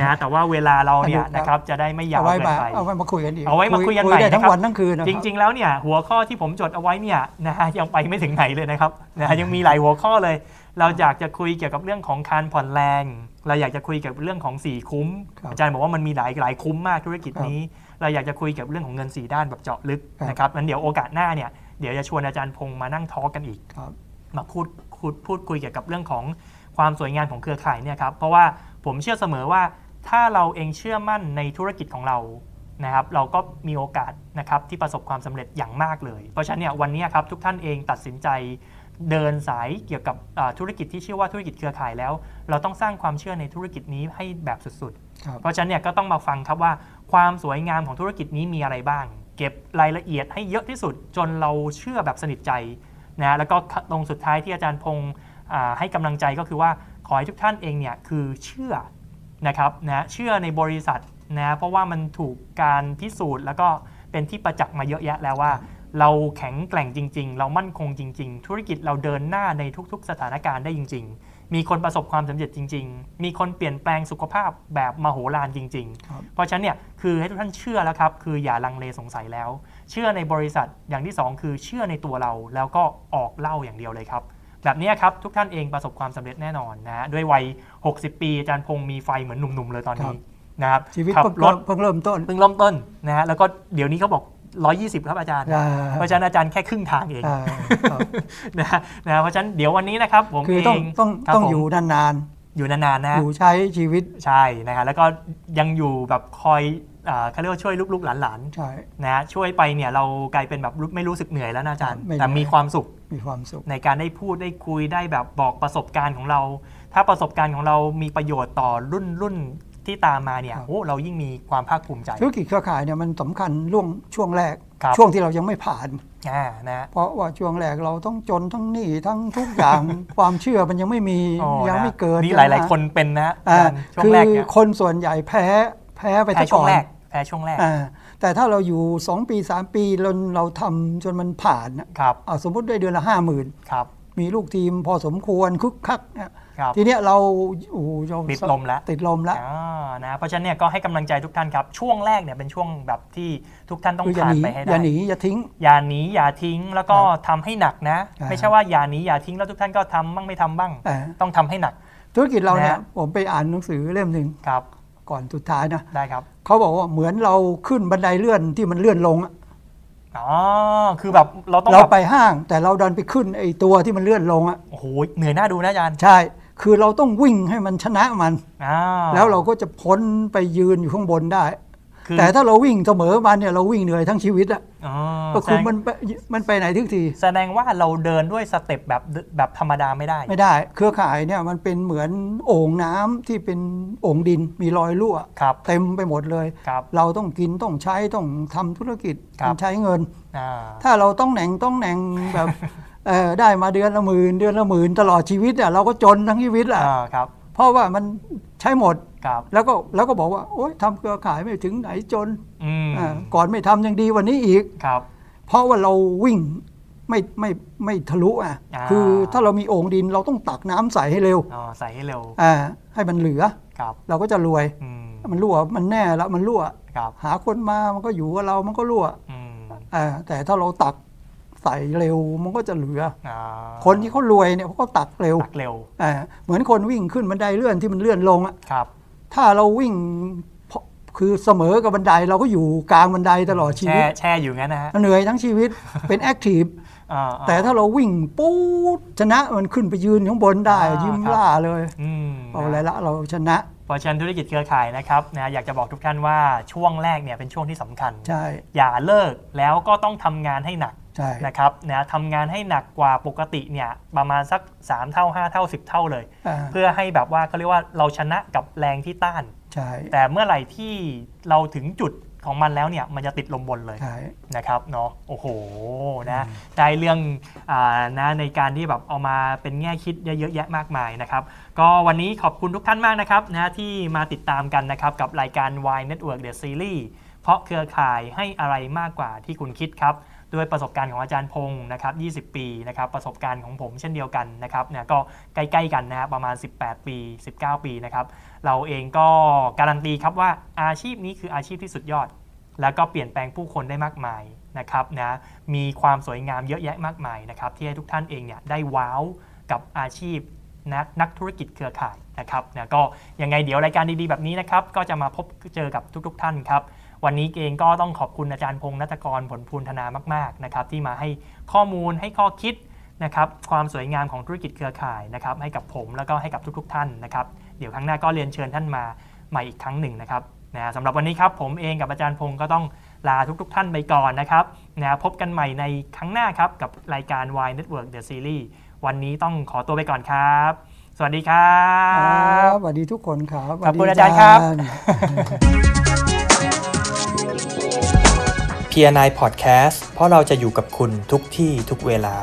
Speaker 1: นะแต่ว่าเวลาเราเนี่ยนะครับจะได้ไม่ยา
Speaker 2: เอา
Speaker 1: ว
Speaker 2: ไว้
Speaker 1: เกิน
Speaker 2: มา
Speaker 1: ไป
Speaker 2: เอาไว้มาคุยกันอีก
Speaker 1: เอาไว้มาคุยกันใหม่
Speaker 2: ได้ทั้ง
Speaker 1: นะครับ
Speaker 2: วันทั้งคืนนะค
Speaker 1: จ
Speaker 2: บ
Speaker 1: ริง ๆ แล้วเนี่ยหัวข้อที่ผมจดเอาไว้เนี่ยนะฮ <laughs> ะยังไปไม่ถึงไหนเลยนะครับนะฮะยังมีหลายหัวข้อเลย เราอยากจะคุยเกี่ยวกับเรื่องของการผ่อนแรง เราอยากจะคุยเกี่ยวกับเรื่องของสี่คุ้ม
Speaker 2: ครับ
Speaker 1: อาจารย์บอกว่ามันมีหลายหลายคุ้มมากธุรกิจนี้ เราอยากจะคุยเกี่ยวกับเรื่องของเงินสี่ด้านแบบเจาะลึก
Speaker 2: ครับ
Speaker 1: นะครับงั้นเดี๋ยวโอกาสหน้าเนี่ยเดี๋ยวจะชวนอาจารย์พงษ์มานั่งทอล์กกันอีก
Speaker 2: ครับ
Speaker 1: มาพูดพูดพูดคุยเกี่ยวกับเรื่องของความสวยงามของเครือข่ายเนี่ยครับเพราะว่าผมเชื่อเสมอว่าถ้าเราเองเชื่อมั่นในธุรกิจของเรานะครับเราก็มีโอกาสนะครับที่ประสบความสำเร็จอย่างมากเลย เพราะฉะนั้นเนี่ยวันนี้ครับทุกท่านเองตัดสินใจเดินสายเกี่ยวกับอ่าธุรกิจที่ชื่อว่าธุรกิจเครือข่ายแล้ว เราต้องสร้างความเชื่อในธุรกิจนี้ให้แบบสุด ๆ
Speaker 2: ครับ
Speaker 1: เพราะฉะนั้นเนี่ยก็ต้องมาฟังครับว่าความสวยงามของธุรกิจนี้มีอะไรบ้าง เก็บรายละเอียดให้เยอะที่สุดจนเราเชื่อแบบสนิทใจนะแล้วก็ตรงสุดท้ายที่อาจารย์พงศ์อ่าให้กำลังใจก็คือว่าขอให้ทุกท่านเองเนี่ยคือเชื่อนะครับนะเชื่อในบริษัทนะเพราะว่ามันถูกการพิสูจน์ แล้วก็เป็นที่ประจักษ์มาเยอะแยะแล้วว่า เราแข็งแกร่งจริง ๆ เรามั่นคงจริง ๆ ธุรกิจเราเดินหน้าในทุก ๆ สถานการณ์ได้จริง ๆ มีคนประสบความสำเร็จจริง ๆ มีคนเปลี่ยนแปลงสุขภาพแบบมโหฬารจริง
Speaker 2: ครับ
Speaker 1: ๆ เพราะฉะนั้นเนี่ยคือให้ทุกท่านเชื่อแล้วครับ คืออย่าลังเลสงสัยแล้ว เชื่อในบริษัทอย่างที่ 2 คือเชื่อในตัวเราแล้วก็ออกเล่าอย่างเดียวเลยครับ แบบเนี้ยครับทุกท่านเองประสบความสำเร็จแน่นอนนะฮะด้วยวัย 60 ปีอาจารย์พงษ์มีไฟเหมือนหนุ่มๆเลยตอนนี้นะครับ
Speaker 2: ชีวิต
Speaker 1: ขั
Speaker 2: เพิ่ง
Speaker 1: บร
Speaker 2: เริ่
Speaker 1: ถ
Speaker 2: มเพิ่งเริ่มต้น
Speaker 1: เพิ่งเริ่มต้นนะฮะแล้วก็เดี๋ยวนี้เขาบอก 120 ครับอาจารย์
Speaker 2: อ่า
Speaker 1: เพราะฉะนั้นอาจารย์แค่ครึ่งทางเอง
Speaker 2: อ่าครับ
Speaker 1: นะฮะนะฮะเพราะฉะนั้นเดี๋ยววันนี้นะครับผม
Speaker 2: คือ
Speaker 1: เอ
Speaker 2: ต้อง
Speaker 1: ง
Speaker 2: ต้อง
Speaker 1: ครับ
Speaker 2: ต้อง
Speaker 1: ผม
Speaker 2: อยู่นาน
Speaker 1: อยู่นานๆนะ
Speaker 2: ๆ
Speaker 1: ฮะ
Speaker 2: อยู่ใช้ชีวิต
Speaker 1: ใช่นะฮะแล้วก็ยังอยู่แบบคอย อ่าเขาเรียกว่าช่วยลูกๆหลาน
Speaker 2: ใช่
Speaker 1: ๆนะฮะช่วยไปเนี่ยเรากลายเป็นแบบรู้ไม่รู้สึกเหนื่อยแล้วนะอาจารย์
Speaker 2: ไม่เหนื่อย
Speaker 1: แต่มีความสุข
Speaker 2: มีความสุข
Speaker 1: ในการได้พูดได้คุยได้แบบบอกประสบการณ์ของเรา ถ้าประสบการณ์ของเรามีประโยชน์ต่อรุ่นรุ่นที่ตามมาเนี่ย
Speaker 2: ครับ
Speaker 1: โอ้เรายิ่งมีความภาคภูมิใจ
Speaker 2: ธุรกิจเครือข่ายเนี่ยมันสำคัญล่วงช่วงแรก
Speaker 1: ครับ
Speaker 2: ช่วงที่เรายังไม่ผ่าน
Speaker 1: อ่านะฮะ
Speaker 2: เพราะว่าช่วงแรกเราต้องจนทั้งหนี้ทั้งทุกอย่าง ความเชื่อมันยังไม่มี
Speaker 1: อ๋อ
Speaker 2: ยังไม่
Speaker 1: ะ
Speaker 2: เกิด
Speaker 1: นี่ห
Speaker 2: ใช่ไหม
Speaker 1: ลาย ๆ คนเป็นนะฮะ
Speaker 2: อ่า
Speaker 1: ช่ว
Speaker 2: คื
Speaker 1: ง
Speaker 2: อ
Speaker 1: แรกเนี่ย
Speaker 2: คนส่วนใหญ่แพ้แพ้ไป
Speaker 1: แพ้
Speaker 2: ซะ
Speaker 1: ช่วง
Speaker 2: ก่อน
Speaker 1: แรกแพ้ช่วงแรก
Speaker 2: อ่าแต่ถ้าเราอยู่ 2 ปี 3 ปีเราเราทำจนมันผ่านน่ะ
Speaker 1: ครับ
Speaker 2: อ่าสมมติได้เดือนละห้าหมื่น
Speaker 1: ครับ
Speaker 2: มีลูกทีมพอสมควรคึกคักนะครับ ทีเนี้ยเราโอ้โหเรา
Speaker 1: ติดลมแล้ว
Speaker 2: ติดลมแล้ว
Speaker 1: อ่านะเพราะฉะนั้นเนี่ยก็ให้กำลังใจทุกท่านครับ ช่วงแรกเนี่ยเป็นช่วงแบบที่ทุกท่านต้อง
Speaker 2: คืออย่า
Speaker 1: ผ่า
Speaker 2: ห
Speaker 1: น
Speaker 2: นี
Speaker 1: ไปให้
Speaker 2: อ
Speaker 1: ได้
Speaker 2: ย่าหนีอย่าทิ้ง
Speaker 1: อย่าหนีอย่าทิ้งแล้วก็ทำให้หนักนะ
Speaker 2: อ่า
Speaker 1: ไม่ใช่ว่าอย่าหนีอย่าทิ้งแล้วทุกท่านก็ทำบ้างไม่ทำบ้าง
Speaker 2: อ่า
Speaker 1: ต้องทำให้หนัก
Speaker 2: ธุรกิจเราเนี่ย
Speaker 1: นะ
Speaker 2: ผมไปอ่านหนังสือเล่มหนึ่ง
Speaker 1: ครับ
Speaker 2: ก่อนสุดท้ายนะ
Speaker 1: ได้ครับ
Speaker 2: เขาบอกว่าเหมือนเราขึ้นบันไดเลื่อนที่มันเลื่อนลงอะ
Speaker 1: อ๋อคือแบบเราต้อง
Speaker 2: เรา
Speaker 1: แบบ
Speaker 2: ไปห้าง แต่เราดันไปขึ้นไอ้ตัวที่มันเลื่อนลงอะ
Speaker 1: โอ้โหเหนื่อยหน้าดูนะอาจารย์
Speaker 2: ใช่ คือเราต้องวิ่งให้มันชนะมัน
Speaker 1: อ่า
Speaker 2: แล้วเราก็จะพ้นไปยืนอยู่ข้างบนได้
Speaker 1: คือ
Speaker 2: แต่ถ้าเราวิ่งเสมอมันเนี่ยเราวิ่งเหนื่อยทั้งชีวิตอะ
Speaker 1: อ๋อ
Speaker 2: ก็
Speaker 1: แส
Speaker 2: คือ
Speaker 1: ดง
Speaker 2: มันไปมันไปไหนทุกที
Speaker 1: แสดงว่าเราเดินด้วยสเต็ปแบบแบบธรรมดาไม่ได้
Speaker 2: ไม่ได้ เครือข่ายเนี่ยมันเป็นเหมือนโอ่งน้ำที่เป็นโอ่งดินมีรอยรั่ว
Speaker 1: ครับ
Speaker 2: เต็มไปหมดเลย
Speaker 1: ครับ
Speaker 2: เราต้องกินต้องใช้ต้องทำธุรกิจ
Speaker 1: ครับ
Speaker 2: ต้องใช้เงิน
Speaker 1: อ่า
Speaker 2: ถ้าเราต้องแหน่งต้องแหน่งแบบ <laughs> เอ่อได้มาเดือนละหมื่นเดือนละหมื่นตลอดชีวิตอ่ะเราก็จนทั้งชีวิตอ่ะ
Speaker 1: อ่าครับ
Speaker 2: เพราะว่ามันใช้หมด
Speaker 1: ครับ
Speaker 2: แล้วก็แล้วก็บอกว่าโอ๊ยทำเครือข่ายไม่ถึงไหนจน
Speaker 1: อืม
Speaker 2: อ่าก่อนไม่ทำยังดีวันนี้อีก
Speaker 1: ครับ
Speaker 2: เพราะว่าเราวิ่งไม่ไม่ไม่ทะลุอ่ะ
Speaker 1: อ่า
Speaker 2: คือถ้าเรามีโอ่งดินเราต้องตักน้ำใสให้เร็ว
Speaker 1: อ๋อใส่ให้เร็ว
Speaker 2: อ่าให้มันเหลือ
Speaker 1: ครับ
Speaker 2: เราก็จะรวย
Speaker 1: อืม
Speaker 2: มันรั่วมันแน่ละมันรั่ว
Speaker 1: ครับ
Speaker 2: หาคนมามันก็อยู่กับเรามันก็รั่ว
Speaker 1: อืม
Speaker 2: อ่าแต่ถ้าเราตักใส่เร็วมันก็จะเหลือ
Speaker 1: อ่า
Speaker 2: คนที่เขารวยเนี่ยเขาก็ตักเร็ว
Speaker 1: ตักเร็ว
Speaker 2: อ่าเหมือนคนวิ่งขึ้นบันไดเลื่อนที่มันเลื่อนลงอะ
Speaker 1: ครับ
Speaker 2: ถ้าเราวิ่งพอคือเสมอกับบันไดเราก็อยู่กลางบันไดตลอดชี
Speaker 1: แช่
Speaker 2: วิต
Speaker 1: แช่อยู่งั้นนะฮะ
Speaker 2: เหนื่อยทั้งชีวิต เป็นแอคที
Speaker 1: <laughs>
Speaker 2: ฟ
Speaker 1: อ่า
Speaker 2: แต่ถ้าเราวิ่งปู๊ดชนะมันขึ้นไปยืนข้างบนได้
Speaker 1: อ่ายิ้
Speaker 2: ยิ้มล่าเลย
Speaker 1: อืม
Speaker 2: เอา
Speaker 1: นะ
Speaker 2: อะไรละเราชนะ
Speaker 1: เพราะฉะนั้นธุรกิจเครือข่ายนะครับนะอยากจะบอกทุกท่านว่าช่วงแรกเนี่ยเป็นช่วงที่สำคัญ
Speaker 2: ใช่
Speaker 1: อย่าเลิกแล้วก็ต้องทำงานให้หนัก
Speaker 2: ใช่
Speaker 1: นะครับนะทำงานให้หนักกว่าปกติเนี่ยประมาณสัก 3 เท่า 5 เท่า 10 เท่าเลย
Speaker 2: อ่า
Speaker 1: เพื่อให้แบบว่าเขาเรียกว่าเราชนะกับแรงที่ต้าน
Speaker 2: ใช่
Speaker 1: แต่เมื่อไหร่ที่เราถึงจุดของมันแล้วเนี่ยมันจะติดลมบนเลย
Speaker 2: ใช่
Speaker 1: นะครับเนาะโอ้โหนะได้เรื่องอานะในการที่แบบเอามาเป็นแง่คิดเยอะแยะมากมายนะครับ ก็วันนี้ขอบคุณทุกท่านมากนะครับนะที่มาติดตามกันนะครับ กับรายการ Y Network The Series เพราะเครือข่ายให้อะไรมากกว่าที่คุณคิดครับ ด้วยประสบการณ์ของอาจารย์พงศ์นะครับ 20 ปีนะครับ ประสบการณ์ของผมเช่นเดียวกันนะครับเนี่ยก็ใกล้ๆกันนะครับประมาณ 18 ปี 19 ปีนะครับ เราเองก็การันตีครับว่าอาชีพนี้คืออาชีพที่สุดยอด แล้วก็เปลี่ยนแปลงผู้คนได้มากมายนะครับนะมีความสวยงามเยอะแยะมากมายนะครับ ที่ให้ทุกท่านเองเนี่ยได้ว้าวกับอาชีพนักนักธุรกิจเครือข่ายนะครับนะก็ยังไงเดี๋ยวรายการดีๆแบบนี้นะครับ ก็จะมาพบเจอกับทุก ๆ ท่านครับ วันนี้เองก็ต้องขอบคุณอาจารย์พงษ์นัตกรผลพูนธนามากๆนะครับที่มาให้ข้อมูลให้ข้อคิดนะครับความสวยงามของธุรกิจเครือข่ายนะครับให้กับผมแล้วก็ให้กับทุก ๆ ท่านนะครับเดี๋ยวครั้งหน้าก็เรียนเชิญท่านมา ใหม่อีกครั้งหนึ่งนะครับนะสำหรับวันนี้ครับผมเองกับอาจารย์พงศ์ก็ต้องลาทุกๆทท่านไปก่อนนะครับนะพบกันใหม่ในครั้งหน้าครับ กับรายการ Y Network The Series วันนี้ต้องขอตัวไปก่อนครับ สวัสดีครั
Speaker 2: ครับ
Speaker 1: บ
Speaker 2: สวัสดีทุกคนครับ
Speaker 1: ขอบคุณ
Speaker 2: สวัส
Speaker 1: อา
Speaker 2: ดี
Speaker 1: จารย์ครับ
Speaker 2: อาจารย์
Speaker 1: เพียร์นายพอดแคสต์เพราะเราจะอยู่กับคุณทุกที่ทุกเวลา